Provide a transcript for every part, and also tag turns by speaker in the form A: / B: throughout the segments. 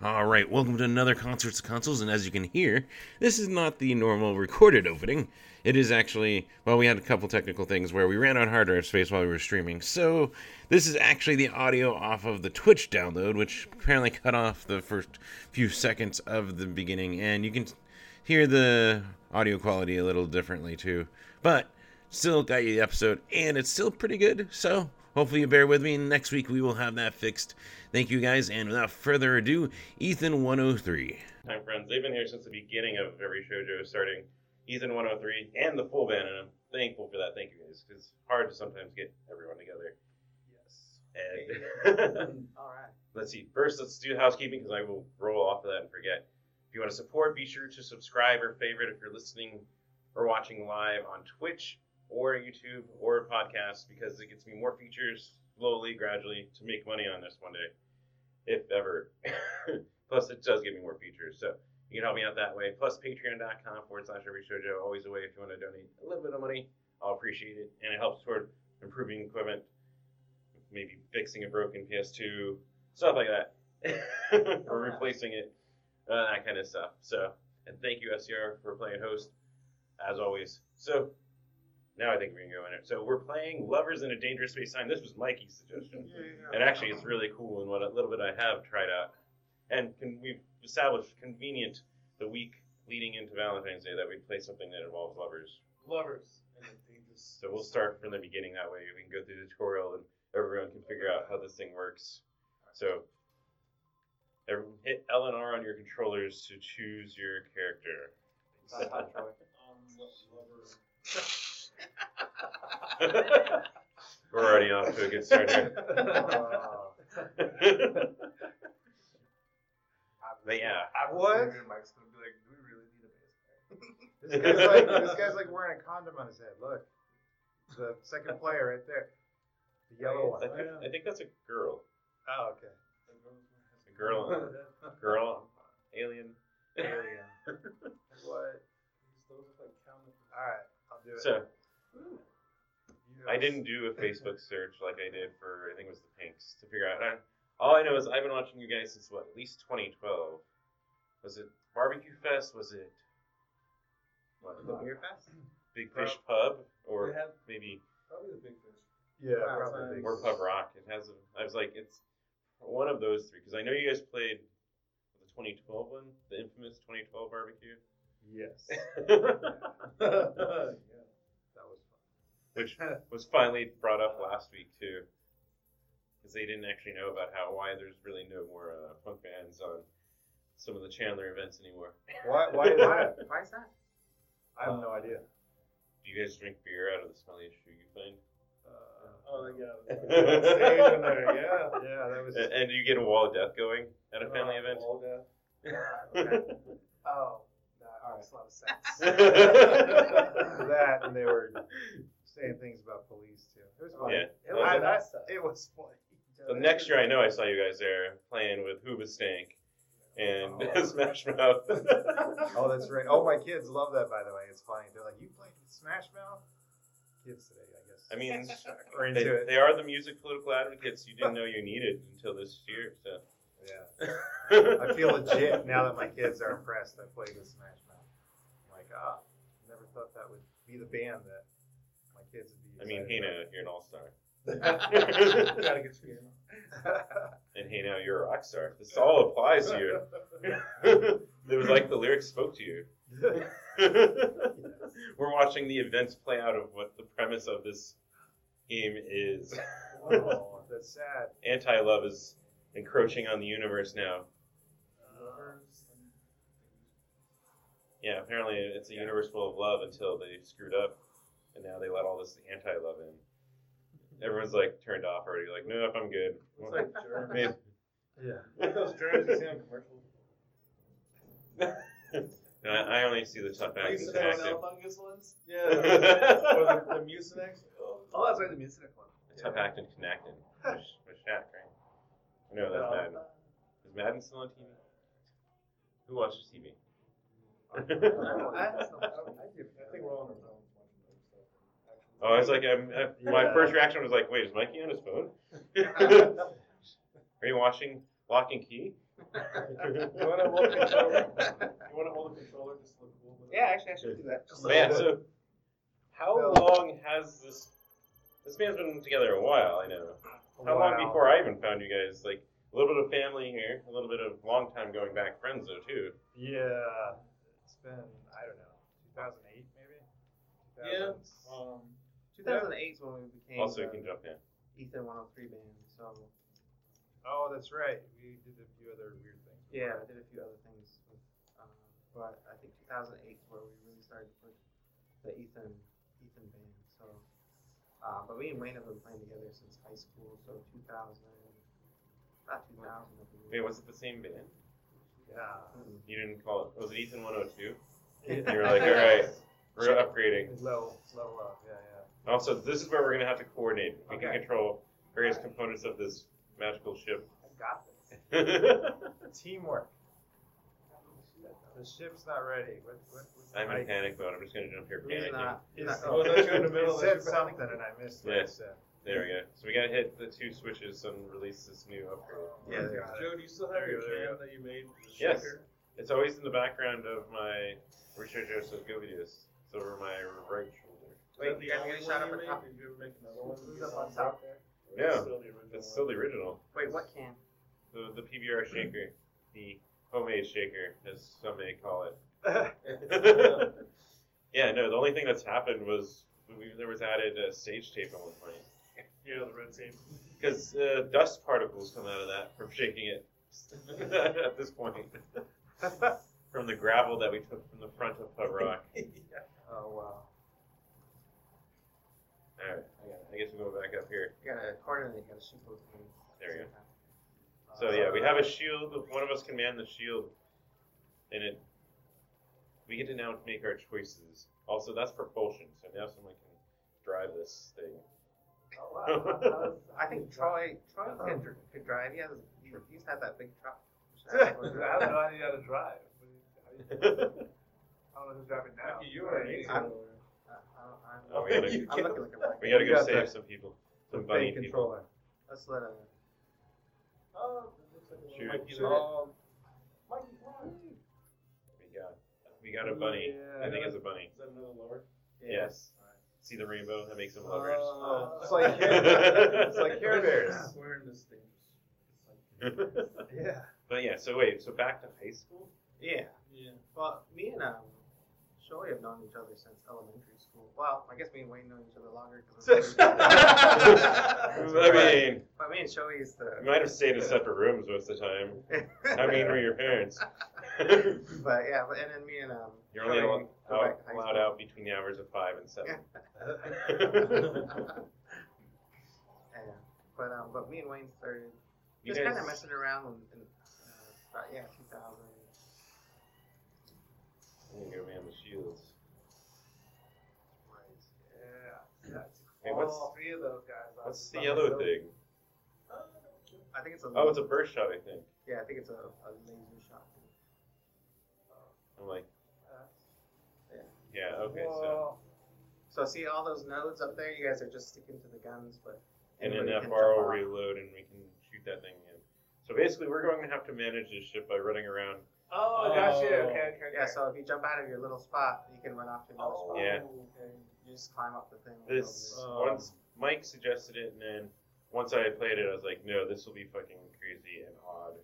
A: All right, welcome to another Concerts of Consoles, and as you can hear, this is not the normal recorded opening. It is actually, well, we had a couple technical things where we ran out hard drive space while we were streaming, so this is actually the audio off of the Twitch download, which apparently cut off the first few seconds of the beginning, and you can hear the audio quality a little differently too. But still got you the episode, and it's still pretty good, so hopefully you bear with me. Next week we will have that fixed. Thank you guys, and without further ado, Ethan103.
B: time, friends. They've been here since the beginning of every shojo, starting Ethan 103 and the full band, and I'm thankful for that. Thank you guys, because it's hard to sometimes get everyone together. And
C: All right.
B: let's see. First, let's do housekeeping because I will roll off of that and forget. If you want to support, be sure to subscribe or favorite if you're listening or watching live on Twitch or YouTube or podcast because it gets me more features slowly, gradually to make money on this one day, if ever. Plus, it does give me more features, so you can help me out that way. Plus, patreon.com forward slash every shoujo, always the way if you want to donate a little bit of money. I'll appreciate it, and it helps toward improving equipment, maybe fixing a broken PS2, stuff like that, or replacing it, uh, that kind of stuff. So, and thank you SCR for playing host, as always. So, now I think we can go in it. So we're playing Lovers in a Dangerous Space Time. This was Mikey's suggestion, and actually it's really cool. And what a little bit I have tried out, and can we've established convenient the week leading into Valentine's Day that we play something that involves lovers.
C: Lovers. And then dangerous.
B: So we'll start from the beginning that way. We can go through the tutorial and everyone can figure out how this thing works. So everyone hit L and R on your controllers to choose your character.
C: Um, lover.
B: We're already off to a good start here.
C: Uh,
B: but yeah.
C: I was.
D: Mike's gonna be like, do we really need
E: This
D: a bass player?
E: guy's like this guy's like wearing a condom on his head. Look, the second player right there, the yellow
B: I
E: one.
B: think, I think that's a girl.
E: Oh, okay.
B: It's a girl. Girl. Alien.
E: Alien. What?
D: Those look like countless.
E: All right, I'll do it.
B: So
E: You
B: I didn't do a Facebook search like I did for I think it was the Pinks to figure out. All I know is I've been watching you guys since what at least 2012. Was it Barbecue Fest? Was it what, the
E: Beer fest?
B: Big Fish Pub
D: They
B: or
D: had
B: maybe
D: probably the big fish.
E: Yeah,
D: Wow,
E: probably.
D: sorry.
B: or Pub Rock? It has. A, I was like it's one of those three because I know you guys played the 2012 one, the infamous 2012 barbecue.
E: Yes.
D: yeah.
E: That was fun.
B: which was finally brought up last week too, because they didn't actually know about how why there's really no more uh, punk bands on some of the Chandler events anymore.
E: Why? Why? Why? Why is that? I have no idea.
B: Do you guys drink beer out of the smelly shoe you find?
D: Oh, they got it.
E: Sage in there, yeah. Yeah, that was.
B: A- And do you get a wall of death going at a
C: Uh,
B: family event?
D: All death.
E: okay.
C: Oh, no, that makes a lot of sense.
E: that and they were saying things about police too. It was fun.
B: Yeah.
C: It was
E: I-
C: that stuff.
E: It was fun.
B: The next year, I know I saw you guys there playing with Hooba Stank and Smash Mouth.
E: Oh, that's right. Oh, my kids love that. By the way, it's funny. They're like, "You played Smash Mouth." Kids today, I guess.
B: I mean,
E: We're into
B: they,
E: it.
B: they are the music political advocates you didn't know you needed until this year. So.
E: Yeah. I feel legit now that my kids are impressed. I played with Smash Mouth. I'm like, ah, never thought that would be the band that my kids would be.
B: I mean, hey
E: excited
B: now, you're an all star.
D: gotta get your game
E: about.
B: and hey now, you're a rock star. This all applies to you. it was like the lyrics spoke to you. We're watching the events play out of what the premise of this game is.
E: oh, that's sad.
B: Anti love is encroaching on the universe now. Yeah, apparently it's a universe full of love until they screwed up, and now they let all this anti love in. Everyone's like turned off already. Like, no, I'm good.
D: It's like germs.
B: Man.
E: Yeah.
D: Those germs you see on commercials.
B: No, I I only see the tough actors
D: Mucinex
B: active.
D: fungus ones? Yeah. the- or
B: tough
D: the, the Mucinex. Oh, that's right, the Mucinex one.
B: acting connected. With Shaq, right? No, that's Madden. Is Madden still on TV? Who watches TV?
D: think we're all on our phones watching those stuff.
B: oh, I was like, I'm, I, my first reaction was like, wait, is Mikey on his phone? Are you watching Lock and Key?
D: You wanna hold the controller? You wanna hold the controller just to look cool? with it?
E: Yeah, actually, I should do that. Just a
B: Man,
E: little bit.
B: so how
E: No.
B: long has this? This man's been together a while. I know. How long
E: Wow.
B: before I even found you guys? Like a little bit of family here, a little bit of long time going back friends though too.
E: Yeah, it's been I don't know, 2008 maybe.
B: Yeah.
E: 2000s.
D: Um,
E: 2008 is when we became
B: Also, you
E: uh,
B: can jump in.
E: Ethan 103 band. So. Oh, that's right. We did a few other weird things. Yeah, I did a few other things, with, um, but I think 2008 is where we really started to push the Ethan Ethan band. So, uh, but we and Wayne have been playing together since high school. So 2000, not 2000. I believe.
B: Wait, was it the same band?
E: Yeah.
B: You didn't call it. Was it Ethan 102?
E: You
B: were like, "All right." We're upgrading.
E: Low, low up, yeah, yeah.
B: Also, this is where we're gonna have to coordinate. We
E: Okay.
B: can control various components of this magical ship.
E: I got this.
B: I'm
E: Teamwork. The ship's not ready. What, what, what's the
B: in
E: right-
B: panic mode. I'm just gonna jump here
E: He's
B: panicking.
E: not.
D: He's-
E: not-
D: I was actually in the middle
E: It
D: of
E: said
D: it.
E: something and I missed what
B: Yeah.
E: it said.
B: There we go. So we gotta hit the two switches and release this new upgrade.
E: Yeah, they got it.
D: Joe, do you still have your
B: There you go.
D: can that you made? with the
B: Yes.
D: shaker?
B: It's always in the background of my Richard Joseph Go videos. It's over my right shoulder.
D: Is
E: Wait,
D: that the
E: you guys
D: only
E: gonna shut up
D: one you
E: and
D: made?
E: talk?
D: Did you ever make another one?
E: This is up on top there.
D: Or is it
B: Yeah.
D: still the original
B: It's still
D: one?
B: the original.
E: Wait, what can?
B: The, the PBR shaker. The homemade shaker, as some may call it. yeah, no, the only thing that's happened was we, there was added uh, stage tape on one point.
D: Yeah, the red tape.
B: Because uh, dust particles come out of that from shaking it at this point. from the gravel that we took from the front of Pub Rock.
E: Oh, wow.
B: Alright, I guess we'll go back up here.
E: You gotta coordinate, you gotta shoot both hands.
B: There you
E: go. Uh,
B: So yeah, we have a shield. One of us can man the shield, and it. We get to now make our choices. Also, that's propulsion. So now someone can drive this thing.
C: Oh, wow.
E: I think Troy, Troy can, dr- could drive. He has, he- he's had that big truck.
D: I have no idea how to drive. What do you- how do you-
E: I don't know who's driving now.
D: Lucky you are an
E: I'm-
D: eight.
E: I don't-
B: Oh, we
E: I'm-
B: gotta,
E: I'm looking like a black
B: we
E: guy.
B: gotta
E: You
B: go
E: got
B: save
E: the-
B: some people,
E: the
B: some bunny
E: big
B: people.
E: controller. Let's let him.
D: Oh, it looks like a little
B: Shoot.
D: monkey.
B: Shoot it.
D: Oh, monkey, run.
B: We got, we got a bunny. I think it's a bunny.
D: Is that another lower?
B: Yes. See the rainbow that makes them lovers.
D: Oh.
E: It's like Care- it's like Care Bears.
D: We're in this thing. It's like-
E: Oh. Yeah.
B: but yeah, so wait, so back to high school.
E: Yeah.
D: Yeah.
E: Well, me and um, Shirley have known each other since elementary school. Well, I guess me and Wayne know each other longer. 'cause we're-
B: I mean,
E: but me and Shirley used
B: we
E: to.
B: might have stayed in separate rooms most of the time. I mean, were your parents?
E: But yeah, but, and then me and um.
B: You're only
E: Shirley
B: allowed,
E: go back to high
B: allowed out between the hours of five and seven.
E: school. yeah, but um, but me and Wayne started
B: you
E: just
B: guys,
E: kind of messing around in, in uh, about, yeah, 2000.
B: There you go, man, the shields.
E: Yeah.
B: Hey, what's-
C: All three of those guys. I
B: What's
C: was
B: the
C: by
B: yellow
C: myself.
B: thing?
E: I think it's a.
B: Oh, it's a burst shot, I think.
E: Yeah, I think it's a, a laser shot.
B: I'm like,
E: Uh,
B: yeah, okay, so.
C: Whoa.
E: So see all those nodes up there? You guys are just sticking to the guns, but
B: And then
E: anybody
B: that
E: can
B: bar will
E: jump off.
B: reload and we can shoot that thing in. So basically, we're going to have to manage this ship by running around.
C: Oh, gotcha. Okay,
D: Oh.
C: okay, okay.
E: Yeah, so if you jump out of your little spot, you can run off to another
C: Oh,
E: spot.
B: Yeah.
C: okay.
E: You just climb up the thing. and
B: This,
E: go over
D: Um,
B: once Mike suggested it, and then once I played it, I was like, no, this will be fucking crazy and odd.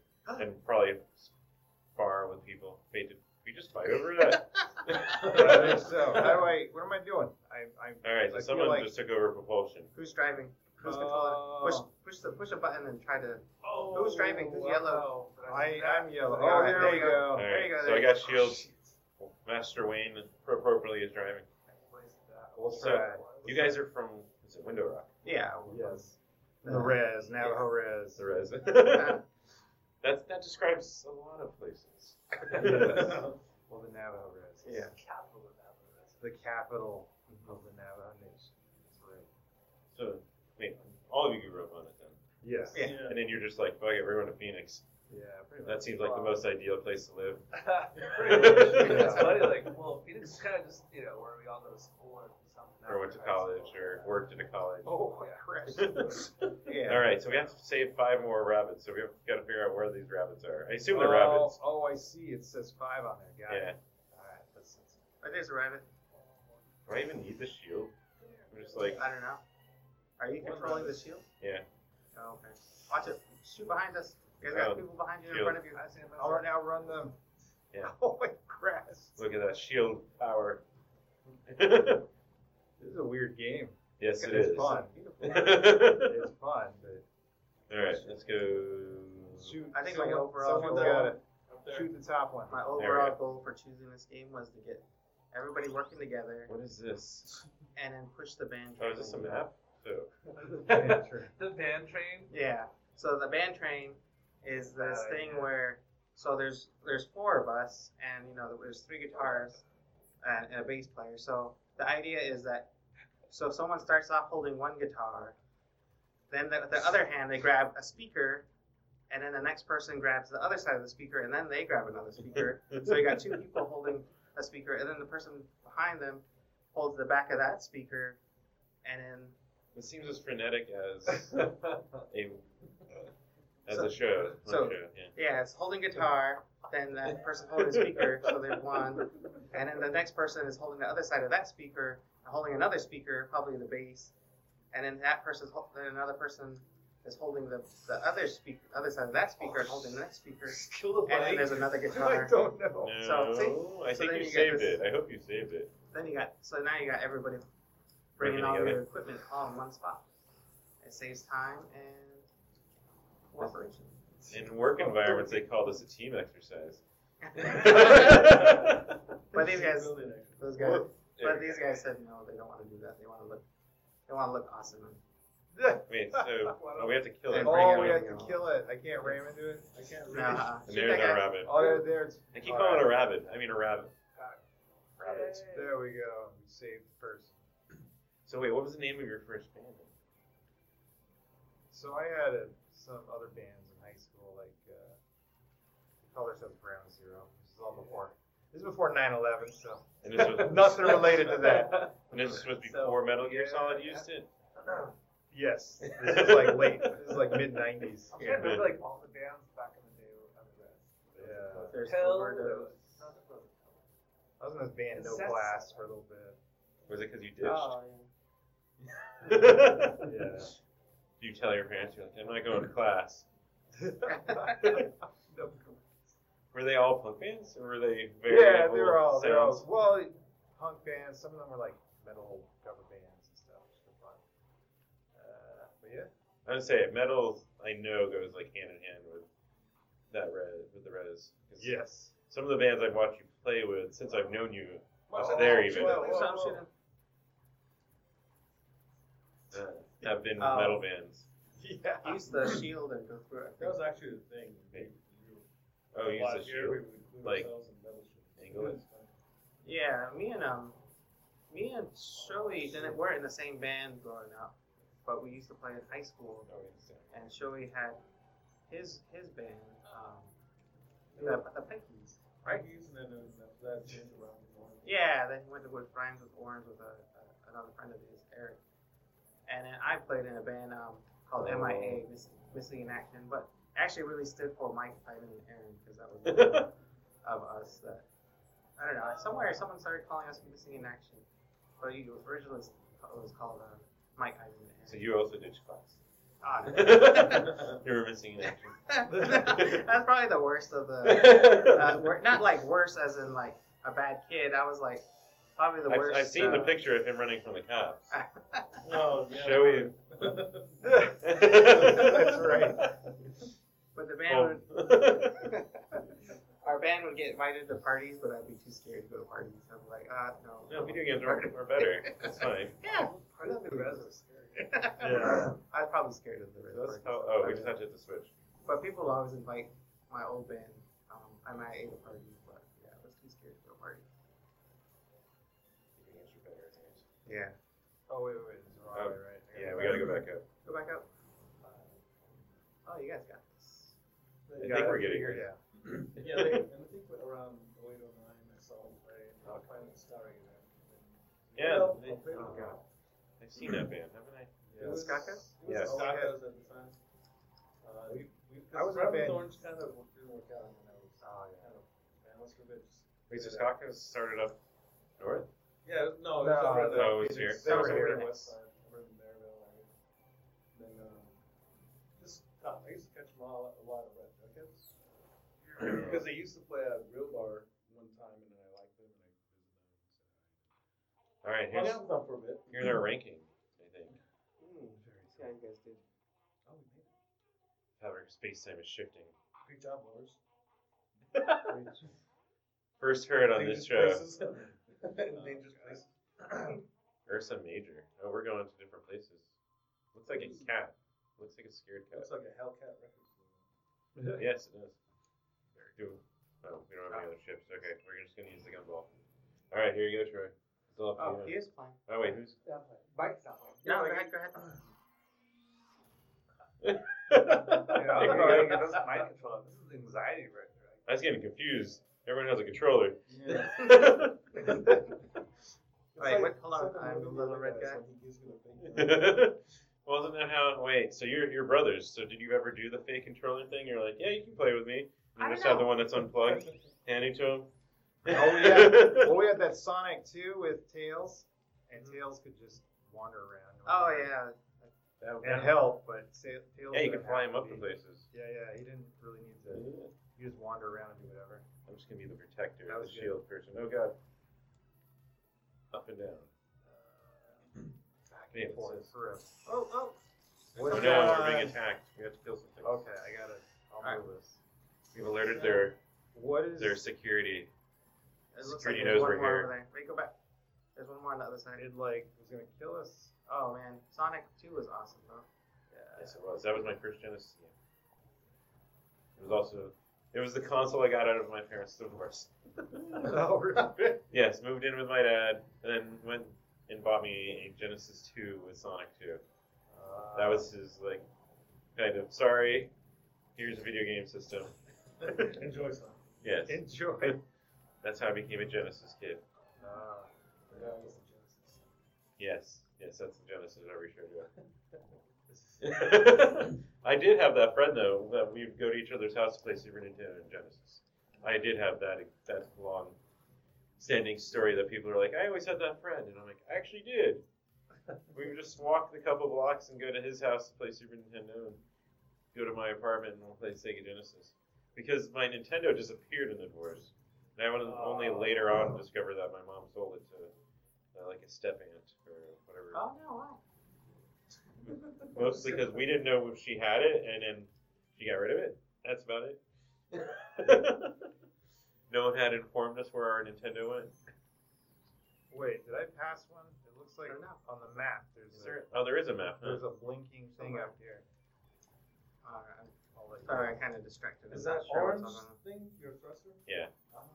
B: And probably spar with people. Wait, did we just fight over that?
E: there. so. How do
D: I-
E: what am I doing?
D: I, I,
B: Alright,
E: I
B: so
E: feel
B: someone
E: like-
B: just took over propulsion.
E: Who's driving? Who's controlling? Push, push the push a button and try to.
C: Oh,
E: Who's driving? Who's yellow?
C: wow.
E: I- I'm yellow.
C: I
E: Oh,
C: got it.
E: here we go.
B: All
E: There
B: right,
E: you go, Oh,
B: so I
E: there.
B: got shields. Master Wayne appropriately is driving.
E: We'll
B: So, You guys are from is it Window Rock?
E: Yeah.
D: Yes.
E: The, the- res, Navajo
B: That's the res.
E: Yeah.
B: That's that describes a lot of places.
E: Well, the Navajo res.
C: Yeah.
E: Yeah. The capital of the Navajo Nation. That's right.
B: so wait, all of you grew up on it then,
E: Yes.
D: Yeah.
E: Yeah.
B: and then you're just like, fuck it, we're going to Phoenix.
E: Yeah, pretty much.
B: That seems like the most ideal place to live.
C: Pretty much. It's funny, like, well, Phoenix is kind of just, you know, where we all go to school or something.
B: Or went to college or worked at a college.
E: Oh, Christ. yeah.
B: All right, so we have to save five more rabbits, so we have got to figure out where these rabbits are. I assume they're
E: oh,
B: rabbits.
E: Oh, I see. It says five on there. Got
B: Yeah.
E: it. All right. That's, that's... Right there's a rabbit.
B: Do I even need the shield? I'm just like,
E: I don't know. Are you controlling the shield?
B: yeah.
E: Oh, okay. Watch it. Shoot behind us. You guys
B: Oh,
E: got people behind you in
B: shield.
E: front of you. I'll run now. Run them.
B: Yeah.
E: Holy grass.
B: Look at that shield power.
E: This is a weird game.
B: yes, it
E: it's
B: is. All
E: fun.
B: right,
E: It's fun, but
B: let's go.
E: shoot. I think my
D: someone-
E: overall
D: someone
E: goal.
D: got it.
E: Shoot the top one. My
B: we
E: overall
B: go.
E: goal for choosing this game was to get everybody working together
B: What is this?
E: and then push the band.
B: Oh, is this a
E: train.
B: map? Oh. So,
C: The van train.
E: Yeah. So the band train is this
C: Oh,
E: thing
C: yeah.
E: where so there's there's four of us and you know there's three guitars and, and a bass player. So the idea is that so someone starts off holding one guitar, then the, the other hand they grab a speaker, and then the next person grabs the other side of the speaker, and then they grab another speaker. so you got two people holding a speaker, and then the person behind them holds the back of that speaker, and then
B: this seems as frenetic as a as a
E: So-
B: show. Not
E: so-
B: show, yeah.
E: Yeah, it's holding guitar, then that person holding a speaker, so there's one, and then the next person is holding the other side of that speaker, and holding another speaker, probably the bass, and then that person's hol- then another person is holding the, the other speaker, other side of that speaker, and holding the next speaker,
D: Kill the
E: and then
D: light.
E: there's another
D: I
E: guitar.
D: don't know.
B: No,
E: so-
B: I
E: so
B: think you
E: then you get
B: saved
E: this-
B: it. I hope you saved it.
E: Then you got so now you got everybody bringing all
B: Together.
E: their equipment all in one spot. It saves time and cooperation. Oh,
B: In work environments, they call this a team exercise.
E: but these guys, those guys. But
B: There we
E: these
B: go.
E: guys said no, they don't want to do that. They want to look, they want to look awesome.
B: Wait, so oh, we have to kill it.
D: Oh, we
E: yeah.
D: have to kill it. I can't ram into it. I can't
E: No,
D: ram it.
E: uh,
B: And there's our rabbit.
D: Oh, there, there it's.
B: I keep
D: all
B: calling it
D: right.
B: a rabbit. I mean a rabbit. Rabbit.
C: Hey.
D: There we go. We saved the person.
B: So wait, what was the name of your first band?
D: So I had a, some other bands in high school, like uh, they called ourselves Ground Zero. This is all before. This is before 9/11, so
B: And this was
D: nothing related to that.
B: and this was
D: So-
B: before Metal Gear
D: yeah.
B: Solid used it.
D: Yes, this is like late. This is like mid 90s.
C: I'm trying to remember, like, all the bands back in the day. were under that.
D: Yeah.
E: there's
C: Hell,
E: overdose.
C: not the Brothers.
D: I was in this band No
C: That's-
D: Glass for a little bit.
B: Was it because you
E: Oh,
B: ditched?
D: Yeah.
B: Do you tell your parents you're like, I'm not going to class?
D: no,
B: Were they all punk bands, or were they very?
D: yeah, they were all they were all
B: sounds?
D: well punk bands. Some of them were like metal cover bands and stuff. Which were fun. Uh, but yeah,
B: I would say metal. I know goes like hand in hand with that red with the res. 'Cause
D: yes.
B: Some of the bands I've watched you play with since I've known you.
D: Watch
B: Oh,
D: out,
B: there
D: watch
B: even.
D: out,
E: yeah.
D: watch
E: So
D: out.
E: I'm shooting.
B: uh, have been
E: Oh.
B: metal bands.
D: Yeah.
E: Use the shield and go through it. I
F: That
E: think.
F: was actually the thing. We would do
B: Oh,
F: a
B: use
F: lot
B: the
F: here, we
B: shield.
F: would include
B: like,
F: ourselves in metal shields.
B: angle it.
E: Yeah, me and um, me and Shoei didn't were in the same band growing up, but we used to play in high school,
B: Oh, wait a second.
E: and Shoei had his his band, um, the the Pinkies.
F: Right, using it in that that change around the morning.
E: Yeah, then he went to with Rhymes with Orange with a, a, another friend of his, Eric. And then I played in a band um, called
B: Oh.
E: MIA, Miss, Missing in Action, but actually really stood for Mike, Ivan, and Aaron because that was the name of us that I don't know. Somewhere someone started calling us Missing in Action, but it was originally s- it was called uh, Mike, Ivan, and Aaron.
B: So you also ditched
E: Ah,
B: class. you were missing an action.
E: that's probably the worst of the. Uh, wor- not like worse as in like a bad kid. I was like probably the
B: I've,
E: worst.
B: I've seen the
E: uh,
B: picture of him running from the cops.
F: Oh, yeah.
B: Showy.
D: That's right.
E: But the band would,
B: Oh.
E: Our band would get invited to parties, but I'd be too scared to go to parties. I'm like, ah, no.
B: No, video games are, are better. It's fine.
E: Yeah.
C: Part of the res was
D: Yeah.
E: I was probably scared of the red
B: That's
E: parties.
B: how, oh, we just have to hit the switch.
E: But people would always invite my old band. Um, I might ate a party, but yeah, I was too scared to go to parties.
B: Video games are better.
E: Yeah.
D: Oh wait, wait, wait. It's wrong,
B: Oh,
D: way, right? I
B: Yeah, we gotta go back up.
E: Go back up. Oh, you guys got this.
B: Yeah, I think we're getting
D: Yeah.
B: here.
F: Yeah, like, and I think around 0809, I saw him play, and I finally started it.
B: Yeah,
F: Well,
B: they-
F: okay.
B: oh God. I've seen that band, haven't I?
F: It
D: Was it Skaka?
F: It
B: Yeah.
F: was Skaka's at the time. Uh, we, we,
D: I was in a
F: Rabbit
D: band.
F: Orange kind of didn't work out, and I was
D: Oh,
F: kind of balanced with it. just-
B: Wait, so Skaka started up north?
F: Yeah, no, it
D: No,
F: was over at the-
B: No, it was here.
D: They
F: They
D: were
F: were
B: That was
D: here
F: here
B: over
F: in
D: next.
F: West Side, over in Maryville area. Then, um, just, uh, I used to catch them all a lot of Red Jackets. Because they used to play at Real Bar one time and I liked them and I visited them.
B: All right,
F: So. Hung
B: here's,
F: out with them for a bit.
B: here's our ranking, I think.
E: Yeah, you guys did.
F: Oh, we made it.
B: How our space time is shifting.
F: Great job, Lars.
B: First heard on this
F: Dangerous
B: show,
F: places. Dangerous places.
B: Ursa Major. Oh, we're going to different places. Looks like a cat. Looks like a scared cat.
F: Looks like a Hellcat record.
B: Yes, it is. Do, oh, we don't have any other chips. Okay, we're just gonna use the gumball. All right, here you go, Troy. It's all up to
E: Oh,
B: you.
E: he is playing.
B: Oh wait, who's?
E: Bite stop. Yeah, go ahead, go ahead.
D: Yeah, I was like,
B: I
D: "Hey, that's my control. This is anxiety right there. Like,
B: was getting confused. Everyone has a controller.
F: Yeah.
E: Wait, what? Hold on, I'm the little red guy.
B: Wasn't that how? Wait, so you're you're brothers. So did you ever do the fake controller thing? You're like, yeah, you can play with me.
E: I
B: You
E: don't
B: just have the
E: know.
B: one that's unplugged, handing to him.
D: Oh yeah. well, we had that Sonic too with Tails, and Tails could just wander around.
E: Oh, yeah.
D: And help, but Sa- Tails.
B: Yeah, you can
D: didn't
B: fly him
D: have to
B: up to
D: be-
B: places.
D: Yeah, yeah. He didn't really need to. He just wander around and do whatever.
B: I'm just gonna be the protector,
D: That was
B: the
D: good.
B: shield person. Oh god. Up and down.
D: Uh, Back
B: Yeah,
D: and forth
B: it's-
D: forever.
E: Oh, oh.
B: Oh
D: What,
B: no,
D: uh,
B: we're being attacked. We have to kill something.
D: Okay, I gotta. I'll
E: Alright.
D: move this.
B: We've alerted their
D: What is?
B: their security.
E: It looks
B: Security
E: like
B: knows
E: there's one
B: we're
E: more
B: here.
E: over there. Wait, go back. There's one more on the other side.
D: It like was gonna kill us.
E: Oh man, Sonic 2 was awesome though.
B: Yes, it was. That was my first Genesis game. It was also it was the console I got out of my parents' divorce.
D: oh, really?
B: Yes, moved in with my dad, and then went and bought me a Genesis 2 with Sonic 2. That
D: Uh,
B: was his like kind of sorry. Here's a video game system.
F: Enjoy some.
B: Yes,
D: enjoy.
B: that's how I became a Genesis kid.
D: Uh,
F: Yeah, it was the Genesis.
B: Yes, yes, that's the genesis of every show. I did have that friend though that we'd go to each other's house to play Super Nintendo and Genesis. I did have that that long standing story that people are like, I always had that friend, and I'm like, I actually did. We would just walk the couple blocks and go to his house to play Super Nintendo, and go to my apartment and we'll play Sega Genesis because my Nintendo disappeared in the divorce, and I was only later on to discover that my mom sold it to uh, like a step aunt or whatever.
E: Oh no, why?
B: Mostly because we didn't know if she had it, and then she got rid of it. That's about it. no one had informed us where our Nintendo went.
D: wait, did I pass one? It looks like
E: Fair enough.
D: on the map. There's
B: Is
D: a,
B: there? Oh, there is a map. Huh?
D: there's a blinking thing
E: Somewhere.
D: up here.
E: Alright.
D: I'll let you
E: Sorry, I kinda distracted.
F: Is
E: I'm
F: that
E: not sure what's
F: orange
E: on the-
F: thing your thruster?
B: Yeah.
F: Ah.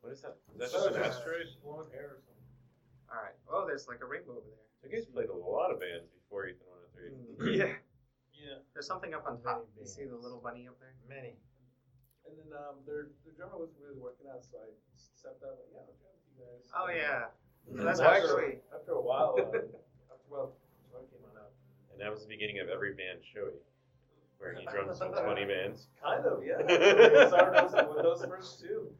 B: What is that? Is that just an asteroid?
F: Blowing air or something.
E: Alright. Oh, there's like a rainbow over there.
B: You guys played a lot of bands before Ethan 103.
D: Yeah.
F: Yeah.
E: There's something up on
D: Many
E: top. You see
D: bands.
E: the little bunny up there?
D: Many.
F: And then um, their their drummer wasn't really working out, so I stepped out like, yeah, I'll jam with you guys.
E: Oh yeah.
B: Mhm.
E: That's
F: Well,
E: actually
F: After a while, uh, after a while, Troy came on up.
B: And that was the beginning of every band showy, where he drums with 20 bands.
F: Kind of, yeah. I started with those- with those first two.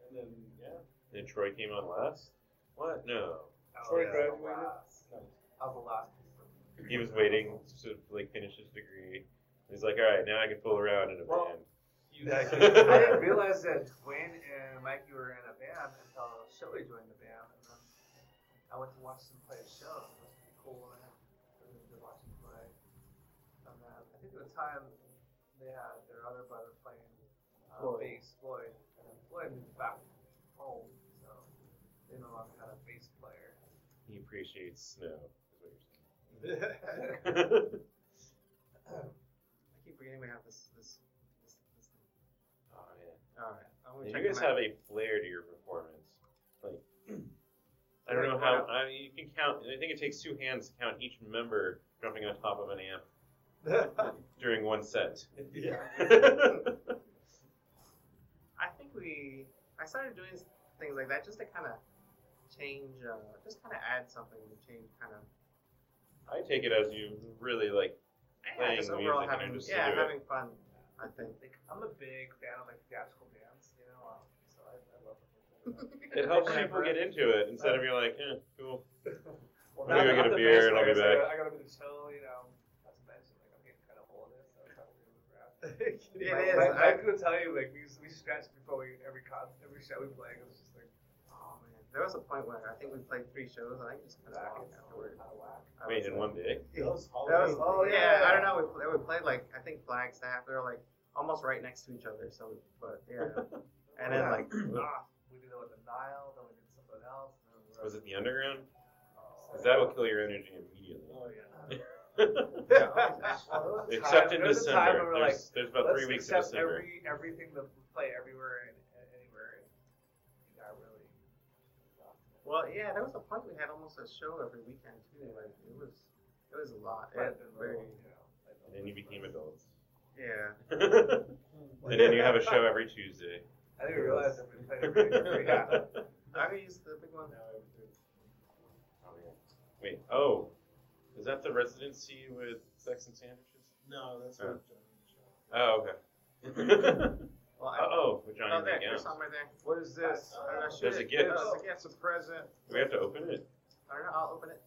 F: And then, yeah.
B: And Troy came on last. What? No.
F: Troy
D: Oh, yeah.
F: graduated. No.
E: of the last
B: He was waiting to like finish his degree. He's like, all right, now I can fool around in a
F: Well,
B: band.
F: You-
D: Yeah, I
E: I didn't realize that Dwayne and Mikey were in a band until Shelly joined the band and then I went to watch them play a show. It was pretty cool and I had to watch them play. And then I think at the time they had their other brother playing uh,
D: Floyd.
E: bass, Floyd. And then Floyd moved back home, so they no longer had a bass player.
B: He appreciates snow. Is what you're saying. Oh,
E: I keep forgetting we have this this this, this thing.
B: oh man.
E: Alright. I'm
B: And you guys have a flair to your performance. Like, I don't know how. I mean, you can count. I think it takes two hands to count each member jumping on top of an amp during one set.
C: Yeah.
E: I think we I started doing s- things like that just to kind of change, uh, just kind of add something to change kind of
B: I take it as you really like.
E: yeah,
B: Playing
E: just
B: music
E: overall
B: and
E: having
B: just
E: yeah
B: do it.
E: having fun. I think.
D: Like, I'm a big fan of like theatrical dance, you know. Um, so I, I love it.
B: It helps people get into it instead of you're like, eh, cool.
D: Well,
B: I'm gonna go get a
D: now that I'm the
B: beer and I'll be
D: bachelor, I
B: back.
D: gotta- I gotta be the chill, you know. Not to mention, like, I'm getting kind of old, so I'm probably gonna move around.
C: it
E: It
D: my,
E: is,
D: My,
E: I-
D: I'm gonna tell you, like, we, used- we scratched before we every con, every show we played. It was just like
E: Oh man, there was a point where I think we played three shows and I just kind of
D: back
E: walked
D: and
E: afterward.
D: out of whack.
E: I
B: Wait,
E: was,
B: in
E: uh,
B: one day?
C: was
E: That
C: Halloween.
E: was, oh yeah, I don't know. We, pl- we played like I think Flagstaff. They were like almost right next to each other. So, but yeah, and then like
D: Ah, we did it with the Nile, then we did something else. And then we
B: Was it the underground?
D: Oh,
B: Because that will kill your energy immediately.
C: Oh yeah.
D: Well, there was a
B: Except
D: time-
B: in
D: there was a time
B: December.
D: when we were
B: There's, there's about
D: let's
B: three weeks in
D: accept
B: December.
D: Every, everything that we play everywhere and, and anywhere, and you got really.
E: well, yeah, there was a point we had almost a show every weekend too. Like it was, it was a lot. It
D: Might have
E: had
D: been
E: been
D: very,
E: very,
D: you know, like,
B: And then you became adults.
E: yeah.
B: and then you have a show every Tuesday.
D: I didn't realize that we played every, every yeah.
E: I could use the big one.
B: Wait, oh. Is that the residency with sex and sandwiches?
C: No, that's
B: Oh.
C: not.
B: Oh, okay.
E: Well, I,
B: oh, with
E: oh,
B: Johnny
E: there,
B: McGowan.
E: there's some right there.
G: What is this?
E: I don't know, shoot
B: There's a
E: it.
B: gift.
E: Oh, it's a gift.
G: It's a present.
B: Do we have to open it?
E: I don't know. I'll open it.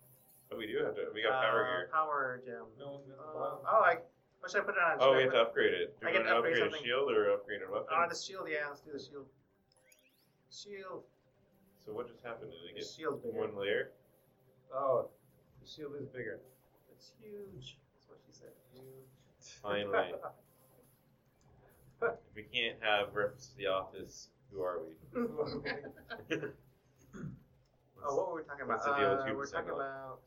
B: Oh, we do have to. We got power
E: Uh,
B: here.
E: Power gem.
C: No one's
E: Uh,
C: gonna
E: oh,
C: allow
E: I. What should I put it on?
B: Oh,
E: Should
B: we have
E: I
B: to
E: put-
B: upgrade it. Do
E: I
B: we want to
E: get to upgrade
B: upgrade a
E: something.
B: shield or upgrade a weapon?
E: Ah, the shield. Yeah, let's do the shield. Shield.
B: so what just happened? Did it
E: The
B: get
E: shield's bigger.
B: one layer?
G: Oh, the shield is bigger.
E: It's huge. That's what she said.
B: Finally. if we can't have reps to the office, who are we? What's-
E: Oh, what were we talking about?
B: What's the deal with
E: Uh, we're
B: 2%
E: talking
B: off?
E: about.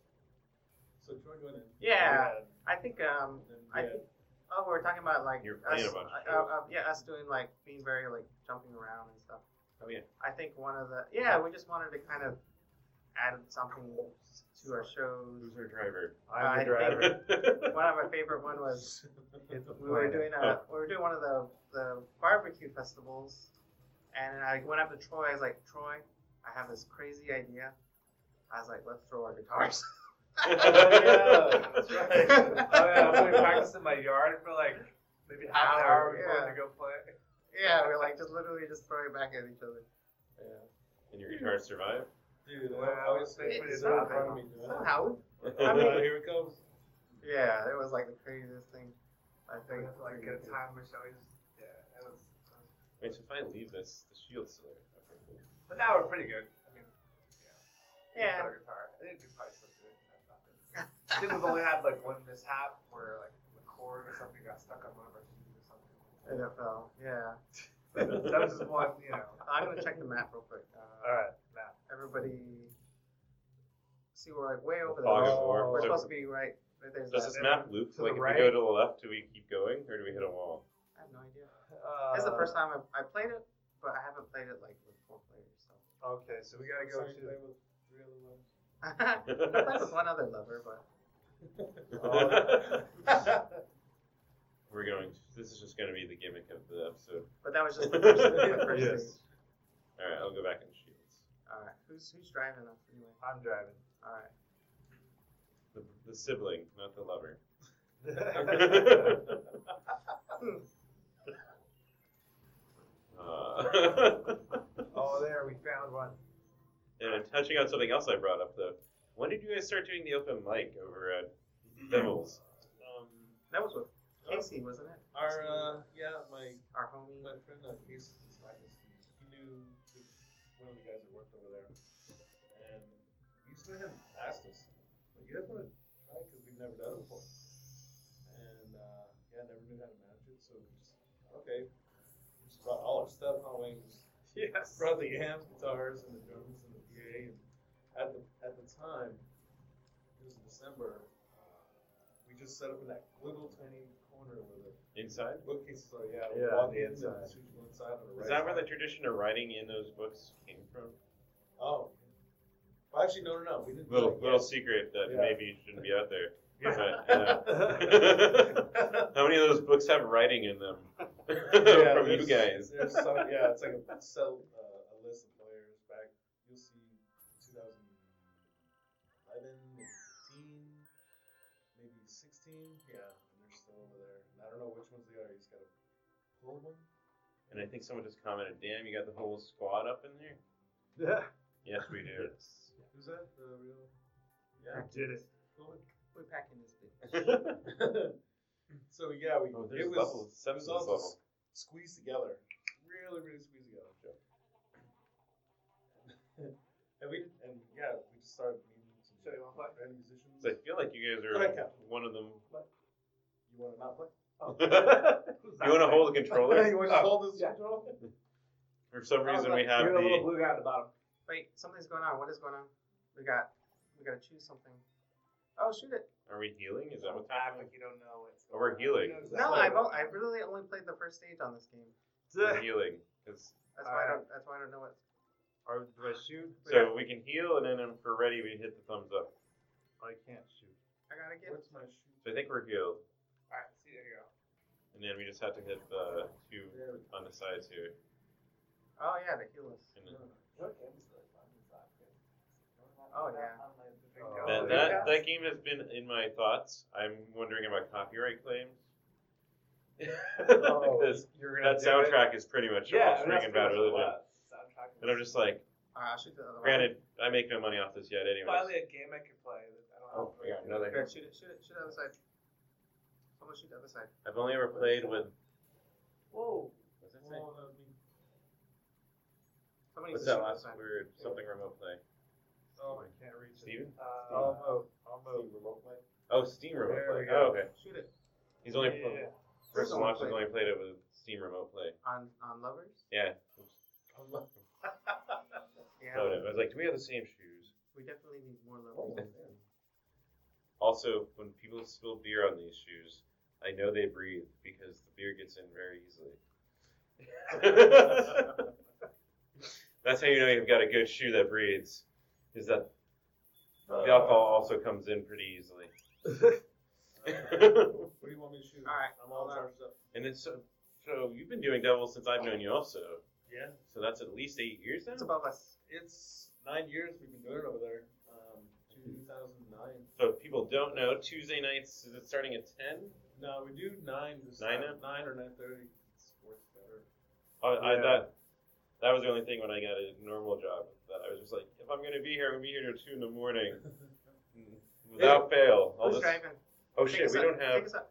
C: So Troy went in.
E: Yeah, I think. Um,
C: Then
E: I
C: yeah.
E: think. Oh, we're talking about like
B: You're
E: us.
B: playing a bunch of
E: uh, uh, yeah, us doing like being very like jumping around and stuff.
B: Oh, yeah.
E: I think one of the yeah, we just wanted to kind of add something to our shows.
B: Who's our driver?
E: I
G: I'm
E: think-
G: the driver.
E: One of my favorite one was we were doing a
B: Oh.
E: we were doing one of the the barbecue festivals, and I went up to Troy. I was like, Troy, I have this crazy idea. I was like, let's throw our guitars.
D: yeah, that's right. Oh, yeah, I'm gonna
E: yeah,
D: practice in my yard for like maybe half an hour before
E: Yeah.
D: to go play.
E: we're like just literally just throwing back at each other.
B: and your guitar survive?
C: Dude,
D: Well,
C: I was
D: it's
C: thinking it's
E: so
C: not
E: bad.
C: funny, man.
E: Somehow,
C: Uh,
E: I mean-
C: here it comes.
E: yeah, it was like the craziest thing. I
D: I
E: think.
D: have to like get a time where show is. Yeah, it was.
B: Wait, so if I leave this, the shield's still there. Okay, cool.
D: But now we're pretty good. I mean,
E: Yeah.
D: Guitar, guitar. I think guitar is still good. That's not good. I think we've only had like one mishap where like the cord or something got stuck on one of our shoes or something.
E: NFL. Yeah.
D: That was just one, you know.
E: I'm gonna check the map real quick. Uh,
D: All right, now.
E: Everybody, see, we're like way over
B: Fog
E: there.
B: of war.
E: We're
B: So-
E: supposed to be right. Right there's
B: Does
E: that.
B: this map loop?
E: to
B: Like, if
E: the
B: we
E: right.
B: go to the left, do we keep going, or do we hit a wall?
E: I have no idea.
G: Uh,
E: This is the first time I've, I played it, but I haven't played it like with four players. So
G: Okay, so we gotta
D: oh,
G: go
C: Sorry,
G: to.
C: play with three other ones.
E: I played with one other lover, but
B: We're going. This is just going to be the gimmick of the episode.
E: but that was just the first, the first
C: Yes.
E: stage.
B: All right, I'll go back and shields.
E: All right, who's who's driving us anyway?
G: I'm driving.
E: All right,
B: The, the sibling, not the lover. uh,
G: Oh, there we found one.
B: and then touching on something else I brought up though, when did you guys start doing the open mic over at Devils?
C: um,
E: that was with Casey, wasn't it?
C: our uh, yeah, my
E: Our homie.
C: my friend uh, Casey Slackis, he knew the- one of the guys that worked over there, and he just went ahead and asked us, like, "You guys want to try it? Because we've never done it before." And uh, yeah, never knew how to manage it, so we just okay. We just brought all our stuff, all we just
E: Yes.
C: brought the amps, guitars, and the drums, and the PA. And at the at the time, it was in December. Uh, we just set up in that little tiny corner where the
B: Inside?
C: bookcase is. Like, yeah, we
G: Yeah,
C: walk in,
G: inside.
C: and switch to one side on the right.
B: Is that where the
C: side.
B: tradition of writing in those books came from?
C: Oh. Well, actually, no, no, no. We didn't.
B: Little
C: like,
B: little secret that
C: Yeah.
B: maybe shouldn't be out there. But, uh, how many of those books have writing in them from you
C: there's-
B: guys?
C: There's some, yeah, it's like a, so, uh, a list of players back. You'll see 2011, 15, maybe 16. Yeah, and they're still over there. And I don't know which ones they are. You just gotta pull them.
B: And I think someone just commented, "Damn, you got the whole squad up in there."
D: Yeah.
B: Yes, we do.
C: Who's that? The real?
D: I did it.
E: We're packing this bitch.
C: so yeah, we
B: Oh, there's
C: it was
B: levels.
C: it
B: Seven's
C: was also
B: level.
C: s- squeezed together, really, really squeezed together. and we and yeah, we just started meeting some
H: So you wanna play?
C: random musicians.
B: 'Cause I feel like you guys
C: Alright,
B: are
C: yeah.
B: one of them. Oh.
C: you want to not play?
B: you want to hold the
C: you
B: controller?
C: want to
B: Oh,
C: hold this
H: yeah. Oh,
C: control?
B: For some reason, we have
H: You're the little
B: the.
H: blue guy at the bottom.
E: Wait, something's going on. What is going on? We got, we gotta choose something. Oh, shoot it.
B: Are we healing? Is that what's
H: Ah,
B: happening?
H: but you don't know what's
B: Oh, we're healing.
E: No, I've, o- I really only played the first stage on this game.
B: We're healing. 'Cause-
E: That's why I don't.
D: Alright.
E: That's why I don't know what.
D: Or do I shoot?
B: So we can heal, and then if we're ready, we hit the thumbs up.
D: I Oh, can't shoot.
E: I gotta get.
C: What's my shoe?
B: So I think we're healed,
H: Alright, see, there you go.
B: and then we just have to hit the two
C: There we go.
B: on the sides here.
E: Oh yeah, the heal us.
B: And then
E: Oh, yeah.
D: Oh,
B: that,
D: yeah.
B: that, that game has been in my thoughts. I'm wondering about copyright claims.
D: Oh,
B: Because
D: you're
B: that soundtrack is pretty much
H: Yeah,
B: almost
H: I mean, that's
B: Ringing Bad
H: pretty much
B: Religion.
H: what soundtrack
B: And I'm
H: is.
B: just like,
E: Alright, I'll shoot the other
B: granted, I make no money off this yet, anyways.
H: Finally, a game I can play. That I don't have
B: Oh, we got
E: one.
B: another.
E: Here, shoot it. Shoot it. Shoot the other side. Someone shoot the other side.
B: I've only ever played with.
H: Whoa.
B: What's that, say?
C: Well, that'd be-
E: Somebody
B: What's
E: shoot
B: that
E: the
B: last
E: other side.
B: weird something remote play?
C: Oh, I can't reach it.
B: Steven?
C: Um,
H: Uh,
C: oh,
D: Almost. Almost.
C: Steam remote play.
B: Oh, Steam remote
C: There
B: play.
C: we
B: Oh,
C: go.
B: okay.
E: Shoot it
B: He's only.
C: Yeah, yeah, yeah.
B: First launch
E: Remote play.
B: has only played it with Steam remote play.
E: on on lovers.
B: Yeah.
E: Yeah.
B: So I was like, do we have the same shoes?
E: We definitely need more
C: Oh,
E: lovers.
C: man.
B: Also, when people spill beer on these shoes, I know they breathe because the beer gets in very easily. That's how you know you've got a good shoe that breathes, is that the alcohol also comes in pretty easily.
C: What do you want me to shoot?
E: Alright,
C: I'm all
E: hold on.
C: charged up.
B: and then so, so you've been doing doubles since I've known you also.
C: Yeah.
B: So that's at least eight years now.
E: It's above us.
C: It's nine years we've been doing it over there. Um, 2009.
B: So if people don't know, Tuesday nights is it starting at ten?
C: No, we do nine. This
B: Nine
C: time. Nine or nine thirty. It's works better.
B: I, I,
D: Yeah.
B: that that was the only thing when I got a normal job that I was just like, if I'm gonna be here, I'm gonna be here till two in the morning, without fail. I'll
E: Who's
B: just,
E: driving?
B: oh
E: Take
B: shit,
E: us
B: we
E: up.
B: don't
E: Take
B: have.
E: us up.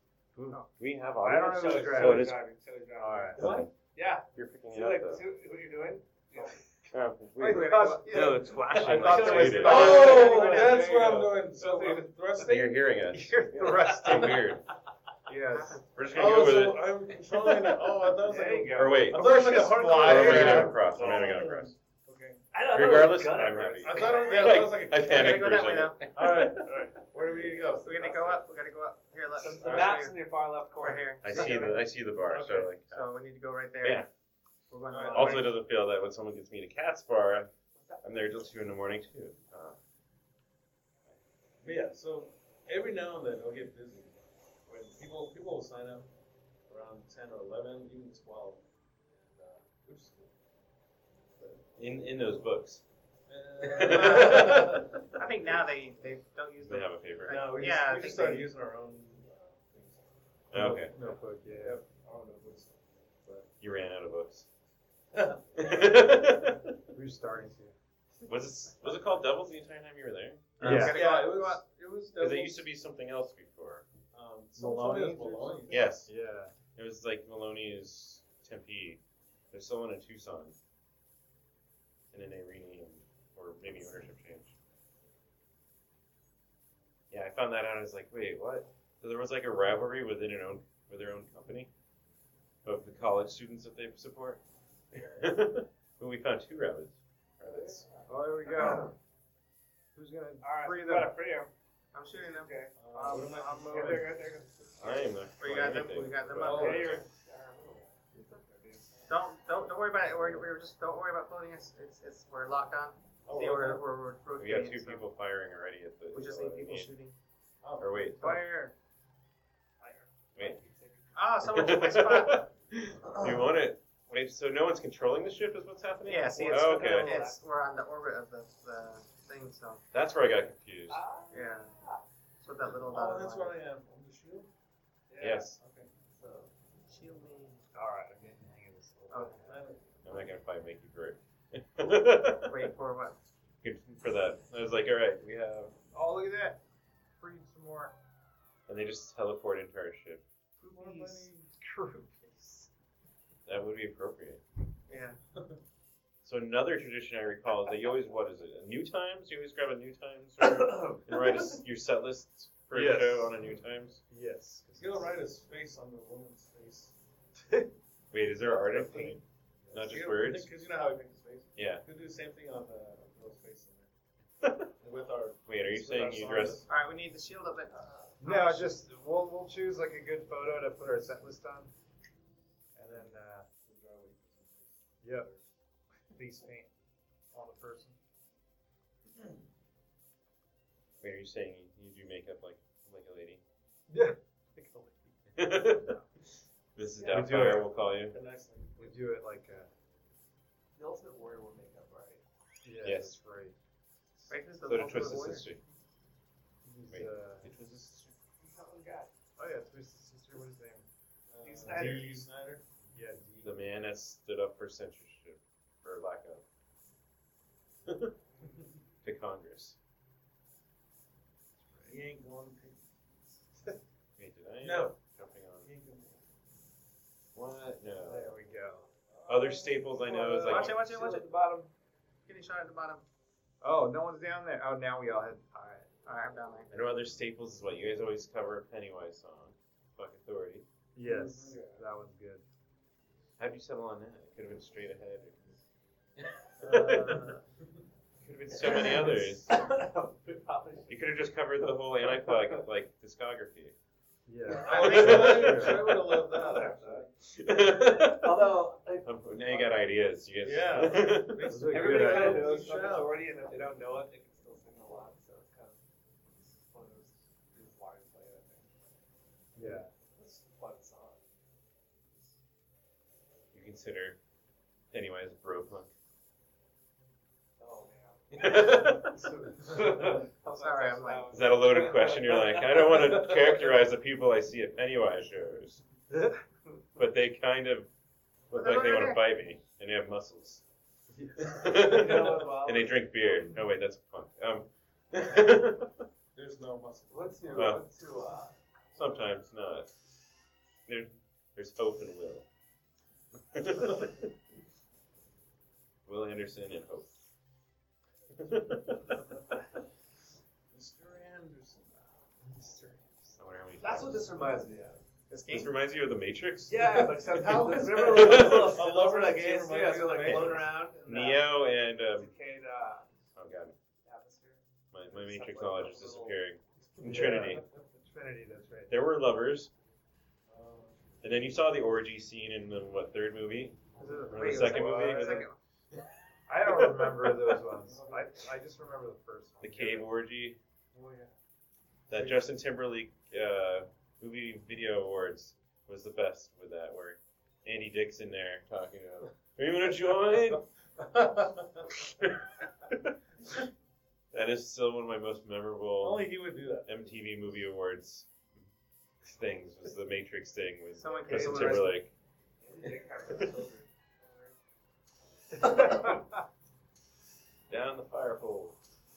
B: do
E: Oh.
B: We have
H: I don't know
B: audio?
H: who's
B: So-
H: driving.
B: so it is-
H: driving. So it's driving.
D: All right.
C: What?
H: Yeah.
B: You're picking
H: See,
B: it up.
H: like,
B: though.
H: see what you're doing?
B: Oh, it's
H: Wait,
B: weird.
H: wait,
C: gosh.
H: wait.
B: no, it's flashing.
C: I
B: like
C: thought there was.
B: faded.
C: Oh,
H: Yeah,
C: that's
H: there you
C: what I'm
H: go.
C: doing. So
B: So
C: I'm
B: you're
C: thrusting.
B: hearing us.
C: You're
B: So
C: thrusting.
B: weird.
D: Yes.
B: We're just gonna
C: Oh,
B: go with
C: so I'm controlling it. Oh, I thought it was
H: There you
C: like.
H: go.
B: it. Or wait, Oh,
C: I
B: I'm
C: thought it was like a
H: Just
C: hard
H: fly
B: gonna
H: over
B: go
H: there.
B: across. I'm gonna go across.
C: Okay.
H: I don't know
B: Regardless,
H: who's gonna
B: I'm
H: press.
B: happy.
C: I thought it was. Yeah, I was
B: Like, I
C: like.
E: We gotta
B: panicked
E: go
B: for a
E: that way though.
B: second.
C: All right. All right. Where do we need to go?
E: We're gonna go up. We gotta go up. Here, let's.
H: The
E: right
H: map's
E: here.
H: in your far left
E: Right
H: corner.
E: here.
B: I see the I see the bar. So
C: Okay.
B: like,
E: So we need to go right there.
B: yeah.
E: We're going
H: Uh,
C: Alright.
E: the wrong
B: Also,
E: way.
B: it doesn't feel that when someone gets me to Cat's Bar, I'm there till two in the morning too. Uh,
C: But yeah, so every now and then it'll get busy. When people people will sign up around ten or eleven, even twelve, and, uh, which is cool.
B: in in those books,
C: uh, But,
E: I think now they they don't use
B: they have
E: them.
B: a favorite.
C: no, we
E: Yeah,
C: just,
E: I
C: we
E: think
C: just started
E: they-
C: using our own uh, things.
B: Okay,
D: Notebook, yeah.
C: Yep.
F: uh,
C: I don't know what's, but
B: you ran out of books.
D: We're starting to.
B: was it was it called Devils the entire time you were there?
E: Um,
D: Yeah.
E: gotta go
C: yeah,
E: up.
C: it was it was
B: Because it
C: double-
B: used to be something else before.
C: um, someone told me it was
D: Maloney's or
C: Maloney's.
D: something?
B: Yes,
D: Yeah.
B: it was like Maloney's Tempe. There's someone in Tucson, and then they renamed, or maybe ownership change. Yeah, I found that out. I was like, wait, what? So there was like a rivalry within an own with their own company of the college students that they support. but we found two rabbits. Rabbits.
D: Oh, here we go. Who's gonna
H: Alright,
D: free
H: got
D: them?
H: it, free 'em.
E: I'm shooting them.
H: Okay.
C: Uh, what am I-
D: I'm
H: Right
D: moving.
H: there, right there.
B: I am not.
E: We got them. We got them up.
C: Oh.
H: Yeah, you're-
E: Don't don't don't worry about it. We're, we're just don't worry about floating. It's it's, it's we're locked on.
C: Oh,
E: See,
C: okay.
E: we're, we're, we're
B: We got
E: rotating,
B: two
E: so
B: people firing already at the.
E: We just need people shooting.
B: Oh, E or wait.
D: Fire!
B: Wait.
D: Ah, someone took my spot.
B: you want it? Wait, so no one's controlling the ship is what's happening?
D: Yeah, see, it's,
B: Oh, okay.
D: it's we're on the orbit of the, the thing, so
B: That's where I got confused.
D: Ah. yeah. That's what that
F: Oh,
D: little dotted
F: that's
D: line.
F: where I am. On the shield?
B: Yes.
F: Okay.
D: So shield me.
F: Alright, I'm getting the hang of this.
D: Oh,
B: I'm not gonna probably make you break.
D: wait for what?
B: Good for that. I was like, all right, we have,
D: Oh, look at that! Freed some more
B: and they just teleport into our ship.
D: groupies. Groupies.
B: That would be appropriate.
D: Yeah.
B: So another tradition I recall is that you always what is it? A new times? You always grab a new times or, and write a s your set list for
F: Yes.
B: a show on a new times.
F: Yes. He's gonna write his face on the woman's face.
B: Wait, is there an artist? Not just
F: You know,
B: words?
F: Because you know how we make his face.
B: Yeah.
F: We'll do the same thing on the girl's face in there. With our.
B: Wait, are you
F: with our
B: saying you
F: songs.
B: dress?
D: All right, we need the shield up it.
C: Uh,
D: No, just we'll we'll choose like a good photo to put our set list on, and then uh, yep, please paint on the person.
B: Wait, are you saying you do makeup like like a lady?
D: Yeah.
B: this is
D: Yeah.
B: Doubtfire. We'll call you.
F: A nice lady.
D: We do it like uh,
C: The ultimate warrior will make up, right?
D: yeah,
B: Yes.
D: that's right.
E: Right, this is
B: So
E: the
B: to
E: Vulcan
B: Twisted
E: Warrior.
B: Sister.
D: He's,
B: Wait.
D: uh,
B: It was a sister.
C: He's not one guy.
D: oh yeah, Twisted Sister. What is his name?
F: Uh,
C: Dee Snider.
F: Dee Snider.
D: Yeah,
B: The man that stood up for censorship, or lack of, to Congress.
F: He ain't going to pick.
B: Wait, did I? end
F: No.
B: up Jumping
F: He
B: on.
F: ain't going to
B: What?
D: D.
B: No.
D: There we go.
B: Other staples I know is like.
D: Watch it, watch it, watch it.
E: the bottom.
D: Getting shot at the bottom. Oh, no one's down there. Oh, now we all had. All right, all right, I'm down there.
B: I know other staples is what you guys always cover a Pennywise song, Fuck Authority.
D: Yes,
F: Yeah.
D: that one's good.
B: How'd you settle on that? It could have been straight ahead.
D: Uh,
B: could have been so many others. You could have just covered the whole Anti-Flag like discography.
D: yeah.
F: I would I would have loved that, actually.
E: Although, like,
B: Um, now you got ideas. You guys.
F: Yeah.
D: Those are
F: Everybody
D: good
F: kind of
D: ideas.
F: knows
C: It's not
F: Michelle.
C: authority, and if they don't know it, they can still sing a lot. So it's kind of it's one of those these lines play. I think
D: Yeah.
C: it's a fun song.
B: you consider Pennywise bro punk.
C: Oh man.
B: Is
C: I'm
D: Oh, Sorry, I'm like-
B: that a loaded question? You're like, I don't want to characterize the people I see at Pennywise shows, but they kind of look like they want to bite me, and they have muscles, and they drink beer. No, wait, that's punk. Um,
F: There's no muscle.
C: What's your
B: Well.
C: what's your uh,
B: sometimes not. There, there's hope and will. will Anderson and hope.
F: Mr. Anderson. Mr.
B: I wonder how many
C: That's what
B: times-
C: this reminds me of.
B: this, reminds you of the Matrix.
C: Yeah, like so how is
F: A
C: remember when those
F: lover
C: little those were like
F: doesn't
C: ants,
F: remind
C: yeah,
F: you
C: so
F: of
C: like
F: Matrix.
C: floating around in the
B: Neo and um,
C: decayed uh,
B: oh god,
C: atmosphere.
B: my, my Matrix knowledge is disappearing.
D: Yeah.
B: Trinity.
D: Trinity, that's right.
B: There were lovers,
F: Um,
B: and then you saw the orgy scene in the what third movie? Or the
D: Wait,
B: second
D: what?
B: movie?
D: The
B: Was it
D: second one. I don't remember those ones. I, I just remember the first one.
B: the cave orgy?
F: oh yeah.
B: That Justin Timberlake uh, movie video awards was the best with that, where Andy Dick's in there talking about, "Are you gonna join?" that is still one of my most memorable.
F: Only he would do that.
B: MTV Movie Awards things was the Matrix thing with
D: Someone can
B: Justin
D: someone write-
B: Timberlake. Down the fire pole.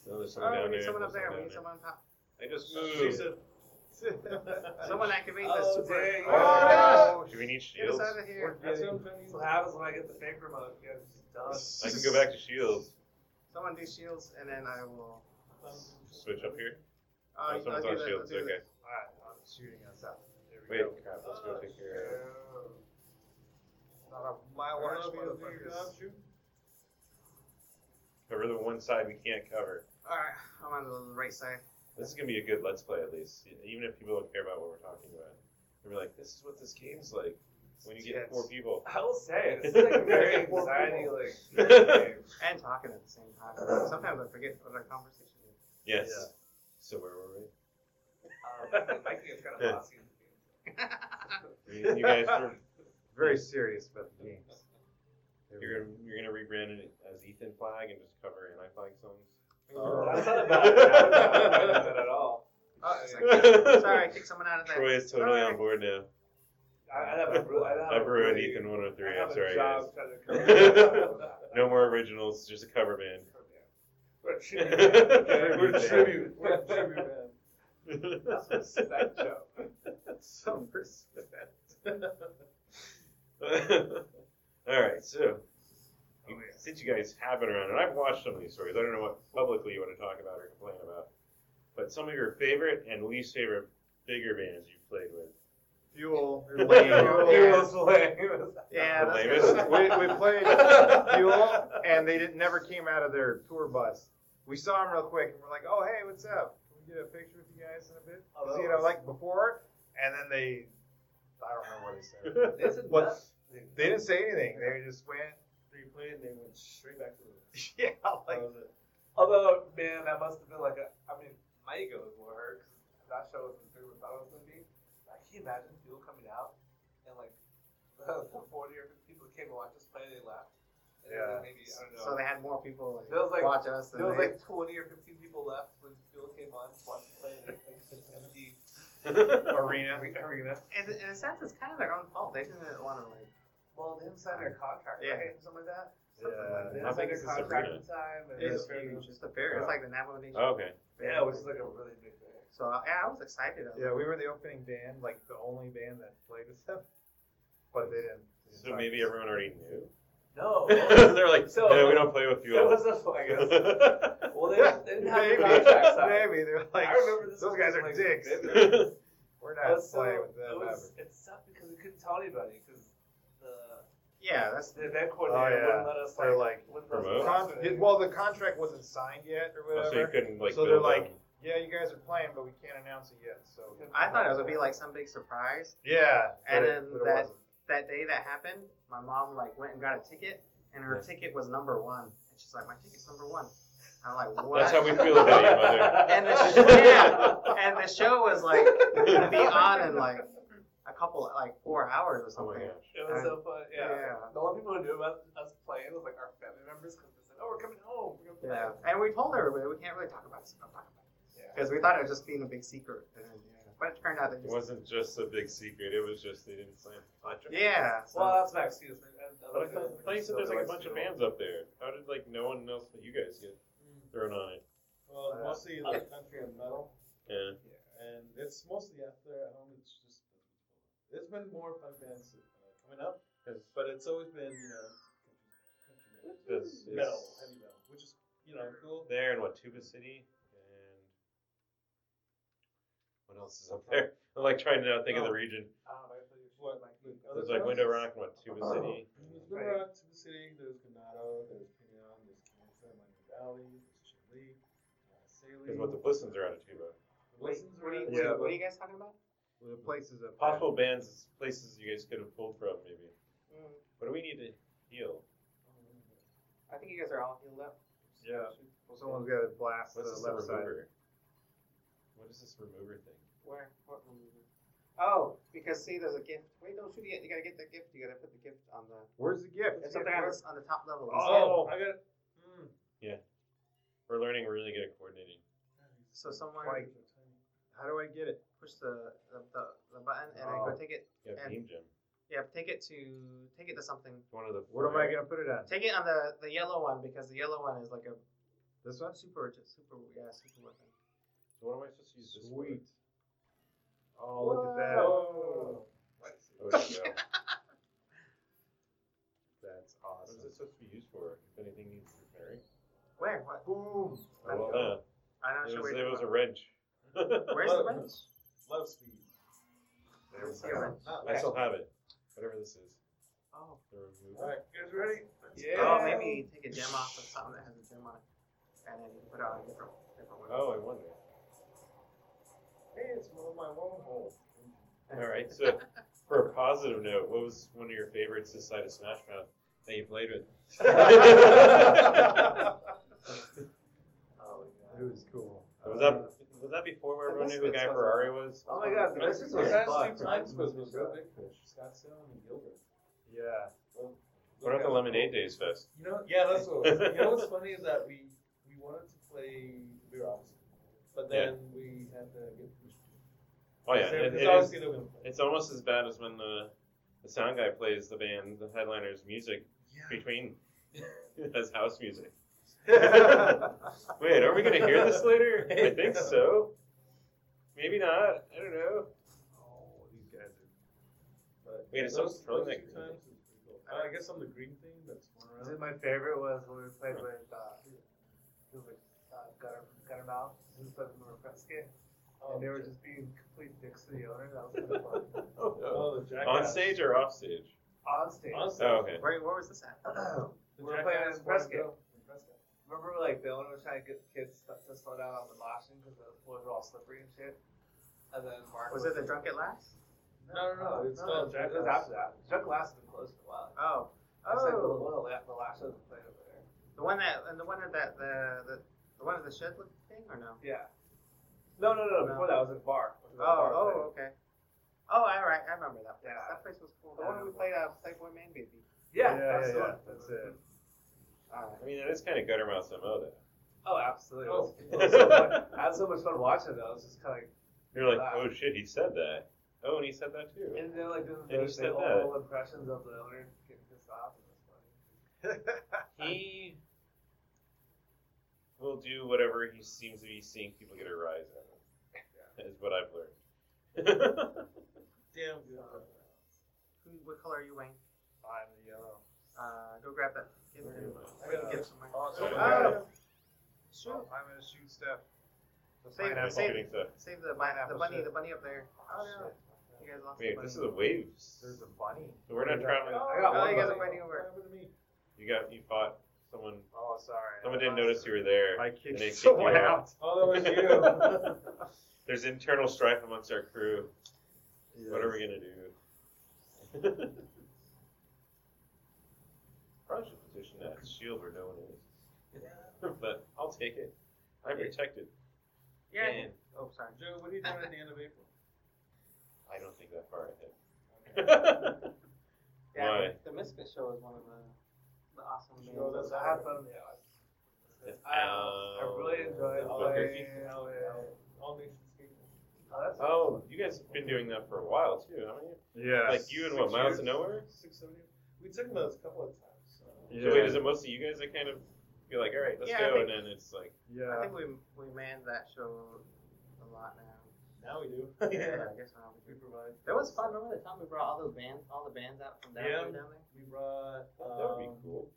B: No, there's someone
D: Oh,
B: down
D: we need
B: there.
D: someone up there.
B: There's
D: We need
B: someone
D: someone Oh, on top.
B: down there. I just
F: She
B: moved.
F: said,
D: Someone activate the
F: Oh,
D: super.
F: dang.
D: Oh,
B: Do we need
D: Get us
B: shields?
D: out of here.
F: that's what I'm trying to use.
C: So what happens when I get the fake remote? You guys just done.
B: I can go back to shields.
D: Someone do shields, and then I will.
B: Switch up here.
D: Uh,
B: Oh,
D: I'll
B: someone's
D: do
B: on
D: the,
B: shields.
D: I'll do the-
B: Okay.
D: Alright, I'm shooting us out. There we
B: Wait, Uh,
D: go.
B: crap. Let's go take care of
D: Not a mile
F: Turn
D: large
F: up your big
D: motherfuckers.
F: dog shoe.
B: Cover the one side we can't cover.
D: Alright, I'm on the right side.
B: This is gonna be a good Let's Play at least, even if people don't care about what we're talking about. They'll be like, "This is what this game's like when you get
D: Yes.
B: four people."
C: I will say this is like a very anxiety like
D: And talking at the same time. Sometimes I forget what our conversation is.
B: Yes.
D: Yeah.
B: So where were we?
I: I think it's kind of bossy.
J: You, you guys are
D: Very serious about the games.
J: you're gonna, you're gonna rebrand it as Ethan Flag and just cover anti flag songs.
C: That's not a
J: bad idea.
C: That's not a bad idea at all.
E: Oh, it's like, sorry, I
J: Sorry.
E: kicked someone out of that.
J: Troy is totally
E: Alright.
J: on board now.
C: I, I'd have a, ru- I'd
E: Oh,
C: have
J: I
C: a
J: ruined
C: really-
J: Ethan 103.
C: I'd
J: I'm
C: have a
J: sorry.
C: job
J: guys.
C: trying to cover all that.
J: No more originals, just a cover
C: We're a tribute band.
J: Tribute
C: We're a
J: band.
C: tribute. We're a tribute band.
J: band.
C: That's a respect joke.
J: Some respect. All right, so you- since you guys have been around, and I've watched some of these stories, I don't know what publicly you want to talk about or complain about, but some of your favorite and least favorite bigger bands you've played with.
D: Fuel.
E: Lame.
D: Fuel.
E: Yeah,
J: The
E: that's
J: lamest.
E: good.
D: we, we played Fuel, and they didn't, never came out of their tour bus. We saw them real quick, and we're like, "Oh, hey, what's up? Can we get a picture with you guys in a bit?"
C: Oh,
D: 'Cause, you know, like before, and then they, I don't know what they said.
C: This is
D: What?
C: nuts.
D: They didn't say anything. They just went,
C: They played and they went straight back to the.
D: yeah, like
C: That was it. Although, man, that must have been like a. I mean, my ego was more hurt 'cause that show was as big as I thought it was going to be. Like, can you imagine Fuel coming out and like the, the 40 or 50 people that came to watch us play, they left. And then
D: Yeah.
C: Maybe, I don't know.
E: So they had more people
C: It
E: like,
C: was like-
E: watch us than
C: there was
E: they.
C: like 20 or 15 people left when Fuel came on to watch us play. and it was just empty
D: arena.
C: arena.
E: in, in a sense, it's kind of their own fault. They didn't want to like.
C: Well, they didn't sign their contract,
E: Yeah.
C: right? Something like that. Something
D: Yeah.
C: like that. They didn't
D: How
C: sign
D: big
C: their
D: is
B: this
C: contract
B: arena?
C: in time. And
E: It's
C: then-
E: huge. It's the fair. It's like the Navajo Nation.
B: Okay.
C: Yeah, which is like a really big thing.
E: So yeah, I was excited. I was
D: Yeah,
E: like,
D: we were the opening band, like the only band that played with them, but they didn't.
B: So maybe everyone already knew.
C: No.
B: They're like,
C: So-
B: no, we don't play with
C: That
B: fuel.
C: was the I guess.
J: Oh,
C: Well, they, didn't- they didn't have
D: Maybe,
C: the contract signed.
D: maybe they're
C: I
D: like,
C: remember this was
D: those guys are
C: like
D: dicks.
C: vivid.
D: We're
C: It
D: not
C: was so-
D: playing with
C: uh, it
D: them
C: was- It sucked because we couldn't tell anybody because the
E: yeah, that's
C: the event coordinator
D: Oh, yeah.
C: wouldn't let us
D: They're
C: like,
D: like,
C: wouldn't
B: promote?
D: ever.
C: let us
D: Con- it- well, the contract wasn't signed yet or
B: Oh,
D: whatever.
B: so you couldn't like.
D: So they're
B: build
D: like-
B: them.
D: yeah, you guys are playing, but we can't announce it yet. So
E: I thought it would be like some big surprise.
D: yeah,
E: And
D: but
E: then
D: it- but it
E: that-
D: wasn't.
E: That day that happened, my mom like went and got a ticket, and her ticket was number one. And she's like, "My ticket's number one." I'm like, "What?"
B: That's how we feel about you, mother.
E: And the, yeah, and the show was like gonna be on in like a couple like four hours or
B: Oh my
E: something.
B: gosh.
C: It was so fun. Yeah.
E: Yeah.
C: The only people who knew about us playing was like our family members because they said, "Oh, we're coming home. We're gonna play."
E: yeah, and we told everybody we can't really talk about this. Don't talk about
C: Yeah.
E: because we thought it was just being a big secret. And, yeah. But it turned out that
B: It
E: just
B: wasn't just a big secret. It was just they didn't sign the contract.
E: yeah. So,
C: Well, that's my excuse.
B: But
C: man.
B: I thought, I thought you said there's like a bunch of bands up there. How did like no one else but you guys get
C: Mm.
B: thrown on it?
C: Uh, Well,
I: Mostly like country and metal,
B: Yeah.
I: and it's mostly after at home. It's just it's been more fun bands uh, coming up, but it's always been you know country
B: Because
I: bands.
B: it's
I: metal, heavy metal, which is you know cool.
B: there in Watuba City and what else is up there? I'm like trying to not think of the
I: Oh.
B: region.
C: Um, I thought you said,
I: What,
C: like,
I: with other
B: There's like
I: bands?
B: Window Rock and Watuba City.
I: There's Little Rock to the city, there's Ganado, there's Pinion, there's Canessa, Miami Valley, there's Chile, uh,
B: Is
I: Saline.
B: what the Blissons are out of Tuba.
E: wait,
I: Lessons
E: what, are
I: are-
E: you,
D: Yeah.
E: what are you guys talking about?
D: Well, the place is up.
B: Possible bands, places you guys could have pulled from, maybe.
E: Mm,
B: What do we need to heal?
E: I think you guys are all healed up.
D: there. Yeah. Well, someone's got to blast
B: What's
D: the
B: this
D: left side.
B: remover? What is this remover thing?
E: Where? What room is it? Oh, because see, there's a gift. Wait, don't shoot it yet. You gotta get the gift. You gotta put the gift on the.
D: Where's the gift?
E: It's up there on the, on the top level.
D: Oh.
C: I got it.
B: Hmm. We're learning we're really good at coordinating.
E: So someone
D: Like, how do I get it?
E: push the the, the, the button and then
D: Oh.
E: go take it.
B: Yeah,
E: And-
B: Beam Gem.
E: Yeah, take it to take it to something.
B: One of the.
D: What am I gonna put it on?
E: Take it on the the yellow one because the yellow one is like a
D: This one?
E: super super yeah super weapon.
B: So what am I supposed to use this for?
D: Sweet. Oh, look at that.
C: Oh.
B: Oh, there you go.
D: That's
B: What is
D: awesome.
B: this supposed to be used for? If anything needs repairing.
E: Where? What?
D: Boom.
B: Oh, well, uh,
E: I'm not
B: it
E: sure
B: was,
E: where.
B: it
E: you're
B: was a
E: talking
B: wrench.
E: about. Where's the wrench?
I: Love speed.
E: Where's the wrench?
B: I still have it. Whatever this is.
E: Oh.
B: The remove-
C: All right, you guys ready? Yeah.
E: Oh, maybe take a gem off of something that has a gem on it, and then you put it on a different different one.
B: Oh, I wonder.
D: Hey, it's one of my wormholes.
B: All right. So, for a positive note, what was one of your favorites this side of Smash Mouth that you played with?
D: that
C: Oh, yeah.
D: was cool.
B: Uh, was that was that before where everyone
F: That's-
B: knew who Guy
F: that's-
B: Ferrari was?
E: Oh my God, this is
F: The
E: a
F: last
E: spot.
F: two times was was real big fish. Scottsdale and Gilbert.
D: Yeah.
B: What about the Lemonade Days Fest?
F: You know,
C: Yeah, that's what. It was. you know what's funny is that we we wanted to play we were opposite, but then we had to get pushed.
B: Oh yeah,
C: So
B: it-
C: it's
B: it is-
C: obviously the win.
B: It's almost as bad as when the the sound guy plays the band, the headliner's music between as house music. Wait, are we gonna hear this later? I think so. Maybe not. I don't know.
D: Oh, these guys are.
C: But
B: Wait, it's
C: those,
B: almost really
C: those
B: like-
C: two times was pretty cool. I, I guess on the green thing that's going
D: Is
C: around.
D: it my favorite was when we played with uh, who was uh, Gutter Guttermouth. This is like Murray Prescott,
C: Oh,
D: and they were just being complete dicks to the owner. That was kind of fun.
B: Oh no.
C: oh, the jackass.
B: On stage or off stage?
D: On stage.
C: On stage.
B: Oh okay.
E: Where, where was this at?
C: The
D: we were playing
C: jackass wanted to
D: with Prescott.
C: go. Prescott.
D: Remember, like the owner was trying to get kids to to slow down on the moshing because the floors were all slippery and shit. And then Mark
E: Was it the Drunk at Last?
C: No, no, no. It's
D: No,
C: called
D: it was
C: Jackass.
D: after that. Drunk last been closed for a while.
E: Oh.
D: It's like the,
E: Oh.
D: one of the la- the last shows we played over there.
E: The one that, and the one at that, the, the, the one at the shed look thing, or no?
D: Yeah. No, no, no. no. Before that was at bar. It was at
E: Oh,
D: bar play.
E: oh, okay. Oh, all right, I remember that place.
D: Yeah.
E: That place was cool.
D: The one we
E: played at Playboy Man Baby.
F: Yeah,
D: Yeah, that's,
F: yeah,
D: the
F: yeah,
D: one.
F: that's it.
E: All right.
B: I mean that is kinda guttermouth MO though.
D: Oh, absolutely.
C: Oh.
D: It was so fun. I had so much fun watching that. I was just kind of like,
B: You're like, oh shit, he said that. Oh, and he said that too.
D: and then like doing
B: And you
D: those
B: said
D: all
B: that.
D: little impressions of the owner getting pissed off. It was funny.
B: He will do whatever he seems to be seeing people get a rise out of. Is what I've learned.
C: Damn good.
E: Who, what color are you, Wayne?
D: I'm the yellow.
E: Uh, go grab that. Give it to him.
C: I gotta get
E: Give it to him.
C: awesome.
D: Ah.
E: Shoot.
D: Oh, I'm gonna shoot Steph.
E: Save,
B: I'm
E: save,
B: shooting stuff.
E: save the, bu- the
D: Pineapple
E: bunny,
D: shit.
E: the bunny up there. Oh, no. You guys lost the
B: Wait,
E: bunny.
B: this is a waves.
D: There's a bunny.
B: We're not traveling.
D: Oh,
E: I
D: got
E: oh,
D: one
E: you guys
D: bunny.
E: are fighting over.
C: happened to me?
B: You got you fought someone.
D: Oh, sorry.
B: Someone didn't notice you were there.
D: I
B: and
D: kicked
B: they kicked
D: someone
B: you
D: out.
C: Oh, that was you.
B: There's internal strife amongst our crew. What are we gonna do? Probably should position that shield where no one is. but I'll take it. I'm protected.
E: Yeah.
B: And
E: Oh, sorry.
C: Joe, what are you doing at the end of April?
B: I don't think that far ahead.
E: Yeah,
B: Why?
E: The Misfit Show is one of the, the awesome bands.
C: Show that's
D: I had fun. Yeah. I, I really enjoyed
B: Oh,
D: playing.
C: All- all- All nations skateboard.
D: Oh, that's
B: Oh, you guys have been doing that for a while too, haven't you?
D: Yeah.
B: Like you and what,
C: Six
B: Miles
C: years?
B: of Nowhere?
C: Six, seven years. We took those a couple of times. So.
B: So wait, is it mostly you guys that kind of be like, all right, let's
E: Yeah, I
B: go, and
E: think-
B: then it's like,
E: I
D: Yeah.
E: think we we manned that show a lot now.
C: Now we do.
E: I guess I'll
C: we provide.
E: That was fun. Remember the time we brought all those bands, all the bands out from down,
C: Yeah.
E: from down there?
C: We brought.
B: oh, that would be
C: um,
B: cool.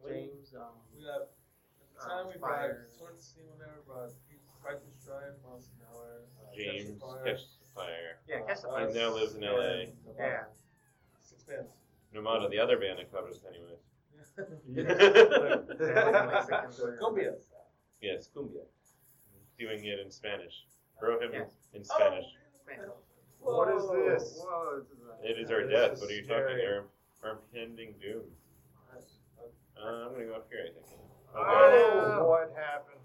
C: We,
E: James, um,
C: we got. At the
E: Uh,
C: time we brought
E: Fire.
C: Sword Steam and there, brought Crisis Drive, Miles an Hour, uh, Catch
B: James
C: the Fire,
B: catch the fire.
E: yeah,
C: uh,
E: catch the
C: us,
E: fire.
B: He now lives in LA.
C: and, uh,
E: Yeah.
C: Six bands.
B: Nomada, the other band that covers it anyway.
E: They're all the Mexicans were-
C: Cumbia.
B: yes, cumbia. Doing it in Spanish. Grow him
E: Yes.
B: in Spanish.
C: Oh.
E: Spanish.
D: What is
C: Whoa.
D: this?
E: Whoa, this
C: Oh!
E: is a-
B: It is our
D: This
B: death.
D: is
B: What are you talking?
D: scary.
B: Our, our impending doom. Uh, I'm gonna go up here. I think. Okay.
D: Oh, what happened?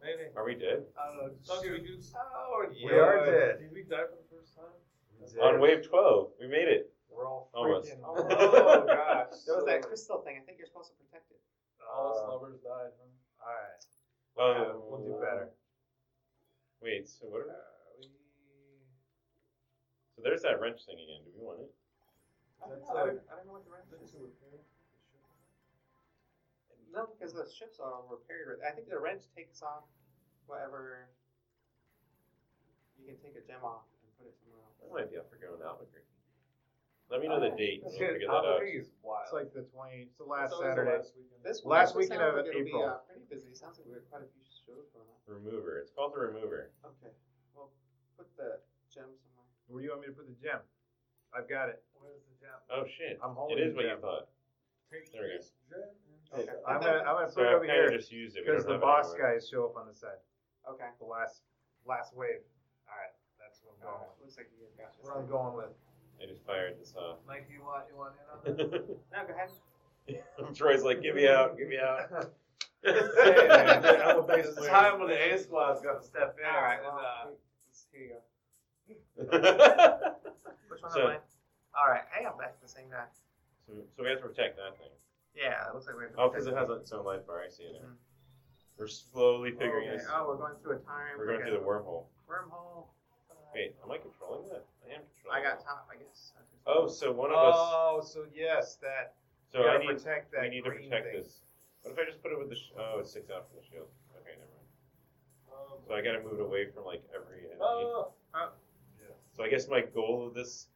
C: Maybe.
B: Are we dead?
D: Oh,
C: So did
D: shoot.
C: we do? s-
D: Oh, yeah.
C: Wait,
D: are
C: wait,
D: dead.
C: Did we die for the first time?
B: On wave 12, we made it.
D: We're all
B: Almost.
D: freaking.
B: Oh,
D: Oh, gosh.
E: There was that
D: So- uh,
E: crystal thing. I think you're supposed to protect it.
C: All us
D: all
C: lovers died, huh?
D: right.
B: Oh,
D: Yeah, we'll do better.
B: Wait. So what? Are
D: Uh,
B: we,
D: we...
B: so there's that wrench thing again. Do we want it?
E: I don't
C: That's
E: know, I
C: a-
E: don't I don't know what the wrench is. No, because the ships are repaired. with- I think the wrench takes off whatever. You can take a gem off and put it somewhere else.
B: That might be up for going to Albuquerque. Let me know the date. and
D: Let's
B: We'll
D: get
B: figure that out.
D: Albuquerque is wild.
F: It's like the 20, it's the
C: It's
F: last
C: always the
F: Saturday.
C: last weekend.
E: This
D: Last
E: this
D: weekend
E: sounds
D: of
E: like it'll
D: April.
E: Be, uh, pretty busy. Sounds like we have quite a few shows going on.
B: Remover. It's called the remover.
E: Okay. Well, put the gem somewhere.
D: Where do you want me to put the gem? I've got it.
C: Where's the jam?
B: Oh shit.
D: I'm holding
B: It is
D: the
B: what you
D: gem.
B: thought.
C: Take
B: There we go.
C: this jam and-
E: Okay.
D: I'm gonna I'm gonna put
B: So
D: it
B: I
D: over
B: kind of
D: here
B: just used it. We
D: because
B: don't
D: the
B: have it
D: boss
B: anymore.
D: guys show up on the side.
E: Okay.
D: The last last wave. All right, that's what I'm going with.
E: Oh, Looks like you guys got
D: That's
E: this.
D: what I'm going with.
B: I just fired this off.
D: Mike, you want you want in on
E: No, go ahead.
B: Troy's like, give me out, give me out.
C: I'm a bass
D: It's
C: player.
D: time when the A squad's got to step in.
E: All right,
D: and,
E: well,
D: uh,
E: here you go.
B: so,
E: Which one
B: So-
E: am I? All right, I am back to the same guy.
B: so we have to protect that thing.
E: Yeah, it looks like we have to
B: Oh, because
E: protect
B: it has its own life bar. I see it now.
E: Mhm.
D: Mm-hmm.
B: We're slowly figuring
E: okay.
B: this.
E: Oh, we're going through a time.
B: We're going
E: okay.
B: through the wormhole.
E: wormhole. Uh,
B: Wait, am I controlling that? I am controlling.
E: I got
B: that.
E: top, I guess.
B: Oh, so one of us.
D: Oh, so yes, that.
B: So
D: we
B: I
D: gotta
B: need.
D: protect that.
B: We need to
D: green
B: protect
D: thing.
B: this. What if I just put it with the? Sh- oh, it's six out from the shield. Okay, never mind.
C: Um,
B: So I gotta move it away from like every enemy.
E: Uh,
C: Oh,
B: So I guess my goal of this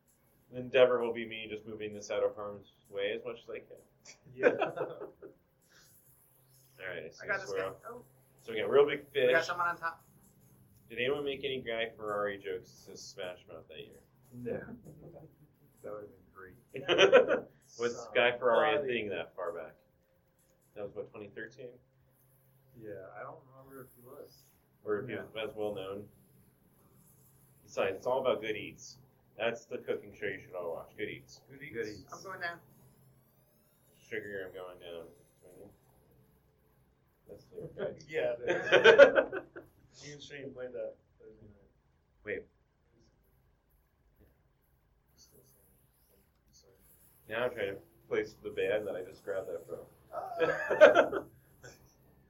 B: endeavor will be me just moving this out of harm's way as much as I can.
D: Yeah.
B: All right, so,
E: I got this
B: we're
E: guy.
B: off.
E: Oh,
B: so we got real big
E: we
B: fish.
E: got someone on top.
B: Did anyone make any Guy Ferrari jokes since Smash Mouth that
D: no. That would have been great.
B: year? Was Guy Ferrari a
C: Somebody-
B: thing that far back? That was what 2013,
D: Yeah, I don't remember if he was.
B: or if he was as well known. Besides, it's all about good eats. That's the cooking show you should all watch. Good eats.
D: Goodies.
E: I'm going down.
B: Sugar, I'm going down. That's
C: yeah.
B: the
C: Me and Shane played that Thursday night.
B: Wait.
C: He's still saying it. I'm sorry.
B: Now I'm trying to place the band that I just grabbed that from.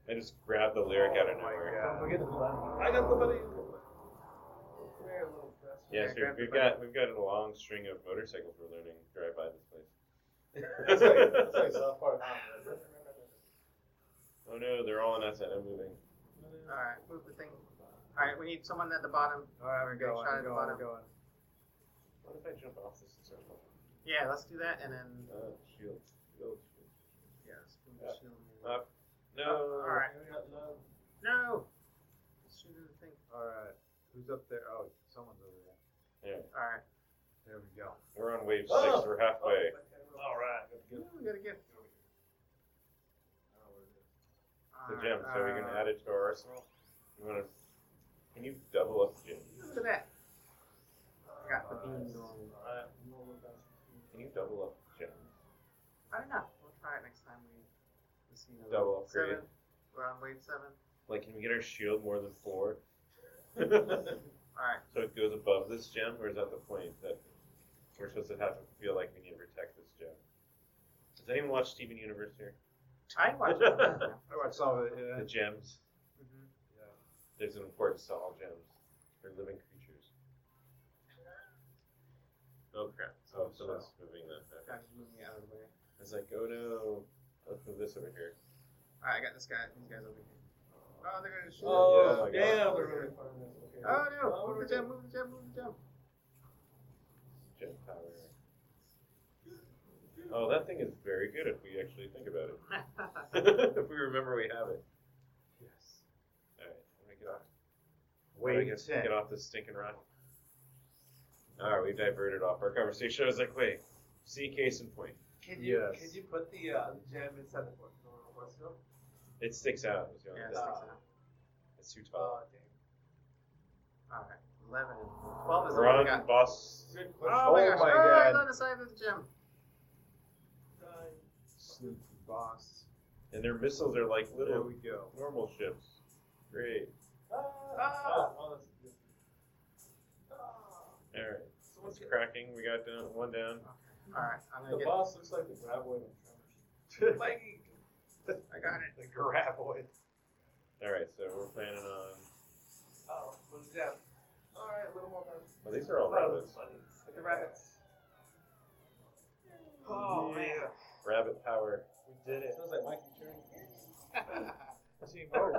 B: I just grabbed the lyric out of
D: Oh my
B: nowhere.
D: God.
C: Don't forget the button. I got the buddy. Come here, little press.
B: Yeah, so
E: Yeah, grab the
B: we've
E: button.
B: got we've got a long string of motorcycles we're learning to drive by this
C: That's like, that's
B: place.
C: like South Park.
B: oh no, they're all on us and I'm moving.
E: All right, move the thing. All right, we need someone at the bottom.
D: All right, we're
E: Okay,
D: going.
E: shot
D: We're
E: at the bottom.
D: going. We're
B: What
D: going.
B: if I jump off this and start moving?
E: Yeah, let's do that, and then
B: Uh, shield. Shield. shield.
E: yeah, let's move
B: Yeah. Uh,
E: the shield. maybe.
B: Up. No.
E: All right.
C: We got love.
E: No. Let's shoot the thing.
D: All right. Who's up there? Oh, someone's over there.
E: All right.
D: There we go.
B: We're on wave six.
C: Oh!
B: We're halfway.
C: All right.
E: Ooh, we got a gift.
B: The
E: All
B: gem.
E: right,
B: So we can
E: uh,
B: add it to our arsenal. You wanna? Can you double up the gem?
E: Look at that. I got the bean going.
B: Can you double up the gem?
E: I don't know. We'll try it next time we, we see another
B: Double upgrade.
E: seven. We're on wave seven.
B: Like, can we get our shield more than four? so
E: All right.
B: it goes above this gem, or is that the point that we're supposed to have to feel like we need to protect this gem? Does anyone watch Steven Universe here?
E: I watch it.
D: I watched some of it. Yeah.
B: The gems.
E: Mhm.
B: There's an importance to all gems. They're living creatures. Oh crap! Oh, someone's moving that.
E: Guys, move me out of the way.
B: It's like, oh no, let's move this over here.
E: All right, I got this guy. These guys over here. Oh, they're gonna shoot. Oh,
C: Oh,
B: my God.
C: damn. We're really far in this. Okay.
E: no!
C: Oh,
E: move
C: we're
E: the gem. Move the gem. Move the gem.
B: Gem power. Oh, that thing is very good if we actually think about it. if we remember we have it.
D: Yes.
B: Alright, I'm gonna get off. I'm gonna
D: Wave
B: get,
D: ten.
B: get off this stinking rock. Alright, we diverted off our conversation. I was like, wait, see case in point.
C: Can you
D: Yes.
C: can you put the uh, gem inside the book? No, no, no, no.
B: It sticks out. It was the only
E: Yeah, it
B: thing.
E: sticks out.
B: It's too tall.
E: All right. Eleven. and Twelve is the
B: We're
E: one we
B: on
E: got.
B: boss
C: Good question.
E: Oh my
D: Oh
E: gosh!
D: my
E: All right,
D: God.
E: on the side of the gem.
D: Snoop boss.
B: and their missiles are like
D: There
B: little
D: we go.
B: normal ships. Great.
C: Ah, ah, oh, that's good. Ah.
B: Alright.
C: Someone's
B: It's cracking. We got down one down.
E: Okay. All right. I'm gonna
C: The
E: get.
C: boss looks like the graboid in Tremors.
D: Mikey.
E: I got it.
D: The graboid.
B: Alright, so we're planning on
C: Oh, put it down. All right, a little more. time.
B: well these are all rabbits.
E: The rabbits.
D: Oh man.
B: Rabbit power.
D: We did it.
C: Sounds like Mikey Chern.
D: Team work.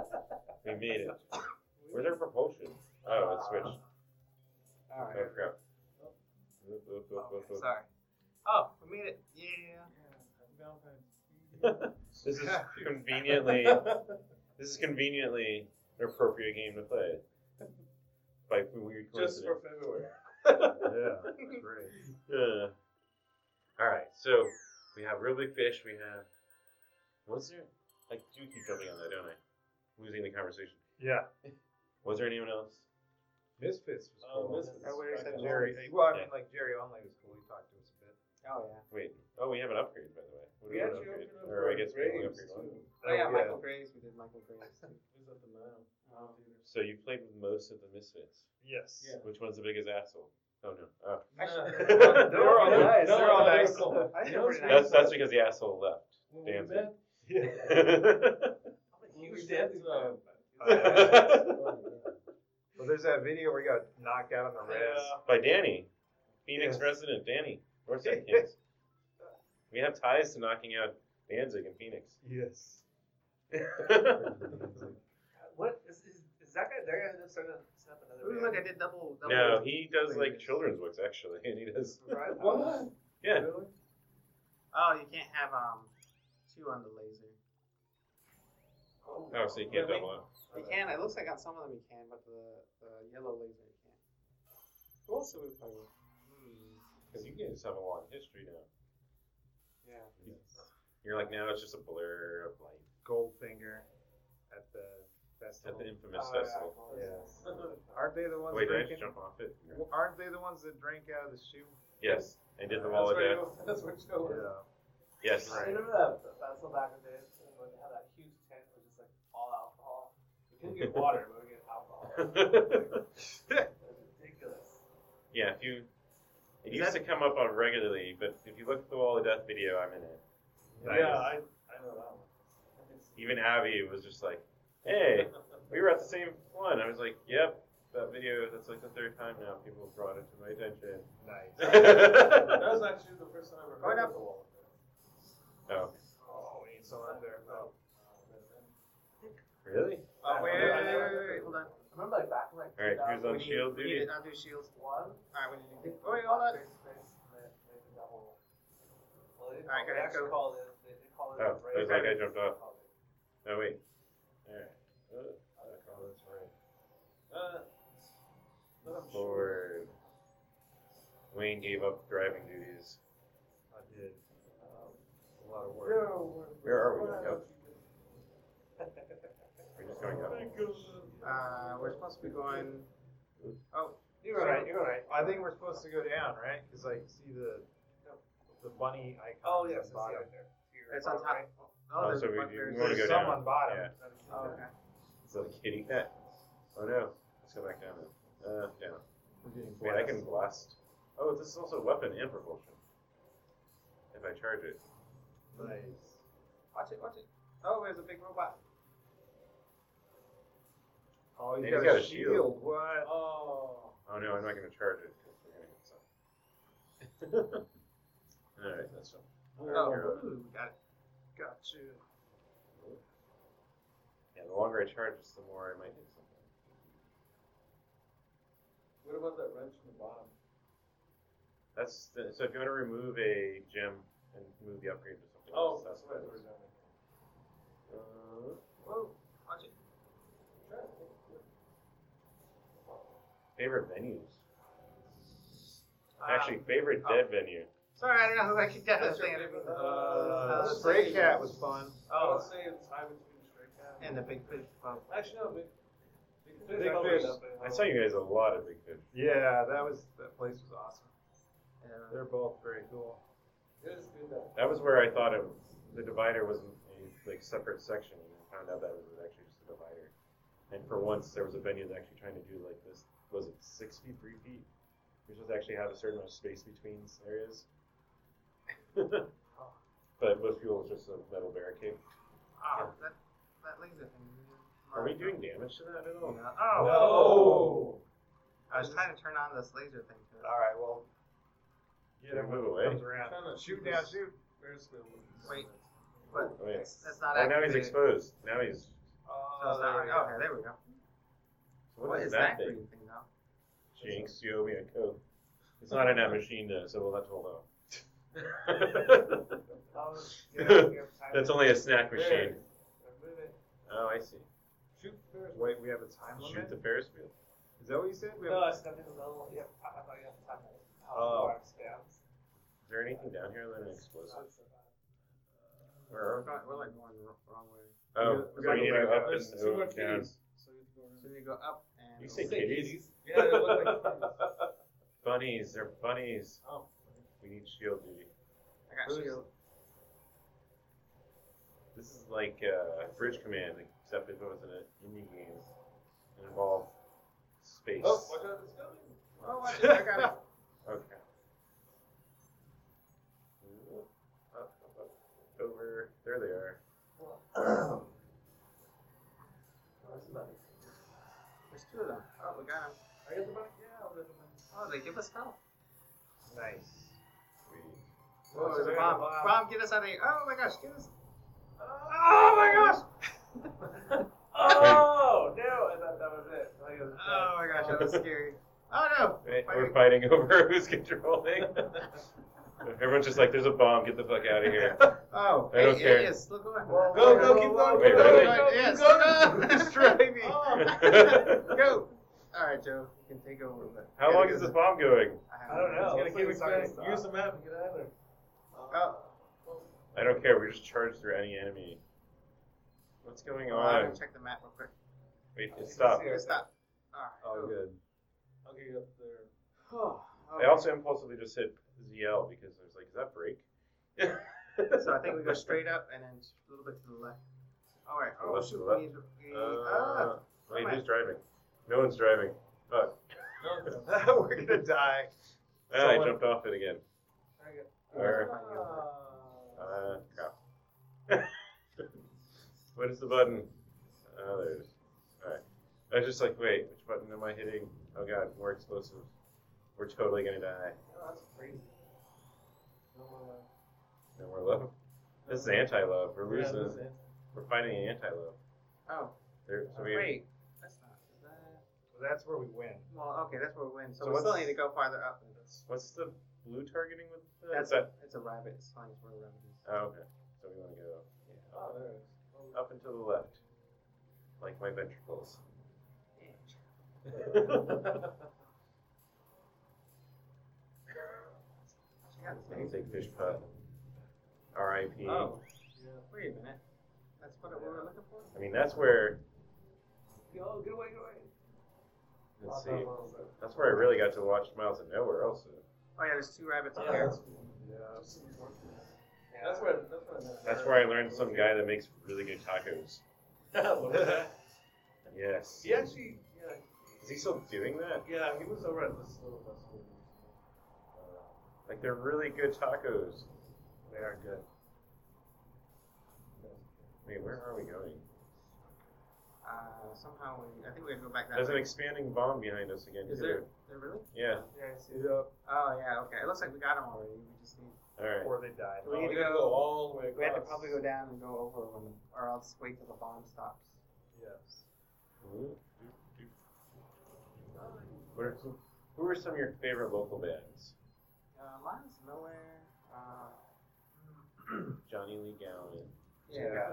B: We made it. Where's our propulsion? Oh, it switched.
E: All
B: Oh
E: right.
B: crap. Oop, oop, oop, oop, oop.
E: Sorry. Oh, we made it. Yeah.
B: This is conveniently this is conveniently an appropriate game to play. By weird
C: Just for
B: coincidence.
C: February.
D: Yeah. Great.
B: Yeah. Alright, so we have real big fish, we have was there I do keep jumping on that, don't I? Losing the conversation.
D: Yeah.
B: Was there anyone else?
D: Misfits was
C: Oh,
D: cool.
C: Misfits.
D: I would have said
C: Okay.
D: Jerry. Well, I mean,
B: Yeah.
D: like Jerry only was cool. He talked to us a bit.
E: Oh yeah.
B: Wait. Oh, we have an upgrade, by the way. What do
C: We
B: have an
C: actually
B: upgrade?
C: opened up
B: Or I
C: our
B: Graves. Going up here, going.
C: Graves, too.
E: Oh, yeah, Michael Graves.
D: yeah.
E: We did Michael Graves. too.
C: He's at the Nile.
E: Um,
B: So you played with most of the Misfits.
D: Yes.
C: Yeah.
B: Which one's the biggest asshole? Oh no. Oh.
E: Actually,
B: They're
D: They're all nice.
C: No,
D: They're
C: no,
D: all
C: they're
D: nice.
C: cool.
D: I
C: They're
D: know pretty
C: cool.
D: nice.
B: That's that's because the asshole left.
C: When we were
B: Damn.
C: there,
E: huge
C: dancing
E: dancing
D: Uh,
C: oh, yeah.
D: well, there's that video where he got knocked out on the res.
B: By Danny, Phoenix
D: Yes.
B: resident Danny. Or Kings. We have ties to knocking out Danzig and Phoenix.
D: Yes.
K: What is, is, is that guy? They're gonna start up, set up
E: it was
K: another.
E: like I
K: band?
E: did double. double
B: no, he does like children's books actually, and he does.
K: Right?
C: What?
B: Yeah.
C: Really?
E: Oh, you can't have um two on the laser.
B: Oh, so you can't double up.
E: You can. It looks like on some of them you can, but the, the yellow laser you can't. Who else did we play with? Hmm.
B: Because you guys have a long history now.
E: Yeah.
B: You're like now it's just a blur of light
D: Goldfinger at the
B: at
D: festival.
B: the infamous
E: Oh, yeah,
B: festival. Oh,
D: Yes.
C: Oh.
D: Aren't they the ones
B: Wait, did I just
D: drinking?
B: jump off it?
D: Well, Aren't they the ones that drank out of the shoe?
B: Yes, I did the
C: That's
B: wall of death.
C: where you- That's where Joe is.
B: Yes,
K: I remember that the festival back in the day when they had that huge tent with just like all alcohol. We couldn't get water, but we get alcohol. It was ridiculous.
B: yeah. If you, it used to come up on regularly, but if you look at the wall of death video, I'm in it. And I
C: Yeah,
B: just-
C: I, I know that one.
B: even Abby was just like, "Hey, we were at the same one." I was like, "Yep." That video, that's like the third time now people have brought it to my attention.
D: Nice.
C: That
B: oh,
C: was actually the first time I ever heard
D: up.
C: of the wall.
D: Oh, we need someone there. Oh,
B: really?
D: oh wait, wait, wait, wait, wait.
E: Hold on.
K: I remember like back in like.
B: All right, who's on
E: We need,
B: shield
E: we
B: duty?
E: need, I'll do shields.
K: One.
E: Alright, what did you do?
D: Wait, hold on.
E: Alright, go ahead, go.
K: Call it, they, they call it
B: Oh,
K: a break.
B: it was like I jumped off. No, Oh, wait. All right. Oh, that's right.
C: Uh, but I'm sure.
B: Lord. Wayne gave up driving duties.
D: I did. um, A lot of work.
C: Yo,
B: Where are we? Yep. We're just going up.
E: Uh, we're supposed to be going. Oh,
D: You're alright, you're alright. I think we're supposed to go down, right? Because, like, see the the bunny icon.
K: Oh
D: at
K: yes,
D: the
K: it's
D: bottom.
K: right there.
E: it's on top. Oh,
B: Oh,
E: there's
B: so
E: a
B: we-
E: bug
B: we
E: there.
B: wanna
D: There's
B: go down.
D: someone bottom.
B: Yeah.
E: Oh, okay.
B: It's like a kitty cat. Oh no. Let's go back down now. Uh, down.
D: We're getting
B: Wait, I can
D: blasted.
B: blast. Oh, this is also weapon and propulsion. If I charge it.
D: Nice.
E: Watch it, watch it. Oh, there's a big robot.
D: Oh,
B: And
D: he's
B: he's got a
D: got, a shield.
B: shield.
D: What?
C: Oh.
B: Oh no, I'm not going to charge it because we're going to get some. Alright, that's uh, fine.
E: Oh,
B: Alright.
E: ooh, got it. Got you.
B: Yeah, the longer I charge this, the more I might hit something.
C: What about that wrench in the bottom?
B: That's the, so if you want to remove a gem and move the upgrade to something
C: Oh,
B: else,
C: that's
B: what
C: right.
B: it
C: We're
B: is.
C: down
B: Uh,
E: Whoa, watch it.
C: there. Try to think.
B: favorite venues.
E: Um,
B: Actually, favorite
E: oh.
B: dead venue.
E: Sorry, I don't know who I can get
C: That's
E: this
C: your
E: thing.
C: favorite-
E: Uh,
D: Uh, Stray Cat was fun.
C: I would
E: Oh,
C: say it's I between straight cat.
E: and the big fish bug.
C: Actually, no, big, big fish.
D: Big
C: probably
D: fish.
C: not big.
B: I saw you guys a lot of Big Fish.
D: Yeah, that was that place was awesome.
E: Uh,
D: They're both very cool.
C: It is good though.
B: That was where I thought of the divider wasn't a like separate section, and I found out that it was actually just a divider. And for once, there was a venue that actually trying to do like this. Was it six feet, three feet? You're supposed to actually have a certain amount of space between areas. but most people it's just a metal barricade.
C: Ah.
E: oh, that, that laser thing.
B: Are we doing damage to that at
E: Yeah.
B: all?
E: Oh,
C: No.
E: I was trying to turn on this laser thing to it.
D: All right, well,
B: Did
D: get
B: it
D: him
B: move
D: when
B: away?
D: he comes around.
C: Kinda-
D: Shoot now, shoot.
C: Where's the
E: Wait, but
B: Oh, yeah.
E: that's not
B: Oh, now he's
E: activated. Oh,
B: exposed. Now he's.
C: Uh,
E: So it's not right. Okay, there we go.
B: what is, that thing?
E: green thing though?
B: Jinx, you owe me a code. It's not in that machine though, so we'll have to hold out.
K: Oh,
B: That's only a snack machine. Oh, I see.
C: Shoot first.
D: Wait, we have a time
B: Shoot
D: limit.
B: the Ferris wheel.
D: Is that what you said? We have
K: No, it's nothing in the middle. You have to, I thought you have to time it. How
D: Oh.
K: far it spans.
B: Is there anything down here that an explosive? Where
E: We're,
B: are
E: going, we're like going the wrong way.
B: we? Oh,
D: We
B: so
D: gotta
B: we need
D: go
B: to go
D: back
B: up
C: There's
B: and
C: two more
B: go down.
C: kitties. So you have to go around.
E: So you go up and
B: Oh, You say kitties?
C: Yeah, they look like kitties.
B: Bunnies, they're bunnies.
C: Oh.
B: We need shield duty.
E: I got shield.
B: This is like uh, Bridge Command, except if it was in an indie game and involved space.
C: Oh, watch out, it's coming.
E: Oh, watch it, I got it.
B: Okay. Up, up, up, Over. There they are.
E: There's two of them. Oh, we got 'em.
C: I got the money. Yeah, I'll get the money.
E: Oh, they give us help.
D: Nice.
E: Oh, there's a
D: there's a
E: bomb.
D: bomb.
E: Bomb, get us out of here. Oh my gosh, get us.
D: Oh my gosh!
K: Oh no! I thought that was it. I thought it was a
E: Oh my gosh, that was scary. Oh no!
B: Right,
E: Fire-
B: we're fighting over who's controlling. Everyone's just like, there's a bomb, get the fuck out of here.
E: Oh,
B: I don't
E: hey,
B: care.
E: it is. Look on.
D: Whoa,
C: Go,
D: whoa,
C: go,
D: whoa,
C: keep
D: whoa,
C: going,
B: Wait,
C: keep going.
B: really?
C: keep going,
E: Yes,
C: keep going.
E: go. Oh. Destroy me. Go. All right, Joe, you can take over. But
B: How long is this bomb going?
E: I
K: I don't
E: haven't-
K: know.
C: It's
K: Oh,
C: gonna
K: it's like
C: keep
K: a
C: expanding.
K: sucker
C: Use the map and get out of there.
E: Oh,
B: I don't care, we just charge through any enemy. What's going
E: hold on, I'm
B: on?
E: gonna check the map real quick.
B: Wait, it stopped.
E: Okay, stop. All right.
B: Oh, good.
C: I'll get you up there.
E: Oh,
B: I also impulsively just hit ZL because I was like, is that break?
E: So I think we go straight up and then just a little bit to the left. All right.
B: A
E: Oh
B: little
E: shoot,
B: to the
E: we need. We need
B: Uh,
E: ah.
B: wait, who's driving? No one's driving. Fuck.
D: Oh, We're gonna die.
B: Ah, I
D: Someone-
B: jumped off it again. Or, uh, crap. what is the button? Oh, there it is. Alright. I was just like, wait, which button am I hitting? Oh god, more explosives. We're totally gonna die. No more love. This is anti love. We're
C: Yeah,
B: losing.
C: that's it.
B: We're fighting anti love.
E: Oh,
B: There, so we,
E: wait. That's not. Is that?
D: Well, that's where we win.
E: Well, okay, that's where we win. So,
B: So
E: we still
B: what's-
E: need to go farther up.
B: What's the blue targeting with the,
E: That's
B: is that?
E: it's a rabbit. It's fine. It's where the rabbit is.
B: Oh, okay. So we want to go
C: Oh, there it is.
B: up and to the left, like my ventricles.
E: Yeah, it's
B: I
E: nice.
B: take fish pot. R.I.P.
E: Oh,
C: Yeah.
E: wait a minute. That's what we were looking for.
B: I mean, that's where.
K: Go, get away, get away.
B: Let's see. That's where I really got to watch Miles of Nowhere. Also,
E: Oh yeah, there's two rabbits up
C: Yeah,
E: there.
C: that's cool. That's where. That's where. I'm at.
B: that's where I learned some guy that makes really good tacos. Yes.
C: He actually. Yeah.
B: Is he still doing that?
C: Yeah, he was over at this little festival.
B: Like they're really good tacos.
D: They are good.
B: Wait, where are we going?
E: Uh, somehow we. I think we gotta go back that
B: There's an
E: way.
B: expaning bomb behind us again.
E: Is
B: too.
E: there? There really?
B: Yeah.
C: Yeah, I see.
D: Yep.
E: Oh yeah. Okay. It looks like we got them already. We just need.
B: All right.
D: Or they died.
E: We need to
C: gotta
E: go-
C: all the way
E: We have to
C: across.
E: probably go down and go over when, or else wait till the bomb stops.
C: Yes.
B: What are some, who are some of your favorite local bands?
E: Uh, mine's nowhere. Uh,
B: Johnny Lee Gallen.
E: yeah.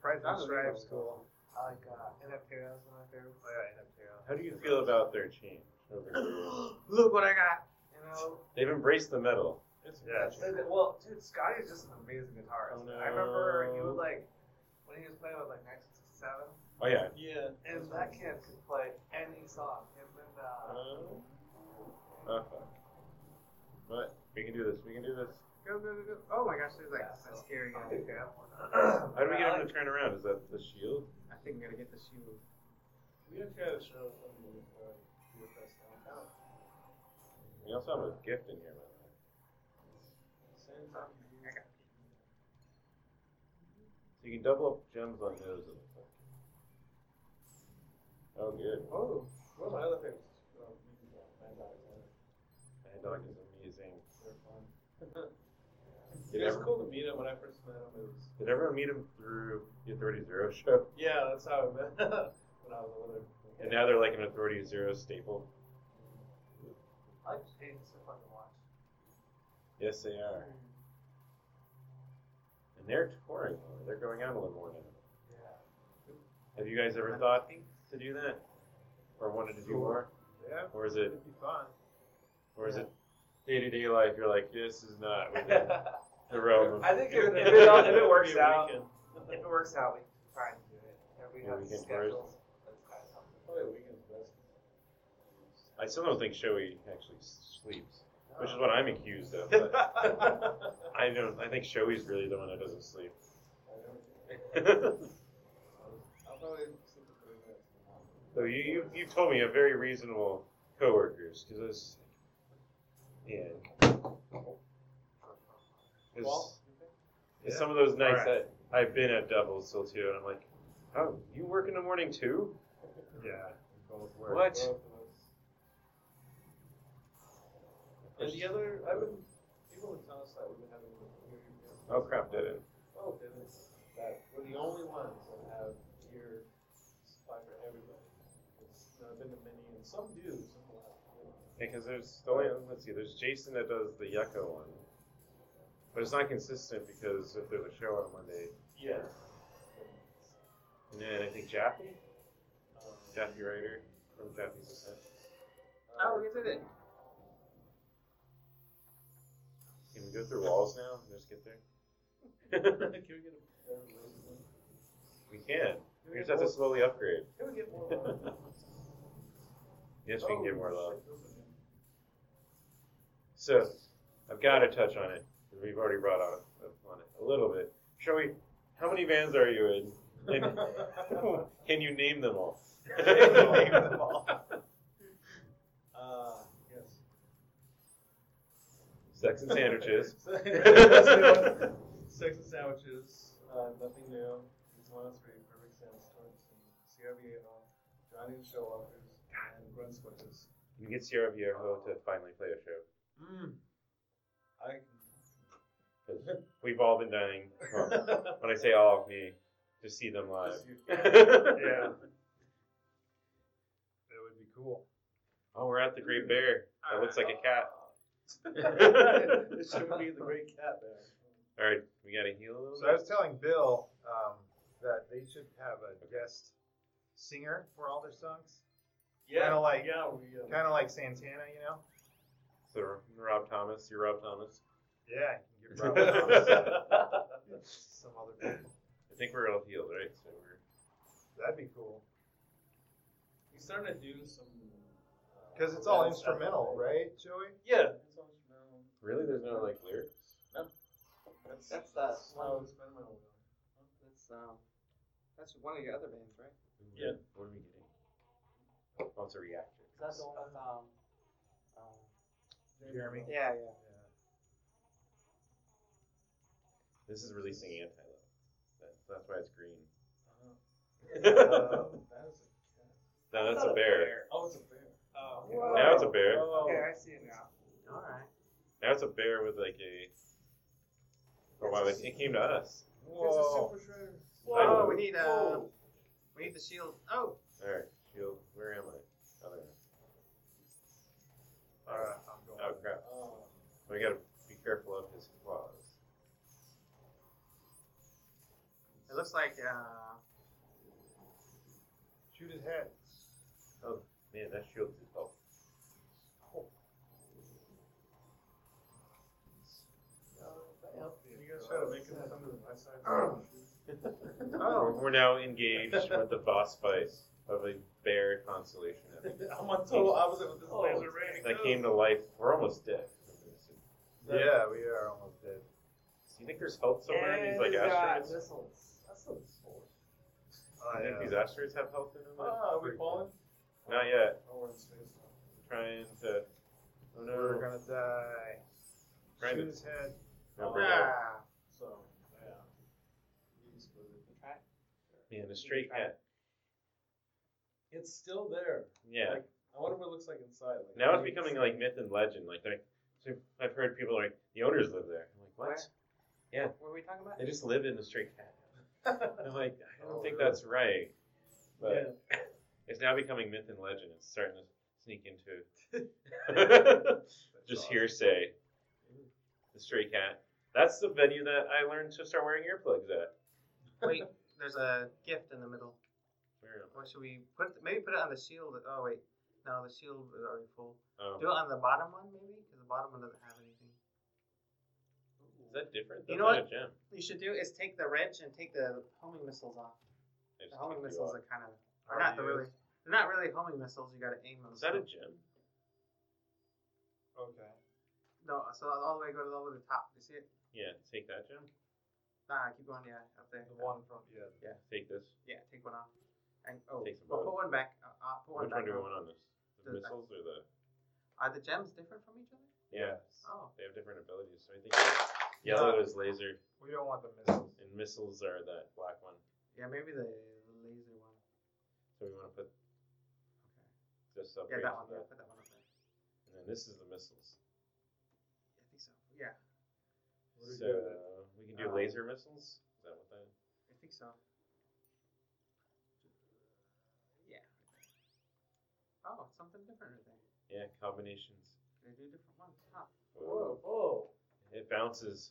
D: Pride
E: That
D: and
E: was
D: Stripes,
E: really
D: cool.
E: I like uh, NFTR. That's one of my favorites.
D: Oh, yeah,
B: How do you feel about their change? over the years?
E: Look what I got.
K: You know,
B: They've embraced the metal.
K: it's
D: Yeah.
K: it's- well, dude, Scotty is just an amazing guitarist.
B: Oh, no.
K: I remember he would like when he was playing with like 1967,
B: Oh yeah.
C: Yeah.
K: and that kid could play any song. Him and
B: Uh,
K: uh,
B: oh fuck. But we can do this. We can do this.
E: Go go go go. Oh my gosh, there's like a scary guy.
K: oh,
D: Oh,
B: How do we get him to turn around? Is that the shield?
E: I think we gotta get the shoe.
C: We actually had a show from the uh, Beer Fest downtown.
B: We also have a gift in here. by the way.
C: Same time.
E: I got
B: So you can double up gems on those. it looks like. Oh good.
C: Oh, one of my other favorites. Um, Mad Dog.
B: Mad Dog is amazing.
C: They're fun.
B: Did
C: It was
B: everyone,
C: cool to meet him when I first met him. It was,
B: did everyone meet him through the Authority Zero show?
C: yeah, that's how I met when I was over there.
B: And now they're like an Authority Zero staple.
K: I like Jane's so fun to watch.
B: Yes, they are. And they're touring more. They're going out a little more now.
K: Yeah.
B: Have you guys ever thought to do that, or wanted to do more,
D: Yeah,
B: or is it,
D: it'd be fun.
B: or is it day to day life? You're like, this is not within the realm of.
K: I think if, if,
B: Yeah,
K: it, if
B: we
K: it works
C: Be a
K: out,
C: weekend.
K: if it works out, we can try and do it. If we
B: Yeah,
K: have
B: we
K: the
B: can try it.
K: schedules, that's kind of something.
C: Probably a weekend's best.
B: I still don't think Shoei actually sleeps, which is what I'm accused of. but I don't. I think Shoei's really the one that doesn't sleep.
C: I don't think- I'll probably sleep for 30 minutes.
B: so you, you you've told me a very reasonable coworkers because it's yeah. 'Cause-
C: Well,
B: Because some of those nights
D: Alright.
B: that I've been at doubles still too, and I'm like, oh, you work in the morning too?
D: Yeah. Both work.
B: What?
C: And the other, I've been, people in town that we've been having.
B: Oh crap, did it?
C: Oh, goodness. That we're the only ones that have beer supply for everybody. It's not been to many, and some do, some will have.
B: Because there's the only let's see, there's Jason that does the Yucca one, but it's not consistent because if there's a show on Monday,
C: Yeah.
B: and then I think Jaffe,
C: Um,
B: Jaffe Ryder from Jaffe's Ascent.
E: Oh, we did it.
B: Can we go through walls now and just get there?
C: Can we get a better raise?
B: We can.
C: Can
B: We
C: we
B: just
C: get
B: have to
C: more-
B: slowly upgrade.
C: Can we get more? wine?
B: Yes, we can get
C: Oh,
B: more love.
C: shit, those are new.
B: So, I've got to touch on it. 'cause We've already brought up on it a little bit. Shall we? How many bands are you in? And can you name them all?
C: Name them all. Uh, yes.
B: Sex and sandwiches.
C: Sex and sandwiches. Uh, nothing new. It's one of three perfect sandstorms and Sierra Viejo, Johnny and Showwalkers, and Grunt Switches.
B: You get Sierra Viejo to finally play a show.
D: Hmm.
C: I
B: 'Cause we've all been dying. Well, when I say all of me, to see them live.
C: Just Oh. you.
B: yeah.
D: That would be cool.
B: Oh, we're at the Great Bear. That looks like a cat.
C: it should be the great cat there.
B: All right, we gotta heal a little
D: So I
B: bit.
D: was telling Bill um, that they should have a guest singer for all their songs,
C: Yeah,
D: Kinda like-
C: yeah, we, uh,
D: kind of like Santana, you know?
B: So Rob Thomas, you're Rob Thomas.
D: Yeah, you can give Rob
B: I
D: Thomas some other people.
B: think we're all healed, right? So we're
D: That'd be cool
C: we started to do some. uh,
D: because it's all
C: that stuff,
D: instrumental, right, Joey?
C: Yeah, it's all instrumental.
B: Really, there's no like lyrics.
C: That's
E: That's that
C: Well,
E: one.
C: it's been a while.
E: That's um, that's one of your other bands, right?
C: Yeah.
B: What are we getting? Oh, it's a reactor.
E: Is that the one with um, uh,
D: Jeremy.
E: yeah, yeah.
B: This is releasing anti love. That, that's why it's green.
E: Oh.
C: Uh-huh.
B: no,
C: That is a cat.
B: that's
E: Not
B: a bear.
C: Oh, it's a bear.
E: Oh,
C: Whoa.
B: Now it's a bear.
E: Okay, I see it now. All right.
B: Now it's a bear with like a. Oh wow! It, it came to us.
D: Whoa.
C: It's a super shredder.
E: Whoa, we need uh, we need the shield. Oh,
B: All right, shield. Where am I? Oh, there.
D: All right, I'm going.
B: oh crap!
C: Oh.
B: We gotta be careful of his claws.
E: it looks like uh,
D: Shoot his head.
B: Man, that shield did help.
D: You guys try to make him come to my side.
E: Oh.
B: We're, we're now engaged with the boss fight of a bear constellation epic
C: I'm on total opposite with this
D: Oh,
C: laser ring.
B: that came to life. We're almost dead.
D: Yeah, we are almost dead.
B: Do you think there's health somewhere in these like
E: and, uh,
B: asteroids?
E: this one's- that's the sword.
D: Oh,
B: Do you think
D: yeah.
B: these asteroids have health in them?
C: Ah, are we falling?
B: Not yet.
C: Oh, we're in space now.
B: Trying to. Oh no.
D: We're gonna die.
B: Right.
D: Shoot his head.
B: No, we're not.
E: Ah,
C: So, yeah. You just put it-
B: Man, the stray cat.
C: It's still there.
B: Yeah.
C: Like, I wonder what it looks like inside. Like,
B: Now it's becoming like myth and legend. Like they're- so I've heard people like the owners live there. I'm like, what?
E: Where?
B: Yeah.
E: what were we talking about?
B: They just live in the stray cat. I'm like, I don't
D: Oh,
B: think
D: really?
B: that's right. But
C: Yeah.
B: it's now becoming myth and legend. It's starting to sneak into just hearsay. The stray cat. That's the venue that I learned to start wearing earplugs at.
E: Wait, there's a gift in the middle.
B: Where am
E: What should we put? Maybe put it on the shield. Oh wait, no, the shield is already full.
B: I? Oh.
E: Do it on the bottom one, maybe, because the bottom one doesn't have anything.
B: Is that different?
E: You
B: That's
E: know
B: not
E: what?
B: a gem.
E: You should do is take the wrench and take the homing missiles off.
B: I just
E: The homing
B: took you
E: missiles
B: off.
E: are kind of are not the really they're not really homing missiles. You got to aim them.
B: Is that a
E: so-
B: gem?
D: Okay.
E: no? So all the way go to the, all the way to the top. You see it?
B: Yeah, take that gem.
E: Nah, keep going. Yeah, up there.
C: The one from yeah.
B: Take this.
E: Yeah, take one off. And oh,
B: Take some off.
E: well, put one back. Uh, uh, put one
B: Which
E: back.
B: one do we
E: on.
B: want on this? The
E: The-
B: missiles or the?
E: Are the gems different from each other?
B: Yeah.
E: Oh,
B: They have different abilities. So I think yellow is laser
D: We don't want the missiles.
B: and missiles are that black one.
E: yeah, maybe the, the laser one.
B: So we want to put
E: Okay.
B: this
E: Yeah,
B: upgrade
E: that
B: to
E: one. Yeah,
B: that.
E: put that one up there.
B: And then this is the missiles.
E: Yeah, I think so. Yeah,
D: What do we
B: So
D: do with it?
B: we can do
E: Um,
B: laser missiles. Is that what that?
E: I think so. Yeah. Oh, it's something different right there.
B: Yeah, combinations.
E: They do different ones. Huh.
B: Whoa.
C: Oh.
B: It bounces.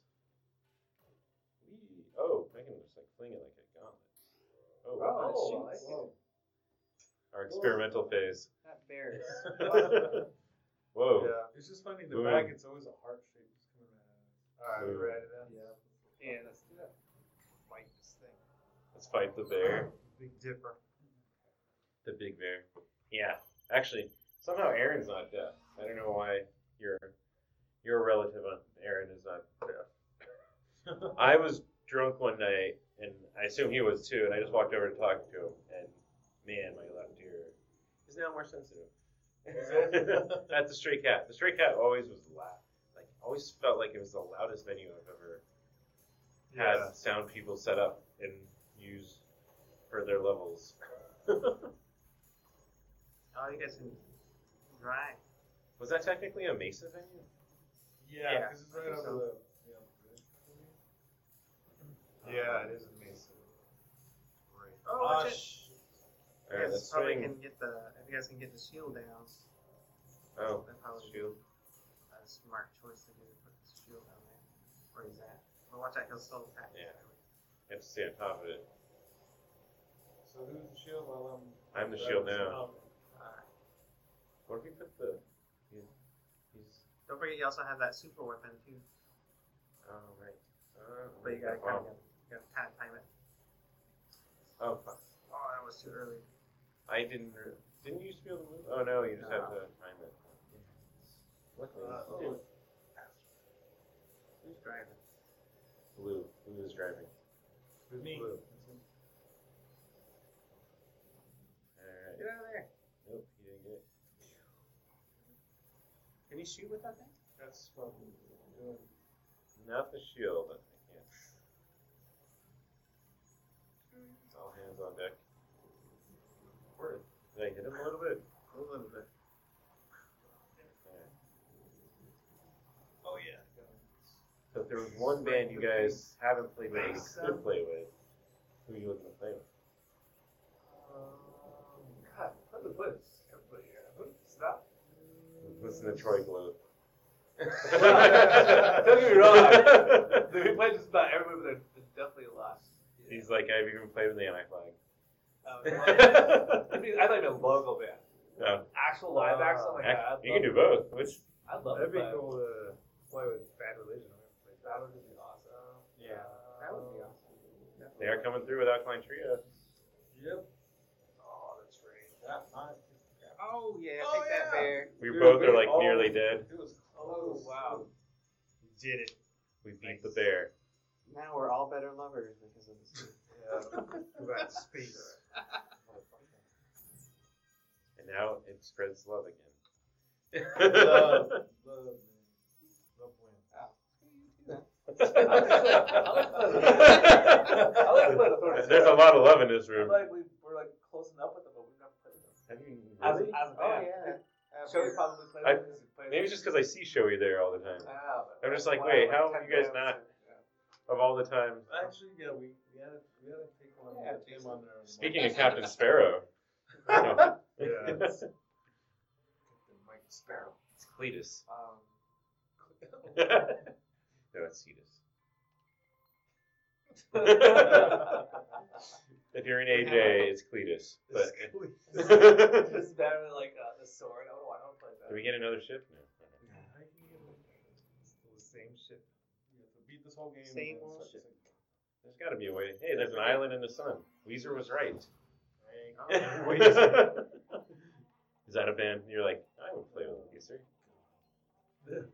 B: Whee. Oh, I can just like fling it like a gauntlet. Oh, wow.
C: Oh,
E: shoots.
C: whoa.
B: our experimental phase.
E: That bears.
B: Whoa.
D: Yeah.
C: It's just funny in the
B: Boom.
C: back. It's always a heart shape just coming out.
D: All right, we
B: Ooh.
D: ready then?
C: Yeah.
E: yeah, that's do that.
D: Like this thing.
B: Let's fight the bear.
D: Big Dipper.
B: The big bear. Yeah. Actually, somehow Aaron's not deaf. I don't know why your your relative on Aaron is not deaf. I was drunk one night, and I assume he was too, and I just walked over to talk to him, and man, my left ear is now more sensitive. That's the stray cat. The stray cat always was loud. Like always felt like it was the loudest venue I've ever had
D: Yeah.
B: sound people set up and use for their levels. was
E: Oh, you guys can drive.
B: that technically a Mesa venue?
C: Yeah,
E: Yeah,
C: because it's
E: I
C: right over
E: think so.
C: the yeah, bridge.
D: Yeah, it is amazing. Great.
E: Oh,
C: Ah,
E: watch it.
C: sh-
B: All
E: you
B: right,
E: guys
B: let's
E: probably
B: swing.
E: can get the if you guys can get the shield down.
B: Oh,
E: that probably
B: shield.
E: a smart choice to do to put the shield down there. Where he's at. But watch out, he'll still attack. you.
B: Yeah. I have to stay on top of it.
C: So who's the shield while I'm?
B: I'm the shield now.
E: Alright.
B: What if we put the? He's. he's
E: Don't forget, you also have that super weapon too.
B: oh right. Oh,
E: But you gotta
B: wow.
E: kind of you gotta kind of time it.
B: Oh fuck!
E: Oh, that was too early.
B: I didn't. re- Didn't you used to be able to move? Oh no, you just have to time it. Luckily,
C: Uh,
B: you did.
E: Who's driving?
B: blue. Blue is driving.
C: With me.
B: Blue. All right.
E: Get out of there!
B: Nope, he didn't get it.
E: Can you shoot with that thing?
C: That's what I'm doing.
B: Not the shield. I can't. It's
C: Mm.
B: all hands on deck. Word. Did I hit him a little bit?
E: A little bit.
B: Alright.
C: Oh yeah.
B: So if there was one band you guys haven't played with, you could play with, who are you looking to play with?
C: Um,
D: God, what is this? Everybody, uh, who- Stop.
C: Mm.
B: Listen to Troy Gloat.
C: Don't get me wrong. We played just about every movie. There's there's definitely a lot.
B: He's like, I've even played with the anti
C: Um, I
B: flag.
C: mean, I like a local band.
B: no,
C: Actual live action. Like
B: heck,
C: that.
B: you can do both. Which
C: I'd love to
D: That'd be
C: play.
D: cool to play with Bad Religion. I'm gonna
C: That
D: play Bad
C: would be awesome. Uh,
B: Yeah.
E: That would be awesome.
B: they are coming through with Alkaline Trio.
C: Yep. Oh, that's great. That might.
E: Oh yeah,
C: Oh,
E: take that
C: yeah.
E: bear.
B: We
C: Dude,
B: both
C: we
B: are like
C: all-
B: nearly dead.
C: It was
E: Oh,
C: close.
E: wow.
D: You did it.
B: We beat the bear.
E: Now we're all better lovers because of this.
D: Yeah. About space.
B: And now it spreads love again.
C: Love. Love, man.
D: Love wins.
C: I like to play the Thorns.
B: There's a lot of love in this
C: I feel
B: room.
C: like we we're like close enough with them, but we've never played with them.
B: Have you
C: As,
B: really?
C: as a
E: Oh
C: band.
E: yeah.
C: Shows probably played
B: I-
C: with them because he played
B: Maybe it's
C: with
B: just because I see Shoei there all the time.
C: them. Ah, but-
B: I'm just like,
E: Wow,
B: wait, how
E: like
B: have you guys
E: 10
B: not
E: rounds.
B: of all the times?
C: Actually, yeah, we, we had to we had to take one.
E: Yeah,
C: put him on there.
B: Speaking of Captain Sparrow, No.
D: Yeah.
B: it's
C: Mike Sparrow.
B: Cletus.
E: Um,
B: no, it's Cetus.
C: this
B: if you're in AJ, it's Cletus. But do
C: is better than like uh, the sword. I don't know. I don't play that.
B: we get another ship? No.
D: Still the same shit.
C: You have to beat this whole game. and
E: Same
C: then
E: old
C: start
E: shit.
C: singing.
B: There's got to be a way. Hey, there's an island in the sun. Weezer was right.
E: oh,
B: Wait a second. Is that a band? You're like, I would play with Weezer. Would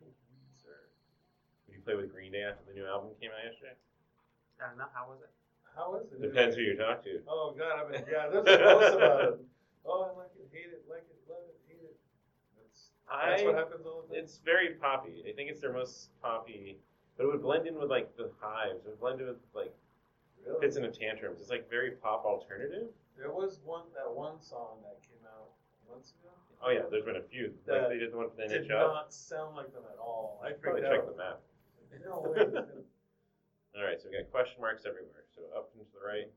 B: you play with Green Day after the new album came out yesterday?
E: I don't know. How was it?
C: How is it?
B: Depends who you talk to.
C: Oh God, I mean, yeah, there's a post about it. Oh, I like it, hate it, like it, love it, hate it. That's, that's what
B: I-
C: happens all the time.
B: It's very poppy. I think it's their most poppy, but it would blend in with like the hives. It would blend in with like
C: Really.
B: fits into tantrums. It's like very pop alternative.
C: There was one that one song that came out months ago.
B: Oh yeah, there's been a few.
C: That
B: like they did the one for the
C: Did
B: NHL.
C: not sound like them at all. I
B: Probably
C: freaked
B: check
C: out.
B: the map.
C: No way. it's gonna-
B: All right, so we got question marks everywhere. So up and to the right,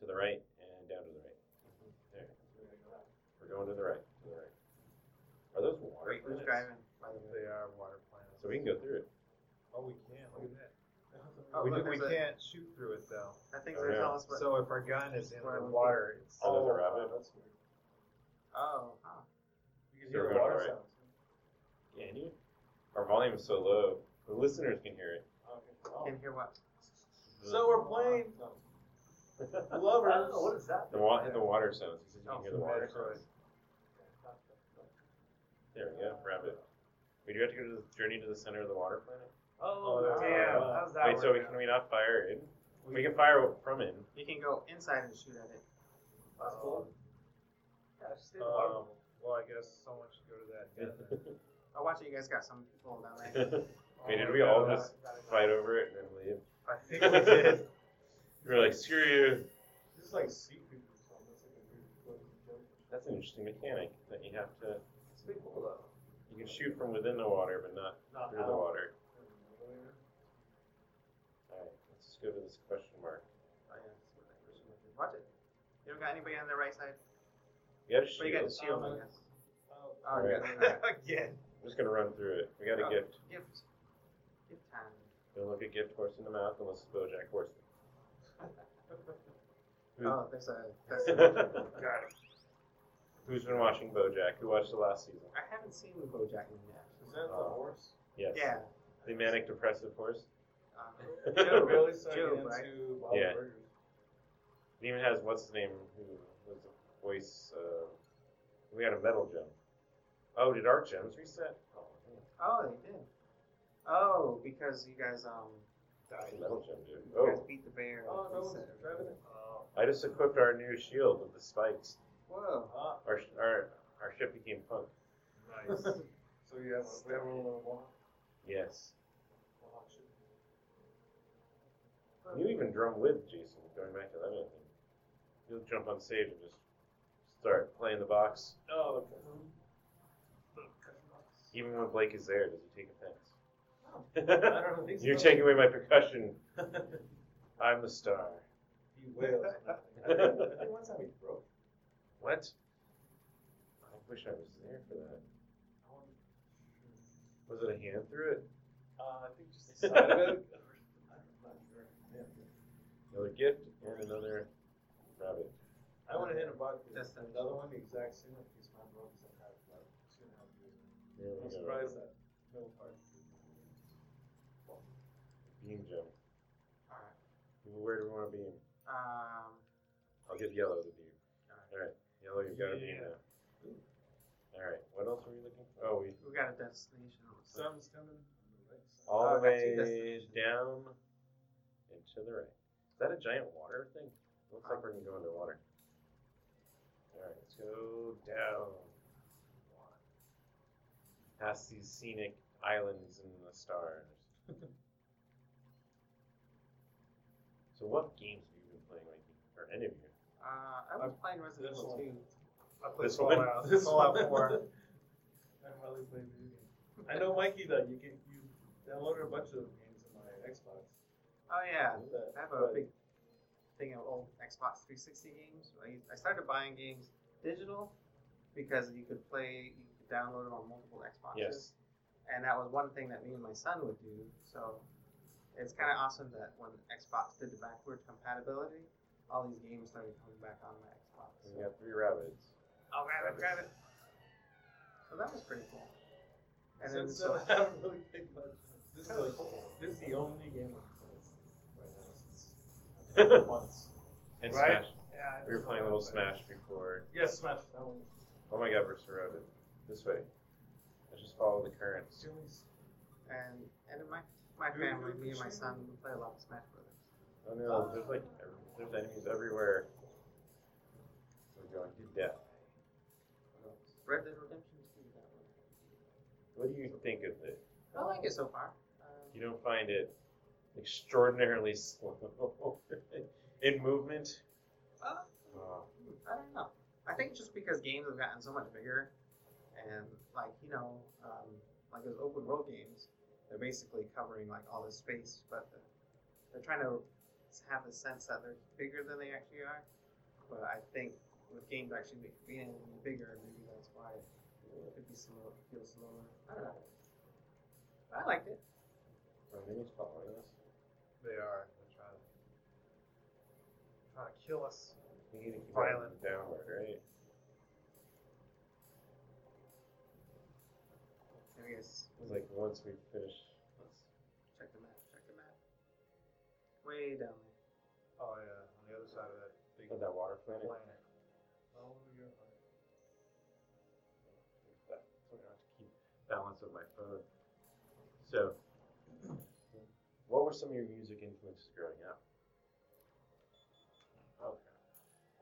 B: to the right, and down to the right. There. We're going to the right. To the right. Are those water planets?
E: Who's driving? By the way.
D: They are water planets.
B: So we can go through it.
D: Oh, we can. Look at that.
E: Oh,
D: we
E: look,
D: we
E: there's a-
D: can't shoot through it though.
E: I think
B: Oh, yeah.
E: they're telling us what.
D: So if our gun is in
E: Where
D: the
E: was it?
D: water, it's
B: Are those a
D: oh,
B: rabbit?
C: that's weird.
E: oh, huh.
C: You can
B: They're
C: hear
B: going
C: water
B: all right.
C: sounds.
B: Can you? Our volume is so low. The listeners can hear it.
C: Okay. Oh.
E: Can hear what?
C: So we're playing
K: I
C: lovers.
K: don't know, what is that?
B: The wa- the water sounds. He said you can
E: Oh,
B: hear the water
D: Metroid.
B: sounds. There we go, rabbit. We do have to go to the journey to the center of the water planet.
K: Oh,
D: Oh,
K: damn.
D: wow.
E: How's that
B: Wait, so we,
E: work
B: can
E: out?
B: we not fire in? We can fire from in.
E: You can go inside and shoot at it.
K: That's cool. Yeah, just stay in the water.
D: Um, well, I guess someone should go to that. gun then.
E: Oh, watch it. You guys got some people down there.
B: Wait, did
D: Oh,
B: we all
D: no.
B: just fight over it and then leave?
D: I think we did.
B: We were like, screw you.
C: This is like sea creatures. or something. That's like a weird floating joke.
B: That's an interesting mechanic that you have to.
K: It's pretty cool, though.
B: You can shoot from within the water, but not
K: Not
B: through the
K: out.
B: water. Alright, let's just go to this question mark.
E: Oh, yeah, that's what I wish you would do. Watch it. You don't got anybody on the right side?
B: We got a
E: Well, you got
B: shield.
E: the shield, I
C: Um,
E: guess.
C: Oh,
E: Oh, you got the
D: Again.
B: I'm just gonna run through it. We got a
E: Oh.
B: gift.
E: gift. Gift time.
B: Don't look a gift horse in the mouth unless it's Bojack Horseman. Who-
E: Oh, there's a. That's a
B: Who's been watching BoJack? Who watched the last season?
E: I haven't seen BoJack in yet.
C: is that the
B: Oh.
C: horse?
B: Yes.
E: Yeah.
B: The manic depressive horse.
E: Um,
B: it
C: Yeah, really started
E: uh, Joe,
C: into
E: right?
C: Bob
B: Yeah.
C: Burgers.
B: even has what's his name who was the voice. Uh, we had a metal gem. Oh, did Art Gems reset? Oh, man.
E: oh, they did. Oh, because you guys um,
B: It's a metal gem, dude.
E: you guys
B: Oh,
E: beat the bear.
C: Oh, no one's
E: Reset.
C: driving it.
B: I just equipped our new shield with the spikes.
E: Whoa.
C: Ah,
B: Our sh- our our ship became punk.
D: Oh, Nice.
C: so you have we have a little one.
B: Yes. You even drum with Jason. Going back to that other thing, you'll jump on stage and just start playing the box.
C: Oh, okay.
B: Even when Blake is there, does he take
C: Oh. I
B: offense?
C: don't think so.
B: You're taking away my percussion. I'm the star.
C: He wails.
B: I
C: one time he broke.
B: What? I wish I was there for that. Was it a hand through it?
C: Uh, I think just the side of it. I'm not sure. Yeah.
B: Another gift and another rabbit.
C: I want to hit a bug. That's
E: That's-
C: another one, the exact same. Like he's my broke. I've had it for like two and a half years.
B: There we
C: I'm
B: go.
C: surprised that middle part.
B: Beam gem.
E: Alright.
B: Where do we want to beam?
E: Um,
B: I'll give yellow the beam. Alright. Yellow, you've got a beam now. Alright. What else are we looking for? Oh, we
E: we got a destination. it looks like.
C: Sun's coming. on the right side.
B: all the
E: Oh, that's
B: way
E: your destination.
B: down and to the right. Is that a giant water thing? Looks like we're gonna go underwater. Alright, let's go down. Past these scenic islands and the stars. so what games have you been playing lately? Or any of you?
E: Uh, I was playing Resident
C: This
E: Evil
C: one.
E: 2.
D: I played
B: This one.
D: Fallout. Fallout 4.
C: I hardly play video games. I know Mikey though. You can you downloaded a bunch of games on my Xbox.
E: Oh, yeah.
C: But-
E: I have a big thing of old Xbox 360 games. I, I started buying games digital because you could play, you could download them on multiple Xboxes.
B: Yes.
E: And that was one thing that me and my son would do. So it's kind of awesome that when Xbox did the backward compatibility, all these games started coming back on my Xbox.
B: We got three rabbits.
E: I'll grab it, grab it. So that was pretty cool. And then
C: Since then,
E: so,
C: I haven't really played much. This is like this is the only game I've played right now since I've played once.
B: And
D: Right.
B: Smash.
C: Yeah.
B: We were playing a little Smash before.
C: Yes, Smash. That one.
B: Oh my god, we're surrounded. This way. Let's just follow the currents.
C: Jimmy's.
E: and and in my My family, me and my son, we play a lot of Smash Brothers.
B: Oh no, there's like every- there's enemies everywhere. We're going to death.
E: Red Dead Redemption is good that one.
B: What do you think of it?
E: I like it so far. Um,
B: You don't find it extraordinarily slow in movement?
E: uh,
B: Oh,
E: I don't know. I think just because games have gotten so much bigger, and like you know, um, like those open world games, they're basically covering like all this space, but they're, they're trying to have the sense that they're bigger than they actually are. But I think with games actually be- being bigger, maybe that's why it could be slow, feel slower. I don't know. I liked it.
B: are enemies following us?
D: They are. They're trying to, trying to kill us.
B: We need to keep it
D: Violent.
B: downward, right?
E: I guess
B: It's like once we finish.
E: check the map. Check the map. Way down there.
D: Oh yeah, on the other side of that big
B: Of that water planet.
D: planet.
B: That's where I have to keep balance of my phone. So, what were some of your music influences growing up? Okay.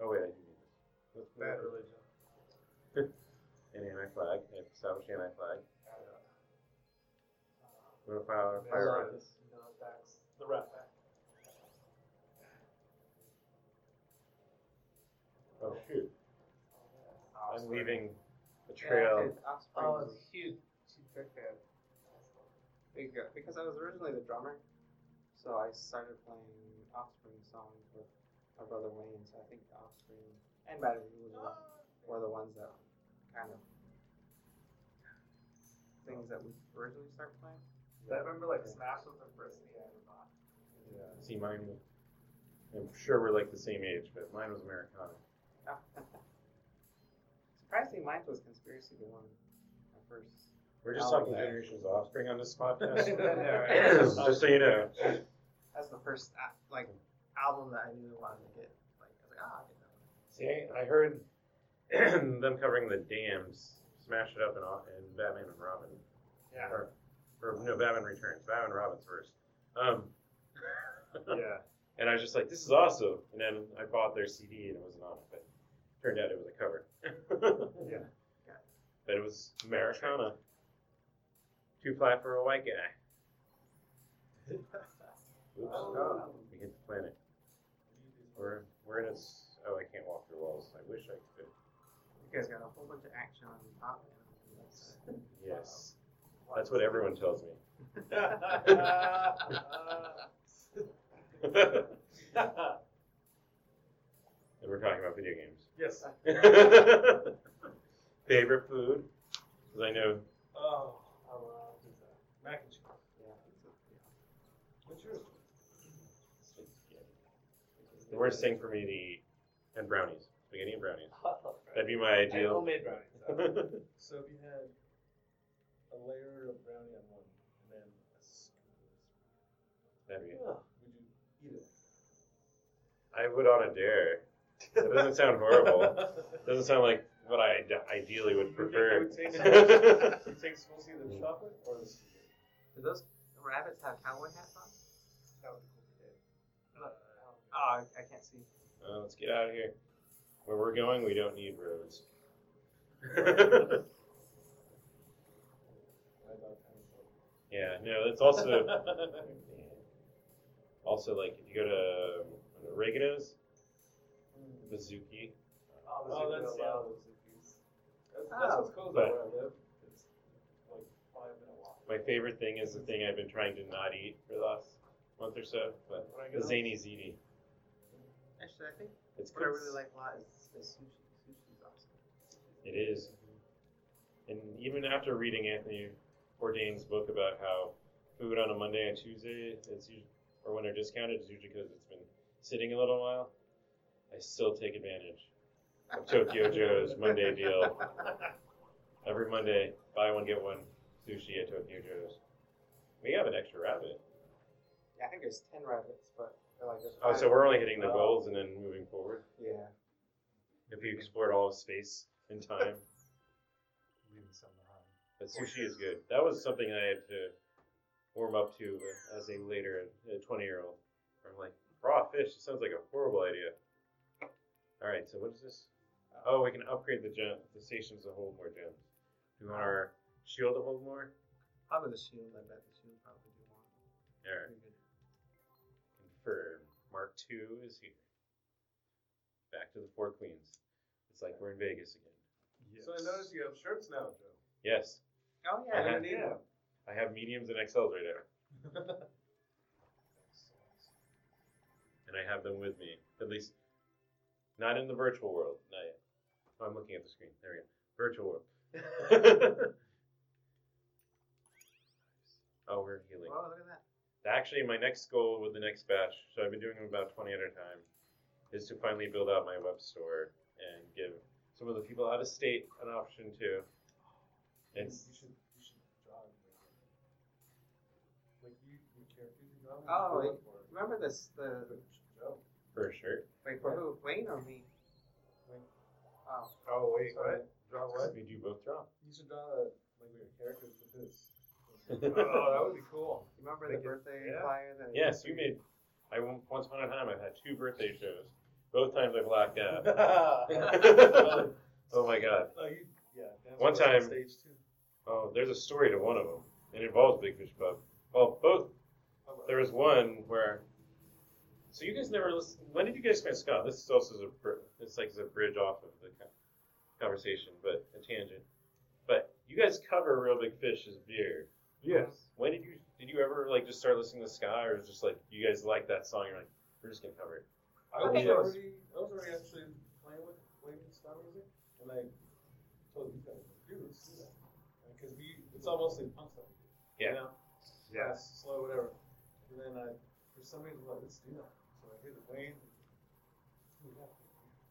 B: Oh wait, I do need this. Let's put
D: Bad
B: it-
D: religion.
B: An anti-flag, an established anti-flag.
D: Yeah.
B: We're gonna file
D: Yeah.
B: fire
D: Sorry.
B: on this.
K: You know, that's
D: The rat pack.
B: Oh shoot! I'm leaving a
E: Yeah,
B: trail.
E: it's Offspring.
K: oh, it's huge. She's big fan.
E: There you go. uh, Because I was originally the drummer, so I started playing Offspring songs with my brother Wayne. So I think Offspring and Bad Religion were the ones that kind of things that we originally started playing.
D: I
E: remember like Smash was the first thing I ever bought.
D: Yeah.
B: See mine. was- I'm sure we're like the same age, but mine was Americana.
E: Surprisingly, mine was Conspiracy the one, my first.
B: We're just
E: Oh,
B: talking
E: okay.
B: generations of offspring on this podcast.
E: That's
B: Just so you know.
E: the first uh, like album that I knew I wanted to get. Like I was like, ah, I get that one.
B: See, I heard them covering the dams, smash it up, and all, and Batman and Robin.
D: Yeah.
B: Or, or no, Batman Returns. Batman and Robin's first. Um.
D: Yeah.
B: And I was just like, this is awesome. And then I bought their CD and it wasn't on it, but turned out it was a cover.
D: Yeah.
B: But it was Americana. Too flat for a white guy. Oops.
D: Oh.
B: We hit the planet. We're, we're in a. s- Oh, I can't walk through walls. I wish I could.
E: You guys got a whole bunch of action on top and on the website.
B: Yes. That's what everyone tells me. and we're talking about video games.
D: Yes.
B: Favorite food? Because I know
D: Oh.
K: I love pizza.
D: Mac and cheese.
E: Yeah, it's a- yeah.
D: What's yours?
B: the worst thing for me to eat, and brownies, spaghetti and brownies.
K: I love
B: That'd be my
K: brownies. And
B: ideal.
K: homemade brownies. I love
B: That's
C: So if you had a layer of brownie on one and then a scoop of this,
B: That'd be-
C: would you eat it?
B: I would on a dare. That doesn't sound horrible. Doesn't sound like what I d- ideally would
D: I
B: prefer.
D: would taste it.
C: You take mostly the
B: Mm.
C: chocolate or the sweet?
E: Do those rabbits have cowboy hats on?
D: That would be cool.
E: Oh, I, I can't see.
B: Uh, let's get out of here. Where we're going, we don't need roads.
C: My dog kind of like-
B: yeah, no, it's also also like if you go to um, oregano's, the zuki.
K: Oh,
C: Oh,
K: that's
C: that's-
K: yeah.
C: That's, that's what's cool about
B: But-
C: where I live. It's like five minute walk.
B: My favorite thing is the thing I've been trying to not eat for the last month or so, but the zany ziti.
E: Actually, I think
B: It's
E: what I
B: good.
E: really like a lot is the sushi. Sushi's awesome.
B: It is. And even after reading Anthony Bourdain's book about how food on a Monday and Tuesday, it's usually, or when they're discounted, it's usually because it's been sitting a little while. I still take advantage of Tokyo Joe's Monday deal. Every Monday, buy one get one sushi at Tokyo Joe's. We have an extra rabbit.
E: Yeah, I think there's ten rabbits, but they're like there's
B: Oh, so
E: five-
B: we're only hitting the goals and then moving forward.
E: yeah.
B: If you explored all of space and time,
D: Leaving some behind.
B: but sushi is good. That was something I had to warm up to as a later uh, 20 year old. I'm like, raw fish it sounds like a horrible idea. All right, so what is this? Oh, we can upgrade the gem, the stations to hold more gems. Do we want our shield to hold more?
E: Probably the shield. I bet the shield probably do more.
B: All right, confirm. Mark two is here. Back to the four queens. It's like we're in Vegas again.
C: So I noticed you have shirts now, Joe.
B: Yes, I
E: Oh yeah,
B: had-
E: I need
C: yeah.
E: yeah.
B: I have mediums and XLs right now. and I have them with me. At least, not in the virtual world. Not yet. Oh, I'm looking at the screen. There we go. Virtual world. oh, we're healing.
E: Wow, look at that.
B: Actually, my next goal with the next batch, so I've been doing them about 20 at a time, is to finally build out my web store and give some of the people out of state an option
E: Oh,
B: too. It's,
C: you should you should draw it. Like you, your character you draw. them,
E: Oh,
C: you go for it.
E: Remember this? The
C: Joe.
B: for sure.
E: wait for who? Wayne or me? Oh,
D: Oh wait,
C: Sorry.
D: what? Draw what?
B: We do both draw.
C: You should draw a, like your characters with this.
D: oh, that would be cool.
E: you remember
D: Like
E: the
D: it-
E: birthday
D: yeah.
E: flyer? That
B: Yes, you made. I once upon a time I've had two birthday shows. Both times I've blacked out. oh my god.
C: No, you, yeah. that's
B: One
C: what's on
B: time-
C: Stage two.
B: Oh, there's a story to one of them. It involves Big Fish Club. Well, both. There was one where. So you guys never listen. When did you guys meet Scott? This is also a. br- It's like a bridge off of the co- conversation, but a tangent. But you guys cover Real Big Fish as beer.
D: Yes.
B: When did you did you ever like just start listening to Scott, or was just like you guys like that song? You're like we're just gonna cover it.
C: I
B: Oh,
E: I
C: was
E: think it was-
C: already, I was already actually playing with playing with Star Music, and I told you guys, dude, let's do that. Because we, it's all mostly punk stuff. we do,
B: Yeah.
C: You know?
D: Yeah.
C: Fast, slow, whatever. And then I, for some reason, like, let's do that. So I hit the Wayne. and- oh, yeah.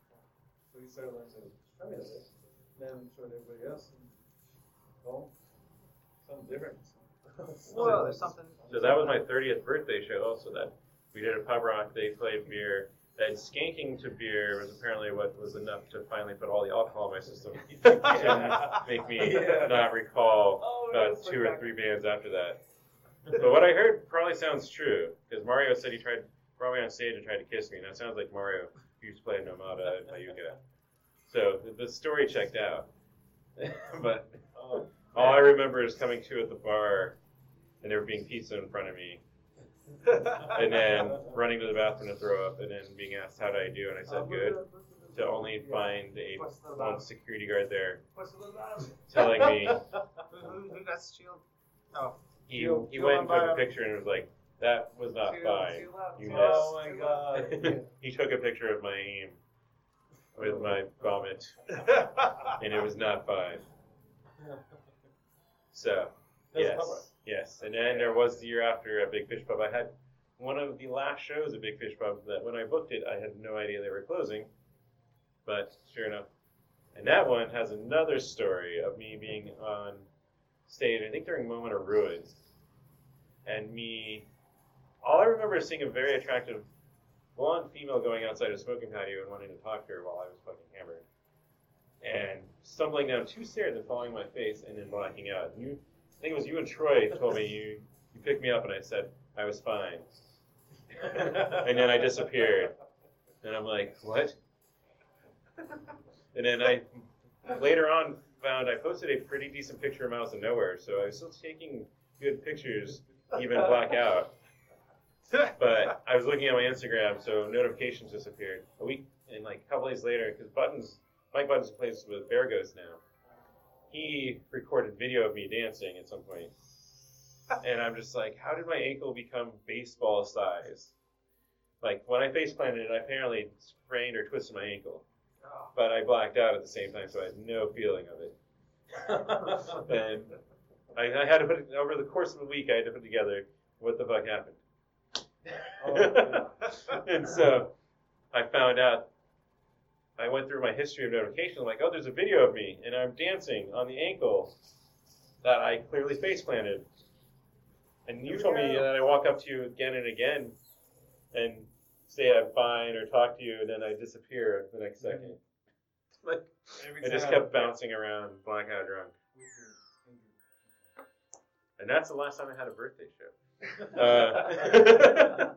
C: So we started learning to strum it. And then showed everybody else, and well, something different.
E: Whoa, there's something.
B: So that was my 30th birthday show, also. That we did a pub rock, they played beer. That skanking to beer was apparently what was enough to finally put all the alcohol in my system to make me
D: Yeah.
B: not recall
K: Oh,
B: about Uh, two or three bands after that. But what I heard probably sounds true, because Mario said he tried, brought me on stage and tried to kiss me, and that sounds like Mario who used to play Nomada and Payuka. So the- the story checked out. but
C: Oh,
B: all I remember is coming to at the bar, and there being pizza in front of me, and then running to the bathroom to throw up, and then being asked how did I do, and I said good. To only find a one security guard there telling me
E: That's shield. Oh,
B: he he went and took a picture and was like, that was not
E: Two,
B: fine.
E: two left,
B: You
E: two
B: missed.
E: left,
C: Oh my
E: two left.
C: god.
B: he took a picture of my aim with my vomit, and it was not fine. So yes, yes, and then there was the year after at Big Fish Pub. I had one of the last shows at Big Fish Pub that when I booked it, I had no idea they were closing, but sure enough, and that one has another story of me being on stage. I think during Moment of Ruin, and me. All I remember is seeing a very attractive blonde female going outside a smoking patio and wanting to talk to her while I was fucking hammered. And stumbling down two stairs and falling on my face and then blacking out. And you, I think it was you and Troy told me you, you picked me up and I said I was fine. and then I disappeared. And I'm like, what? And then I later on found I posted a pretty decent picture of Miles of Nowhere, so I was still taking good pictures, even black out but I was looking at my Instagram, so notifications disappeared. A week and like a couple days later, because Buttons, Mike Buttons plays with Bear Goes now. He recorded video of me dancing at some point, and I'm just like, how did my ankle become baseball size? Like when I face planted, I apparently sprained or twisted my ankle, but I blacked out at the same time, so I had no feeling of it. and I, I had to put it over the course of a week. I had to put together what the fuck happened. and so I found out. I went through my history of notifications, like, oh, there's a video of me and I'm dancing on the ankle that I clearly face planted. And you told me that I walk up to you again and again and say I'm fine or talk to you, and then I disappear the next second. Like,
C: Every
B: I just
C: time.
B: kept bouncing around, blackout drunk. And that's the last time I had a birthday show. Uh,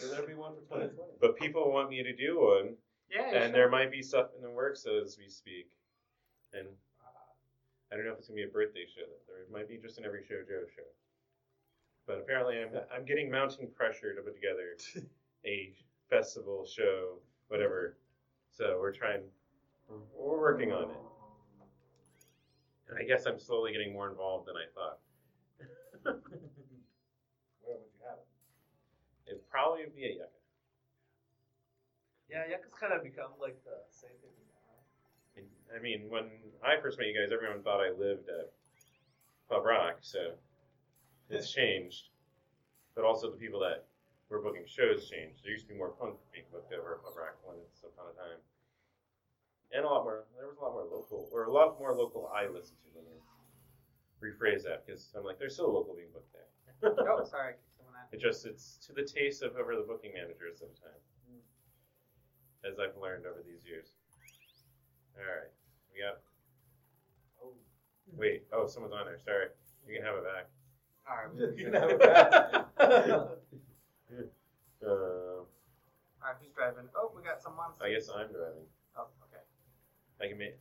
F: Will there be one for 2020?
B: but people want me to do one,
E: Yeah.
B: and there might be stuff in the works as we speak. And uh, I don't know if it's gonna be a birthday show. There might be just an every show Joe show. But apparently, I'm I'm getting mounting pressure to put together a festival show, whatever. So we're trying, we're working on it. And I guess I'm slowly getting more involved than I thought.
F: Where would you have it?
B: It'd probably be a yucca.
K: Yeah, Yucca's kind of become like the same thing.
B: I mean, when I first met you guys, everyone thought I lived at Pub Rock, so it's changed. But also the people that were booking shows changed. There used to be more punk being booked over at Pub Rock once upon a time, and a lot more. There was a lot more local, or a lot more local I listened to. Let me rephrase that because I'm like, there's still local being booked there.
E: Oh, sorry, I kicked someone out.
B: It just it's to the taste of whoever the booking manager is sometimes. As I've learned over these years. Alright. We got
F: Oh.
B: wait, oh someone's on there, sorry. You can have it back.
E: All right.
F: You can have it back.
B: Um,
E: All right. Who's driving? Oh, we got someone.
B: I guess I'm driving.
E: Oh, okay.
B: I can make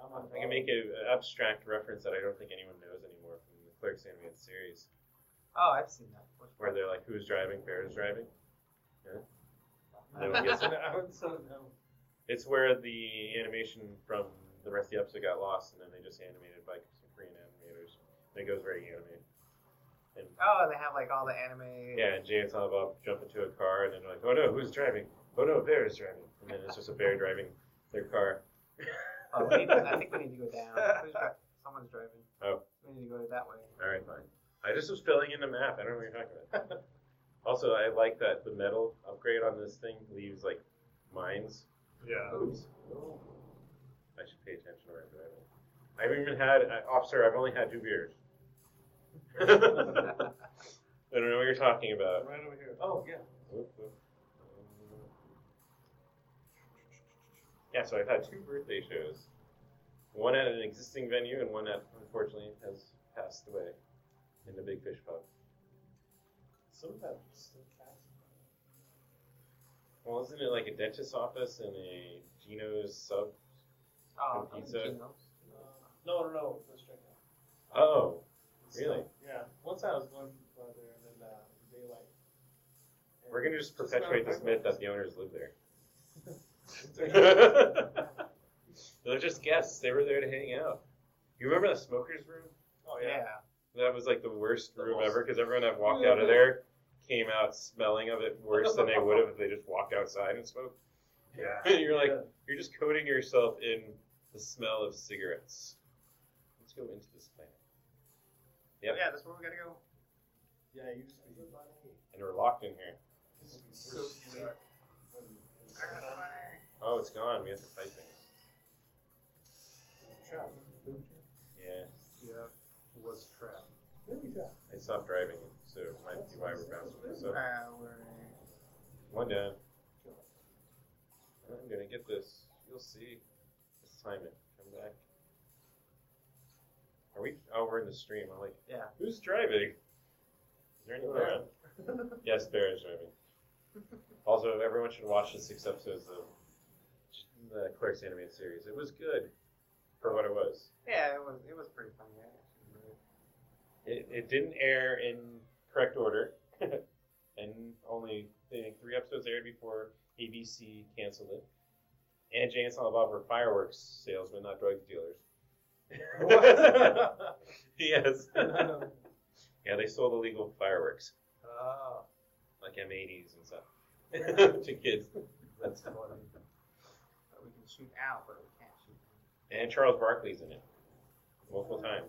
F: I'm on
B: I can make an abstract reference that I don't think anyone knows anymore from the Clerks animated series,
E: Oh, I've seen that. Which
B: where
E: one?
B: they're like, "Who's driving? Bear's driving."
F: I would guess an hour and so no.
B: It's where the animation from the rest of the episode got lost, and then they just animated by some Korean animators. And it goes very anime. And
E: Oh, they have like all the anime.
B: yeah, and Jay and Silent Bob jump into a car, and then they're like, "Oh no, who's driving? Oh no, bear is driving." And then it's just a bear driving their car.
E: Oh, we need to, I think we need to go down. Who's dri- Someone's driving.
B: Oh.
E: We need to go that way.
B: All right, fine. I just was filling in the map. I don't know what you're talking about. also, I like that the metal upgrade on this thing leaves like mines.
D: Yeah.
B: Oops. I should pay attention to where I'm driving. I haven't even had, I, officer, I've only had two beers. I don't know what you're talking about.
F: Right over here. Oh, yeah.
B: Yeah, so I've had two birthday shows. One at an existing venue and one that unfortunately has passed away in the Big Fish Pub.
F: Some of that was still cast.
B: Well, isn't it like a dentist's office and a Geno's sub?
E: Oh,
B: And pizza.
E: Gino's.
F: Uh, No, no, no. Let's check out.
B: Oh, really?
F: Yeah. Once I was going by there and then uh, daylight. And
B: We're gonna just
F: around
B: perpetuate
F: the
B: this
F: corner.
B: myth that the owners live there.
F: It's like-
B: They're just guests. They were there to hang out. You remember the smokers room?
F: oh,
E: yeah.
F: yeah.
B: That was like the worst
F: The
B: room
F: most-
B: ever because everyone that walked out of there came out smelling of it worse than they would have if they just walked outside and smoked.
D: Yeah.
B: you're like,
F: Yeah.
B: you're just coating yourself in the smell of cigarettes. Let's go into this planet. Yep.
E: Yeah, that's where we gotta go.
F: Yeah, it used to be.
B: And we're locked in here.
F: So stuck.
B: Oh, it's gone. We have to fight things. Yeah.
D: Yeah. Was trapped.
B: I stopped driving, so it might be why we're bouncing this
E: Uh,
B: up.
E: we're
B: One down. I'm gonna get this. You'll see. Let's time it. Come back. Are we? Oh, we're in the stream. I'm like,
E: Yeah.
B: Who's driving? Is there anyone around? yes, Bear is driving. Also, everyone should watch the six episodes of the Clerks animated series. It was good for what it was.
E: yeah, it was it was pretty funny. I actually enjoyed it.
B: It, it didn't air in correct order, and only I think three episodes aired before ABC canceled it. And Jay and Silent Bob were fireworks salesmen, not drug dealers. yes. yeah, they sold illegal fireworks,
E: Oh.
B: like M80s and stuff, to kids.
E: That's funny. But we can shoot out, but we can't shoot. in.
B: And Charles Barkley's in it multiple times.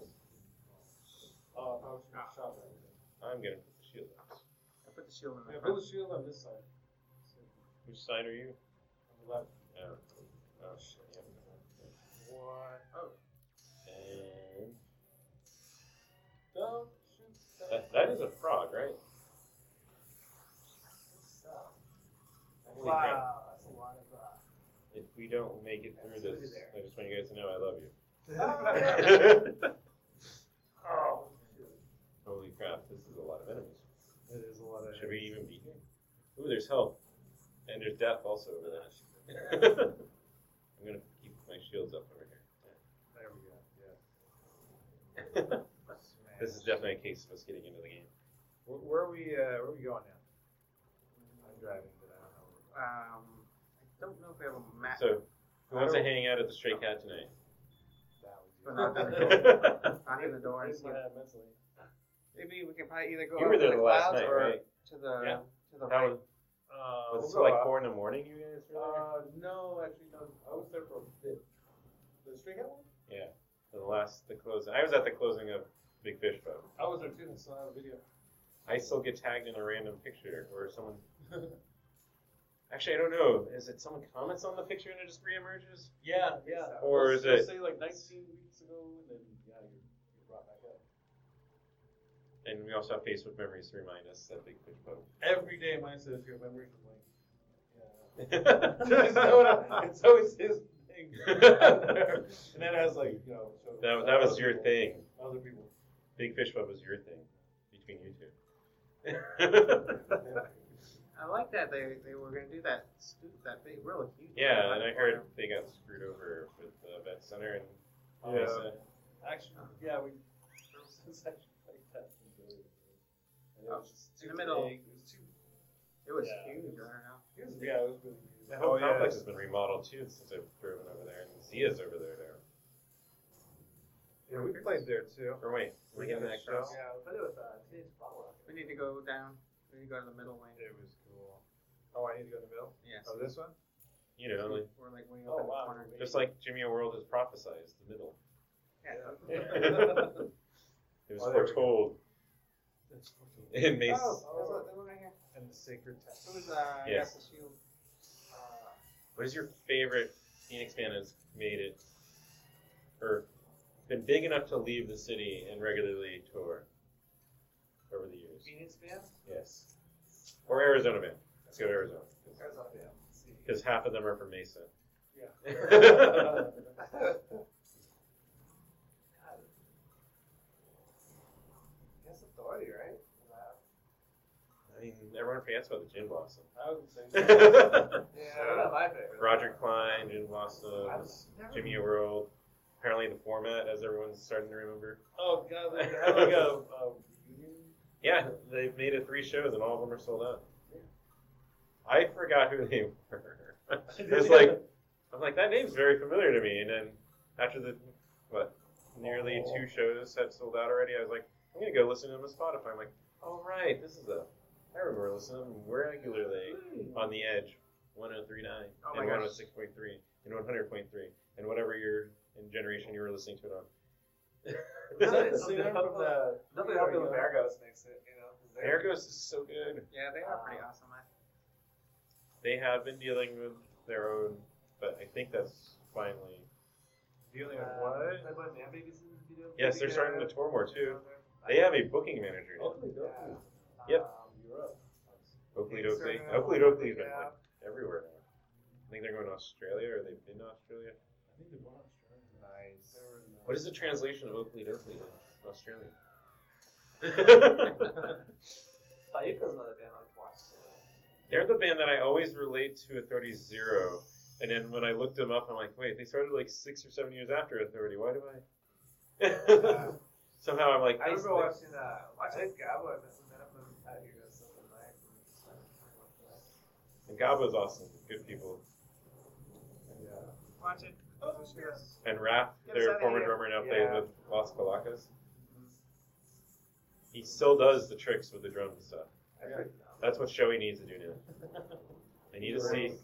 F: Oh, I was gonna shop right there.
B: I'm gonna put the shield up.
E: I put the shield in
F: Yeah,
E: the
F: put
E: front.
F: the shield on this side.
B: Which side are you?
F: On the left.
B: Oh, oh shit. Yeah.
F: What?
C: Oh,
B: And
F: Don't shoot that.
B: that, that is a frog, right?
F: Stop.
B: Holy crap.
E: Wow, that's a lot of. Uh,
B: If we don't make it through this, I just want you guys to know I love you.
F: Oh, shit.
B: Holy crap, this is a lot of enemies.
D: It is a lot of.
B: Should we even be here? Ooh, there's help. And there's death also over there. I'm gonna keep my shields up over
D: There we go. Yeah.
B: here.
D: Smash.
B: this is definitely a case of us getting into the game.
D: Where, where are we? Uh, where are we going now? I'm driving, but I don't know. where we're
E: Um, I don't know if we have a map.
B: So, who wants to
E: I don't-
B: hang out at the Stray Cat tonight?
E: But
D: going.
E: not
D: That
E: that
D: would
E: door. Not even the door.
C: Here's
E: it's
C: what I
E: like-
C: had mentally.
E: Maybe we can probably either go
B: You
E: up
B: were
E: to
B: there
E: the
B: the last
E: clouds
B: night,
E: or
B: right?
E: to the
B: Yeah.
E: to the
B: That
E: right.
B: was,
D: uh,
B: was
D: we'll
B: it
D: go
B: like
D: up.
B: four in the morning? You guys were there?
C: Uh, no, actually, no. I was there for a bit. The straight hat one?
B: Yeah, the last the closing. I was at the closing of Big Fish, but
C: I was there too, so I have a video.
B: I still get tagged in a random picture or someone. Actually, I don't know. Is it someone comments on the picture and it just reemerges?
C: Yeah, yeah.
B: Or is
C: Let's-
B: it-
C: let's Say like 19 weeks ago, and then yeah, you you brought back up.
B: And we also have Facebook memories to remind us that Big Fish Pub.
C: Every day, mine says your memories are blank. Yeah. It's
B: that,
C: always- it's always his thing. and that has like you know. so-
B: was- that was your thing.
C: Other people.
B: Big Fish Pub was your thing between you two.
E: I like that they, they were gonna do that scoop that big really huge.
B: yeah, and I heard they got screwed over with the vet center and.
D: Yeah.
C: Actually, yeah, we. There was this actually like that. And it was just
E: In
C: too
E: the middle.
C: big, It was too.
E: It was
C: Yeah.
E: huge. I don't know.
C: It was, yeah, it was really.
B: The
C: weird.
B: whole
D: Oh, yeah.
B: complex has been remodeled too since I've driven over there, and Zia's over there now.
D: Yeah, we played there too.
B: Or wait, we
E: We
B: get
E: got
B: that
E: a
B: cross?
E: show.
K: Yeah, but it was uh, teenage bottle rocket.
E: We need to go down. We need to go to the middle lane.
D: It was cool. Oh, I need to go to the middle.
E: Yes.
D: Oh, this one.
B: You know, like,
E: We're like way up
C: Oh,
E: in the
C: wow.
E: corner.
B: just like Jimmy World has prophesied, the middle.
E: Yeah.
B: it was
D: Oh, there we go.
B: foretold in Mace.
E: Oh, there's one- there's one right here.
D: And the sacred test.
E: So there's uh,
B: Yeah.
E: that's the shield. Uh,
B: What is your favorite Phoenix band that's made it, or been big enough to leave the city and regularly tour over the years?
K: Phoenix band?
B: Yes. Or Arizona band. Let's go to Arizona.
K: Arizona band. Let's see.
B: Because half of them are from Mesa.
K: Yeah.
B: Yeah.
D: That's authority, right?
B: I mean, everyone forgets about the Gin Blossom.
C: I would say.
K: They're
D: Yeah.
K: not my favorite.
B: Roger Klein, Gin Blossoms, Jimmy World. Apparently, the format, as everyone's starting to remember.
C: Oh god, they have like a,
E: uh,
C: a reunion.
B: Yeah, they've made it three shows and all of them are sold out. I forgot who they were. it's like I'm like that name's very familiar to me, and then after the what nearly
E: Oh.
B: two shows had sold out already, I was like, I'm gonna go listen to them on Spotify. I'm like, oh right, this is a I remember listening to them regularly on the Edge, 103.9
E: Hmm. Oh my
B: and
E: gosh.
B: 106.3 and 100.3 and whatever your in generation you were listening to it on.
K: Nothing,
C: See,
K: nothing
C: they're
K: helped
C: from
K: the,
C: the-
K: nothing helped
C: there
K: the
C: we go.
K: Virgos makes it, you know. 'cause they're-
B: Airghost is so good.
E: yeah, they are pretty awesome. I
B: they have been dealing with their own, but I think that's finally.
D: Dealing with
K: Uh,
D: what?
K: Playboy Man Babies in the video. Um,
B: Yes, they're starting to tour more too. They have a booking manager. now.
C: Oakley,
K: Yeah.
C: Oakley.
B: Yep.
K: Um,
C: You're up.
B: Oakley
D: It's
B: Doakley.
D: starting
B: Oakley
D: out.
B: Doakley's been
D: Yeah.
B: like everywhere now. I think they're going to Australia, or they've been to Australia.
C: I think they won Australia.
D: Nice.
C: They were in the-
B: What is the translation of Oakley Doakley in Australia?
K: Taika's another band I've watched.
B: They're the band that I always relate to Authority Zero, and then when I looked them up, I'm like, wait, they started like six or seven years after Authority. Why do I?
D: Yeah.
B: Somehow I'm like,
K: I
B: this-
K: remember watching, uh, watching Gabo and messing that up with Tigers something like
B: And Gabo's awesome. Good people.
E: Watch it.
B: And Raph,
E: Get us
B: their
E: outta
B: former
E: here.
B: drummer, now
D: Yeah.
B: plays with Las Calacas. He still does the tricks with the drum and stuff. That's what Shoei needs to do now. They need to see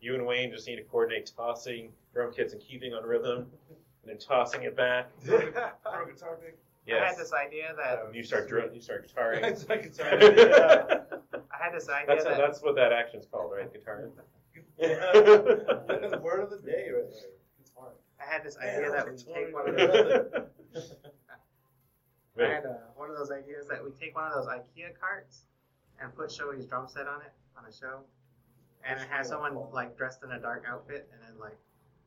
B: you and Wayne just need to coordinate tossing drum kits and keeping on rhythm, and then tossing it back.
D: Throw guitar pick.
E: I
B: Yes.
E: had this idea that
B: You start dr- you start guitaring.
C: It's like it's already- yeah.
B: that's,
E: I had this idea
B: that's
E: that
B: what that action's called, right? Guitar.
C: That's the word of the day right there. It's hard.
E: I had this
C: Yeah,
E: idea that we
C: it's
E: take one of
C: hard.
E: those. I
B: Wait,
E: had uh, one of those ideas that we take one of those IKEA carts and put Shoei's drum set on it on a show, and it has someone like dressed in a dark outfit and then like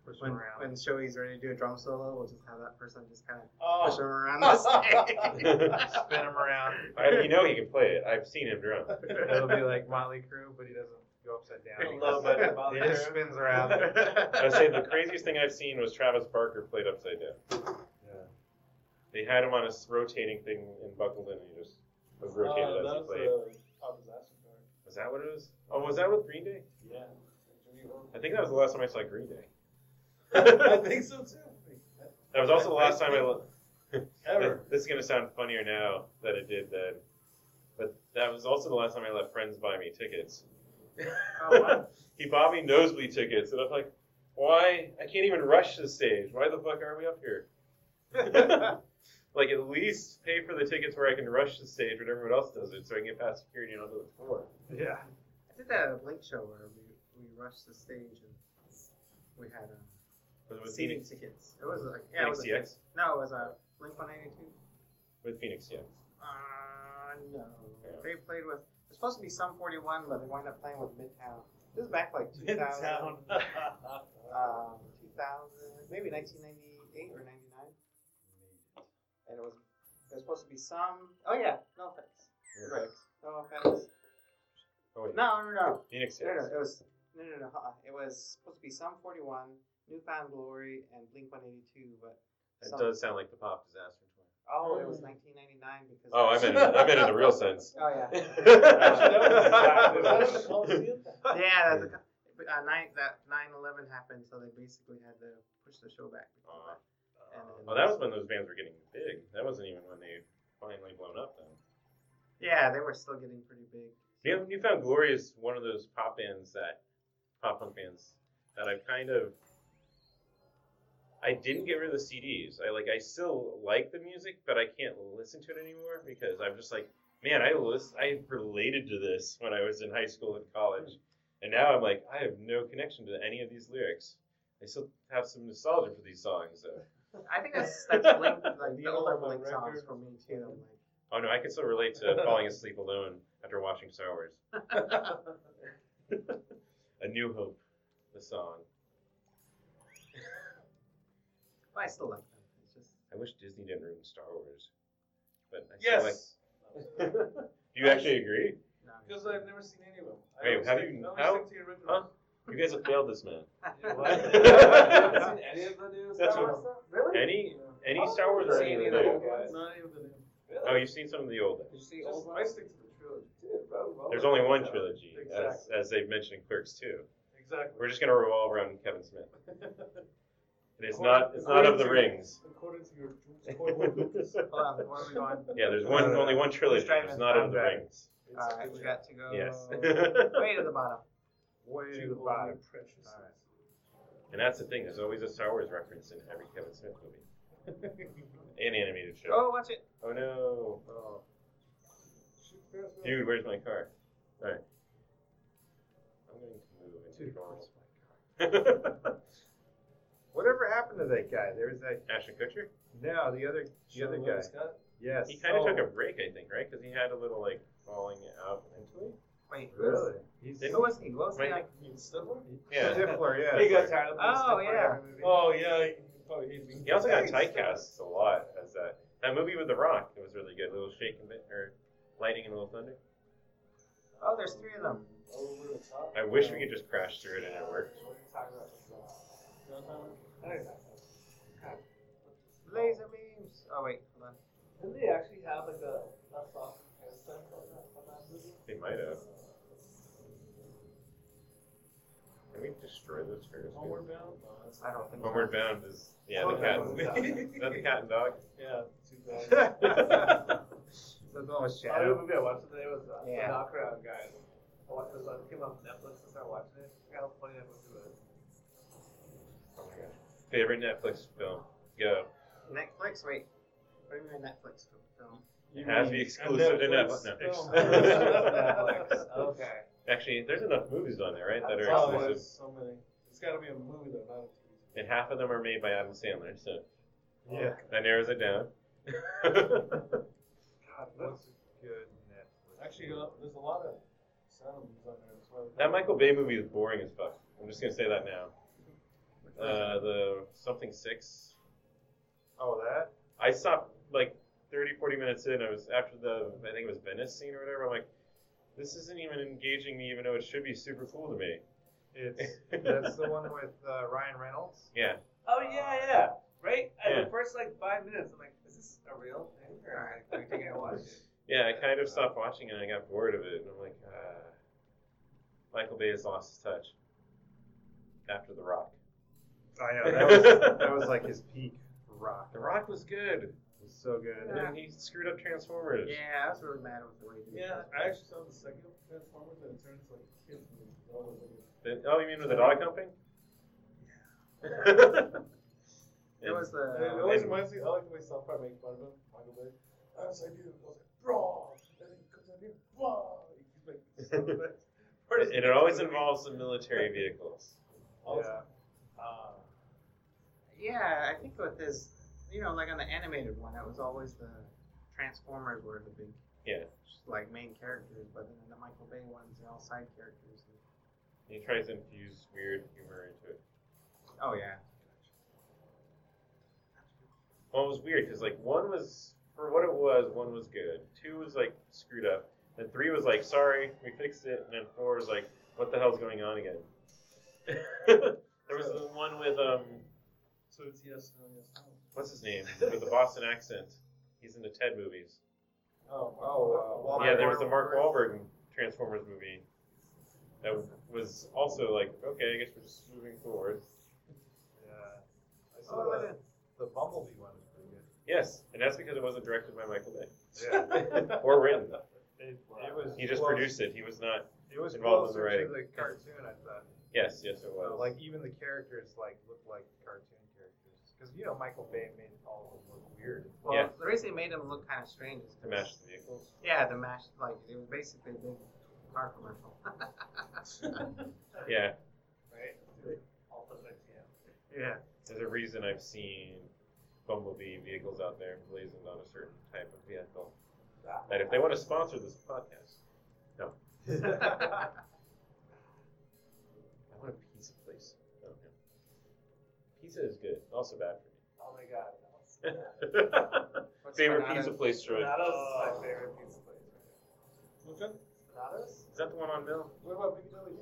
D: push
E: When,
D: him around.
E: when Shoei's ready to do a drum solo, we'll just have that person just kind of
C: Oh.
E: push him around the stage.
D: spin him around.
B: I, you know he can play it. I've seen him drum.
D: It'll be like Motley Crue, but he doesn't go upside down.
C: Low budget
D: He just spins around.
B: I would say the craziest thing I've seen was Travis Barker played upside down.
D: Yeah.
B: They had him on a s- rotating thing and buckled in, and he just was rotated
C: Uh,
B: as
C: that
B: he
C: was
B: played.
C: the Top Disaster card.
B: Was that what it was? Oh, was that with Green Day?
C: Yeah. Jimmy Worm.
B: I think that was the last time I saw Green Day.
C: I
B: that
C: think so too.
B: was also the last time I. lo-
C: Ever.
B: This is gonna sound funnier now than it did then, but that was also the last time I let friends buy me tickets.
E: Oh, wow.
B: he bought me nosebleed tickets, and I'm like, why? I can't even rush the stage. Why the fuck are we up here? like, at least pay for the tickets where I can rush the stage when everyone else does it, so I can get past security and onto the floor.
D: Yeah.
E: I did that at a Blink show where we, we rushed the stage and we had um,
B: Was it with
E: seating
B: Phoenix,
E: tickets. It was like yeah, it
B: Phoenix
E: was
B: CX?
E: A, no, it was a Blink 182.
B: With Phoenix, yeah.
E: Uh, no, they played with. It's supposed to be some 41, but they wound up playing with Midtown. This is back like 2000. um, 2000, maybe 1998 or 99. And it was, it was supposed to be some. Oh yeah, no offense. Right. No offense.
B: Oh, wait.
E: No, no, no.
B: Phoenix,
E: No, no,
B: yes.
E: it was no, no, no. Uh, it was supposed to be some 41, Newfound Glory, and Blink 182, but
B: That
E: some-
B: does sound like the pop disaster.
E: Oh, it was 1999 because.
B: Oh, I meant it, I meant it in the real sense.
E: Oh yeah.
C: Actually, that was the Coliseum.
E: Yeah, that's a, co- but, uh, nine, that 9/11 happened, so they basically had to push the show back.
B: Uh,
E: before that. And
B: Well, Oh, that was when those bands were getting big. That wasn't even when they finally blown up then.
E: Yeah, they were still getting pretty big.
B: New, Newfound Glory is one of those pop bands that pop punk bands that I've kind of I didn't get rid of the CDs. I like I still like the music, but I can't listen to it anymore because I'm just like, man, I list I related to this when I was in high school and college, and now I'm like I have no connection to any of these lyrics. I still have some nostalgia for these songs though.
E: I think that's that's Blink, like the
C: Needle
E: older
C: on my
E: Blink songs
C: record.
E: for me too. I'm Like,
B: Oh no, I can still relate to falling asleep alone after watching Star Wars. A New Hope, the song.
E: but I still like them. It's just
B: I wish Disney didn't ruin Star Wars. But I feel
C: Yes.
B: like Do you actually agree?
E: no.
C: Because I've never seen any of them. I
B: Wait,
C: always
B: have
C: stick-
B: you-
C: I always
B: how-
C: stick to the original.
B: huh? You guys have failed this man.
C: What? Haven't seen any of the new
B: That's
C: Star
B: what-
C: Wars stuff? Really?
B: Any any
C: Oh,
B: Star Wars
C: I've
B: or
C: seen
B: any
C: any
B: of
C: of the
B: the
C: old ones.
E: None of them.
B: Oh, you've seen some of the old ones.
C: Did you see old ones? I stick to the trilogy. Dude, bro, well,
B: There's only one trilogy, as,
C: Exactly.
B: as they've mentioned in Clerks too.
C: Exactly.
B: We're just gonna revolve around Kevin Smith. And it's not it's not of the rings.
C: According to your
B: yeah,
E: Hold on, where are we going?
B: there's one only one trilogy. It's not of the rings.
E: All right, uh, we got to go.
B: Yes.
E: way to the bottom.
D: Way to
C: Two
D: the bottom.
C: precious.
B: And that's the thing. There's always a Star Wars reference in every Kevin Smith movie. An animated show.
E: Oh, watch it.
B: Oh no. Dude, where's my car? Alright. I'm going to move into normal.
D: Whatever happened to that guy? There was that.
B: Ashton Kutcher?
D: No, the other, the other guy. Yes.
B: He kind of
D: Oh,
B: took a break, I think, right? Because he had a little, like, falling out mentally?
E: Wait, who was,
D: Oh, Really? He's
E: who was he? What was he
B: Wait.
E: like?
B: Yeah.
D: Stifler, yeah.
C: He got tired of
E: Oh,
C: stuff like
E: yeah.
C: every movie. Oh yeah. he probably hated me.
B: He also got typecast a lot as that. That movie with The Rock, it was really good. little shake and bit, or lightning and a little thunder.
E: Oh, there's three of them.
C: Over the top.
B: I wish we could just crash through it and it worked.
E: Laser beams. Oh wait, hold on.
C: Didn't they actually have like a a soft headset on that on that movie?
B: They might have. Can we destroy those first?
C: Homeward Bound? No, that's
E: I don't think. so.
B: Homeward Bound is yeah the
C: Homeward
B: cat.
C: Bound.
B: Is that the cat and dog?
C: Yeah, too bad.
D: That's almost
C: Another
D: shadow.
C: movie I watched today was uh,
E: Yeah.
C: yeah. Knockaround Guys. I watched this on, came on Netflix and started watching it. I forgot how funny that movie was.
B: Oh my gosh. Favorite Netflix film? Go.
E: Netflix. Wait, what do you mean Netflix film?
B: Oh, It has to be exclusive to Netflix. No.
C: Netflix.
E: Okay.
B: Actually, there's enough movies on there, right? That are
C: Oh,
B: exclusive,
C: there's so many. It's got to be a movie though, not a TV.
B: and half of them are made by Adam Sandler. So
D: Yeah.
B: that narrows it down.
C: God,
D: That's
C: that's
D: a good Netflix.
C: actually uh, there's a lot of sound movies on there. That's why
B: that Michael Bay movie is boring as fuck. I'm just gonna say that now.
E: Which
B: Uh, the something six.
D: Oh, that?
B: I stopped like 30, 40 minutes in. I was after the I think it was Venice scene or whatever. I'm like, this isn't even engaging me, even though it should be super cool to me.
D: It's that's the one with uh, Ryan Reynolds.
B: Yeah.
K: Oh yeah, yeah. Right? And
B: Yeah.
K: the first like five minutes, I'm like, is this a real thing? Or like, we think I watched it.
B: Yeah, I kind of stopped watching it and I got bored of it, and I'm like, ah. Michael Bay has lost his touch. After The Rock.
D: I know that was, that was like his peak rock.
B: The Rock was good,
D: It was so good.
B: and then he screwed up Transformers.
E: Yeah, I was really mad with the way he did
C: Yeah,
E: that.
C: I actually saw the second Transformers and it turns like kids movie. That was like a-
B: The- oh, you mean with the dog humping?
E: It was the.
K: Uh,
C: And it always reminds me, I like the way South Park makes fun of him, Michael Bay. As I do, I was like, bro, and then he comes out here, bro. He's like, so nice.
B: And it always involves the military vehicles.
D: Yeah.
C: Uh,
E: Yeah, I think with his, you know, like on the animated one, it was always the Transformers were the big,
B: Yeah.
E: like main characters, but then in the Michael Bay ones, they're all side characters.
B: He tries to infuse weird humor into it.
E: oh yeah.
B: Well, it was weird because like one was for what it was, one was good. Two was like screwed up. Then three was like, sorry, we fixed it. And then four was like, what the hell's going on again? there was the one with um,
C: so it's yes, no, yes, no.
B: what's his name with the Boston accent. He's in the Ted movies.
C: Oh,
D: Oh, uh, Wahlberg.
B: yeah, there was the Mark Wahlberg Transformers movie that was also like, okay, I guess we're just moving forward.
D: Yeah. I saw
E: Oh,
D: the, the Bumblebee one was pretty good.
B: Yes, and that's because it wasn't directed by Michael Bay
D: Yeah.
B: or written.
D: It, it was.
B: He just
D: close-
B: produced it. He was not.
D: It was
B: involved in the
D: closer to
B: writing.
D: the cartoon, I thought.
B: Yes, yes, it was.
D: Like even the characters like look like cartoon characters because you know Michael Bay made all of them look weird.
E: Well,
B: Yeah.
E: the reason it made them look kind of strange is
B: to
E: 'cause-
B: match the vehicles.
E: Yeah, the mash. Like it was basically a big car commercial.
B: Yeah,
K: Right? All put it yeah.
E: yeah.
B: there's a reason I've seen Bumblebee vehicles out there emblazoned on a certain type of vehicle. That if they want to sponsor this podcast, I want a pizza place. Okay. Pizza is good. Also bad
K: Oh my god. that was-
B: for me. favorite pizza place, Troy.
K: Granados is my favorite pizza place.
C: What's that?
K: Granados?
B: Is that the one on Mill?
C: What about Piccadilly?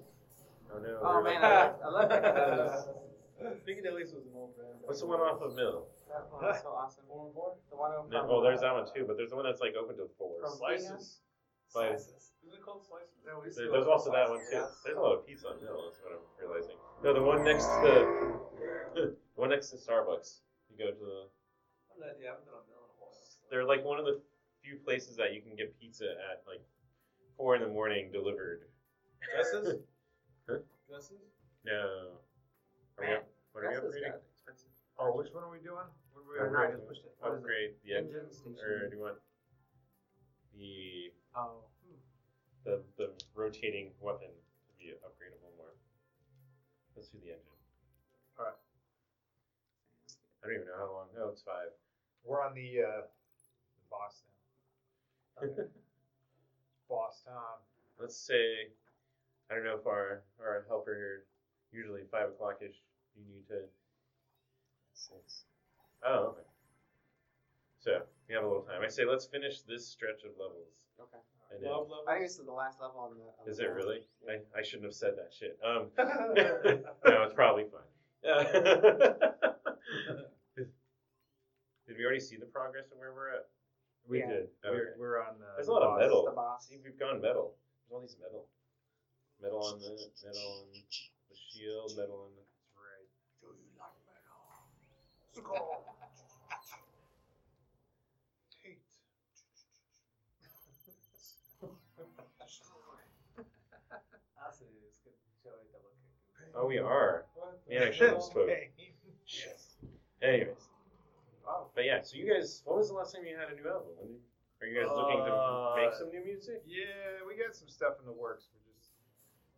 B: Oh no.
E: Oh man, I love, I love that.
C: Piccadilly's was an old brand.
B: What's the one off of Mill?
E: That one was so awesome.
C: Four and four?
E: The one over.
B: No,
E: from,
B: oh, there's
E: uh,
B: that one too, but there's the one that's like open to four.
E: From
B: Slices. Slices.
C: Is it called Slices? No, we
B: There, there's also that one too. There's a lot of pizza on Mill. That's what I'm realizing. No, the one next to the, the one next to Starbucks. You go to the.
K: I'm not, yeah, I haven't been on Mill in a while.
B: They're like one of the few places that you can get pizza at like four in the morning delivered.
C: Gus's?
B: Huh?
C: Gus's?
B: No. Are we up, what are we
E: That's what's
B: upgrading?
E: got expensive.
D: oh, which one are we doing? What are we
E: Or not,
D: upgrading?
E: just pushed it. What is it?
B: Upgrade the engine,
E: Engine station.
B: or do you want the
E: Oh.
B: the, the rotating weapon to be upgradable more? Let's do the engine.
D: All right.
B: I don't even know how long. No, it's five.
D: We're on the uh, the boss now. Okay. boss Tom.
B: let's say I don't know if our our helper here usually five o'clock ish you need to six. Oh, okay. So we have a little time. I say let's finish this stretch of levels.
E: Okay.
B: And then-
C: Love,
E: I
C: love.
E: think this is the last level on the. on
B: is
E: the-
B: it really? I, I shouldn't have said that shit. Um,
D: yeah.
B: no, it's probably fine. did we already see the progress of where we're at?
D: We
E: Yeah.
D: did.
B: Okay.
D: We're, we're on. Uh,
B: There's a lot of
D: boss.
E: It's
B: metal.
E: The boss.
B: See, we've gone metal. There's all these metal. Metal on the metal on the shield. Metal on the right.
K: Honestly, it's good. Joey double kick.
B: Oh, we are. Yeah, I should have spoke. Anyways. But yeah, so you guys, when was the last time you had a new album? When did- Are you guys looking to
D: Uh,
B: make some new music?
D: Yeah, we got some stuff in the works. We just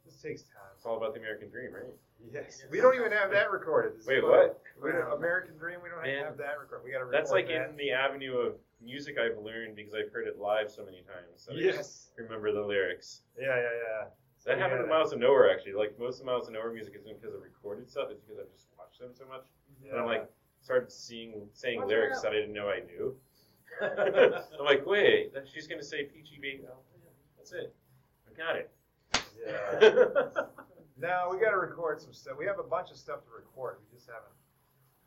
D: this takes
B: It's
D: time.
B: all about the American dream, right?
D: Yes. We don't even have that recorded. This is
B: Wait,
D: fun.
B: what?
D: We don't, American Dream. We don't
B: Man.
D: have that recorded. We got to record
B: That's like
D: that.
B: in the avenue of music I've learned because I've heard it live so many times. So I just
D: yes.
B: remember the lyrics.
D: Yeah, yeah, yeah.
B: So That happened in Miles of Nowhere actually. Like most of Miles of Nowhere music isn't because of recorded stuff; it's because I've just watched them so much. And I'm like started seeing saying
K: Watch
B: lyrics
K: out.
B: that I didn't know I knew. I'm like, wait, that- she's gonna say peachy baby. Oh, yeah, that's it. I got it.
D: No, we got to record some stuff. We have a bunch of stuff to record. We just haven't.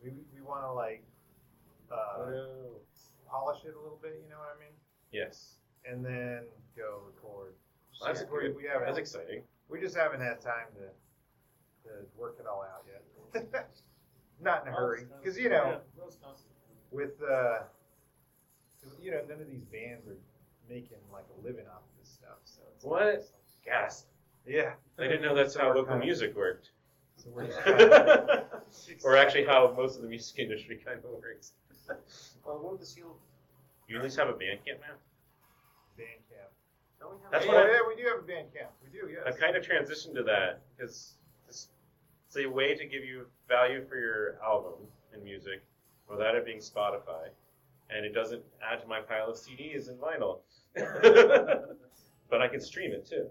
D: We, we want to like
B: Oh,
D: uh, polish it a little bit. You know what I mean?
B: yes,
D: And then go record.
B: Well, that's
D: Yeah,
B: cool.
D: we, we haven't.
B: that's exciting.
D: we just haven't had time to to work it all out yet. Not in a hurry, because you know. with uh, 'cause, you know, none of these bands are making like a living off of this stuff. So it's
B: What? Yes,
D: Yeah.
B: I didn't know that's
D: So
B: how
D: we're
B: local
D: kinda-
B: music worked,
D: So we're just kinda,
B: or actually how most of the music industry kind of works.
E: Well, what would the seal?
B: You at least have a band camp now.
D: band camp.
E: Don't we have?
B: That's
D: yeah,
B: what I-
D: yeah, we do have a band camp. We do, yes.
B: I've kind of transitioned to that because it's, it's a way to give you value for your album and music without it being Spotify, and it doesn't add to my pile of CDs and vinyl. but I can stream it too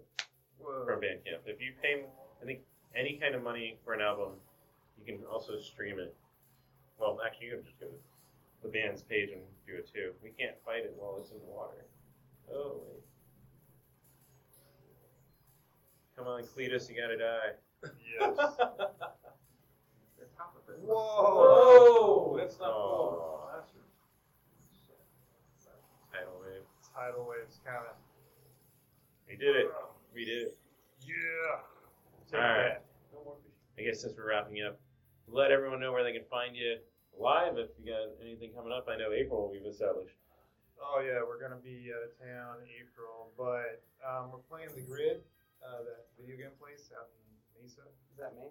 B: from
D: Whoa.
B: Bandcamp. If you pay, I think any kind of money for an album, you can also stream it. Well, actually, you can just go to the band's page and do it too. We can't fight it while it's in the water. Oh wait. Come on, Cletus, you gotta die.
D: Yes.
E: The top of it.
K: Oh,
D: Whoa.
K: that's not cool.
B: Oh, tidal wave.
D: Tidal waves kind of.
B: We did it. We did it.
D: Yeah.
B: All right. I guess since we're wrapping up, let everyone know where they can find you live if you got anything coming up. I know April we've established.
D: Oh yeah, we're gonna be out of town in April, but um, we're playing the grid, uh, that video game place out in Mesa.
E: Is that me?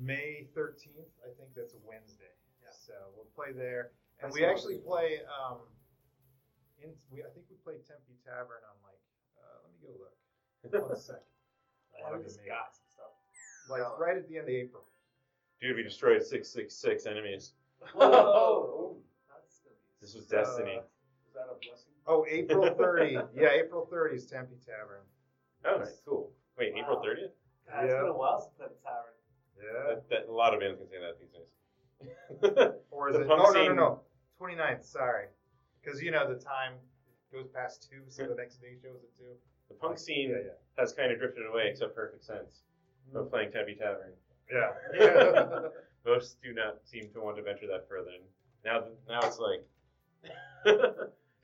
D: May 13th. I think that's a Wednesday.
E: Yeah.
D: So we'll play there. And
E: That's
D: we
E: not
D: actually
E: good.
D: play, um, in, we, I think we play Tempe Tavern on like, uh, let me go look. One sec. I
K: Oh,
D: have
K: we
D: it
K: just
D: made.
K: got some stuff.
D: Like right at the end of April.
B: Dude, we destroyed 666 enemies.
K: Whoa! That's gonna be-
B: This was Destiny.
D: Uh,
K: Is that a blessing?
D: oh, April 30. yeah, April 30 is Tempe Tavern.
B: oh, nice. cool. Wait,
K: Wow.
B: April 30th?
K: God, it's
D: Yeah.
K: been a while since I've tavern.
D: Yeah.
B: That, that, a lot of bands can say that these days.
D: Or is
B: The
D: it?
B: punk
D: Oh, no, no,
B: scene-
D: no. 29th, sorry. Because, you know, the time goes past 2, so the next day shows at 2.
B: the punk scene
D: Yeah, yeah.
B: has kind of drifted away, except Perfect Sense. But playing Tabby Tavern.
D: Yeah.
B: Most do not seem to want to venture that further. And now, now it's like,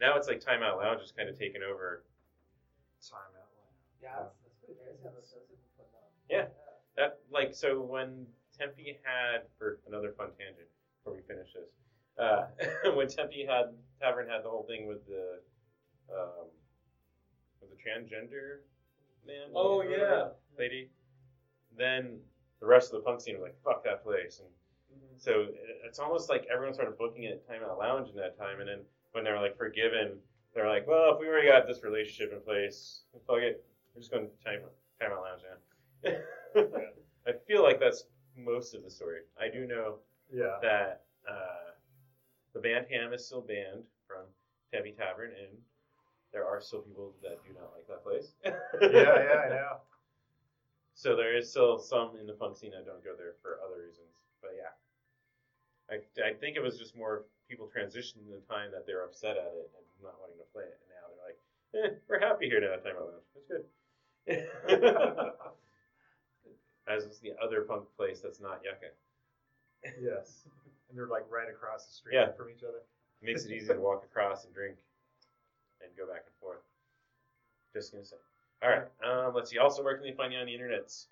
B: now it's like Time Out Lounge is kind of taken over.
D: Time out loud.
K: Yeah, that's, that's pretty crazy how those shows have been putting on.
B: Yeah. That like so when Tempe had for another fun tangent before we finish this, uh, when Tempe had Tavern had the whole thing with the um, with the transgender man.
K: Oh,
B: or whatever, lady. Then the rest of the punk scene was like, "Fuck that place," and so it- it's almost like everyone started booking it at Time Out Lounge in that time, and then when they were like forgiven, they were like, "Well, if we already got this relationship in place, fuck it, we're just going to Time Time Out Lounge now." I feel like that's most of the story. I do know
D: Yeah.
B: that uh, the band Ham is still banned from Tabby Tavern, and there are still people that do not like that place.
D: yeah, yeah, yeah.
B: So there is still some in the punk scene that don't go there for other reasons. But yeah, I, I think it was just more people transitioned in the time that they were upset at it and not wanting to play it. And now they're like, eh, we're happy here now at Time Out Lounge. That's good. As is the other punk place that's not Yucca.
D: Yes. And they're like right across the street
B: Yeah.
D: from each other.
B: Makes it easy to walk across and drink and go back and forth. Just gonna say. All right. Um, let's see. Also, where can they find you on the internets?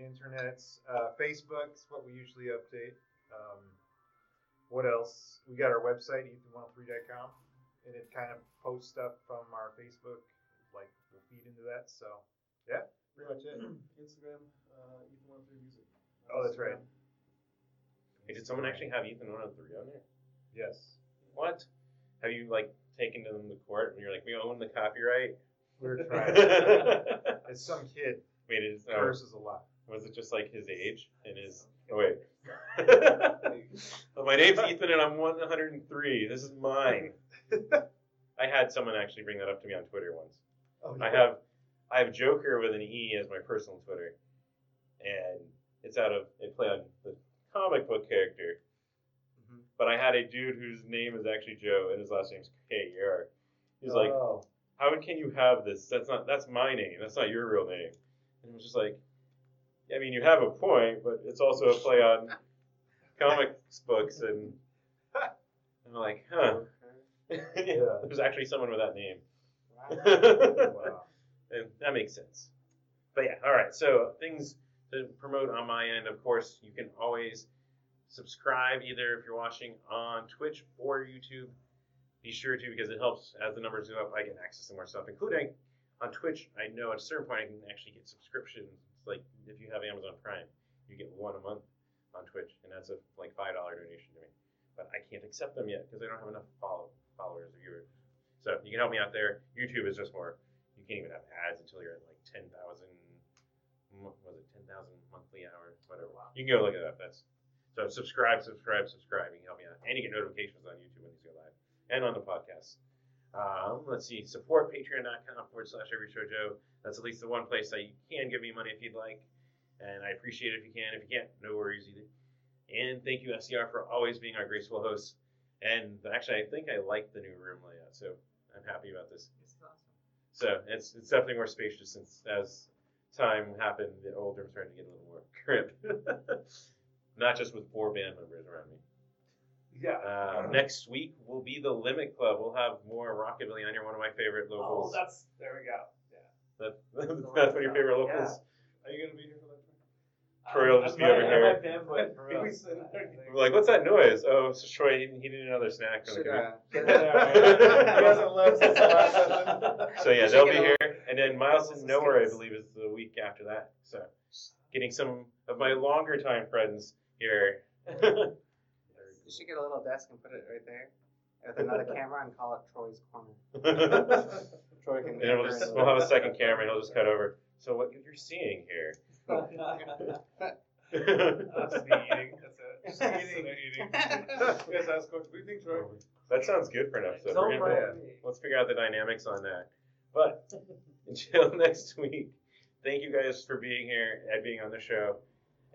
D: Internets, uh, Facebook's what we usually update. Um, what else? We got our website, ethan103.com, and it kind of posts stuff from our Facebook, like we'll feed into that. So, yeah, pretty much it.
C: Instagram, uh, Ethan One Three Music.
D: Oh, that's right.
B: Hey, did someone actually have Ethan 103 on there?
D: Yes.
B: What? Have you like taken them to court and you're like, we own the copyright?
D: We were trying.
B: Wait,
D: it's some kid
B: it is. Oh,
D: curses a lot.
B: was it just like his age and his? Oh wait. Oh, my name's Ethan and I'm 103. This is mine. I had someone actually bring that up to me on Twitter once.
D: Oh,
B: I have I have Joker with an E as my personal Twitter, and it's out of a play on the comic book character.
D: Mm-hmm.
E: Mhm.
B: But I had a dude whose name is actually Joe and his last name's K E R.
D: Uh.
B: He's like,
F: Oh.
B: how can you have this? That's not that's my name. That's not your real name. And it was just like, I mean, you have a point, but it's also a play on comics books and. I'm like, huh. yeah, There's actually someone with that name.
D: Wow.
B: And Uh, that makes sense. But yeah, all right. So things to promote on my end, of course, you can always subscribe either if you're watching on Twitch or YouTube. Be sure to because it helps as the numbers go up. I get access to more stuff, including on Twitch. I know at a certain point I can actually get subscriptions. It's like if you have Amazon Prime, you get one a month on Twitch, and that's a like five dollar donation to me. But I can't accept them yet because I don't have enough follow, followers or viewers. So you can help me out there. YouTube is just more. You can't even have ads until you're at like ten thousand. Was it ten thousand monthly hours? Whatever. You can go look it up. That's so subscribe, subscribe, subscribe. You can help me out, and you get notifications on YouTube when these go live and on the podcast. Um, let's see. Support patreon.com forward slash every show Joe. That's at least the one place that you can give me money if you'd like, and I appreciate it if you can. If you can't, no worries either. And thank you SCR for always being our graceful host. And actually, I think I like the new room layout, so I'm happy about this.
E: It's awesome.
B: So it's it's definitely more spacious since as time happened, the old room started to get a little more cramped. Not just with four band members around me.
F: Yeah.
K: Uh-huh.
B: Uh, next week will be the Limit Club. We'll have more Rockabilly on here, one of my favorite
K: Oh,
B: locals.
K: that's there we go. Yeah.
B: That- that's one of your favorite locals.
F: Are you gonna be here for that?
B: Troy will
K: Um,
B: just
K: I
B: be
K: might-
B: over
K: I
B: here.
K: might fanboy for
F: We
K: real.
F: said everything.
B: We're like, what's that noise? Oh, it's just Troy. He he needed another snack. from the
E: Should,
B: computer.
E: uh,
F: He
E: get that out.
F: hasn't left since the last session.
B: So yeah,
E: We should
B: they'll be
E: get a-
B: here, and then Miles
E: Christmas
B: and Nowhere, I
E: gifts.
B: believe, is the week after that. So getting some of my longer time friends here.
E: You should get a little desk and put it right there with another camera and call it Troy's Corner.
B: and
E: Troy can
B: then we'll
E: enter
B: just
E: and-
B: we'll have a second camera, and he'll just cut over. So what you're seeing here?
F: I'll just be eating. That's it. Just eating. eating. yes, that's good. We think Troy.
B: that sounds good for an episode. We're
K: Don't
B: gonna-
K: mind me.
B: let's figure out the dynamics on that. But until next week, thank you guys for being here and being on the show.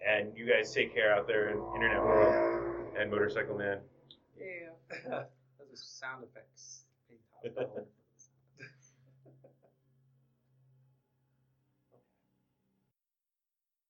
B: And you guys take care out there in internet world and motorcycle man.
E: Yeah. Those are sound effects.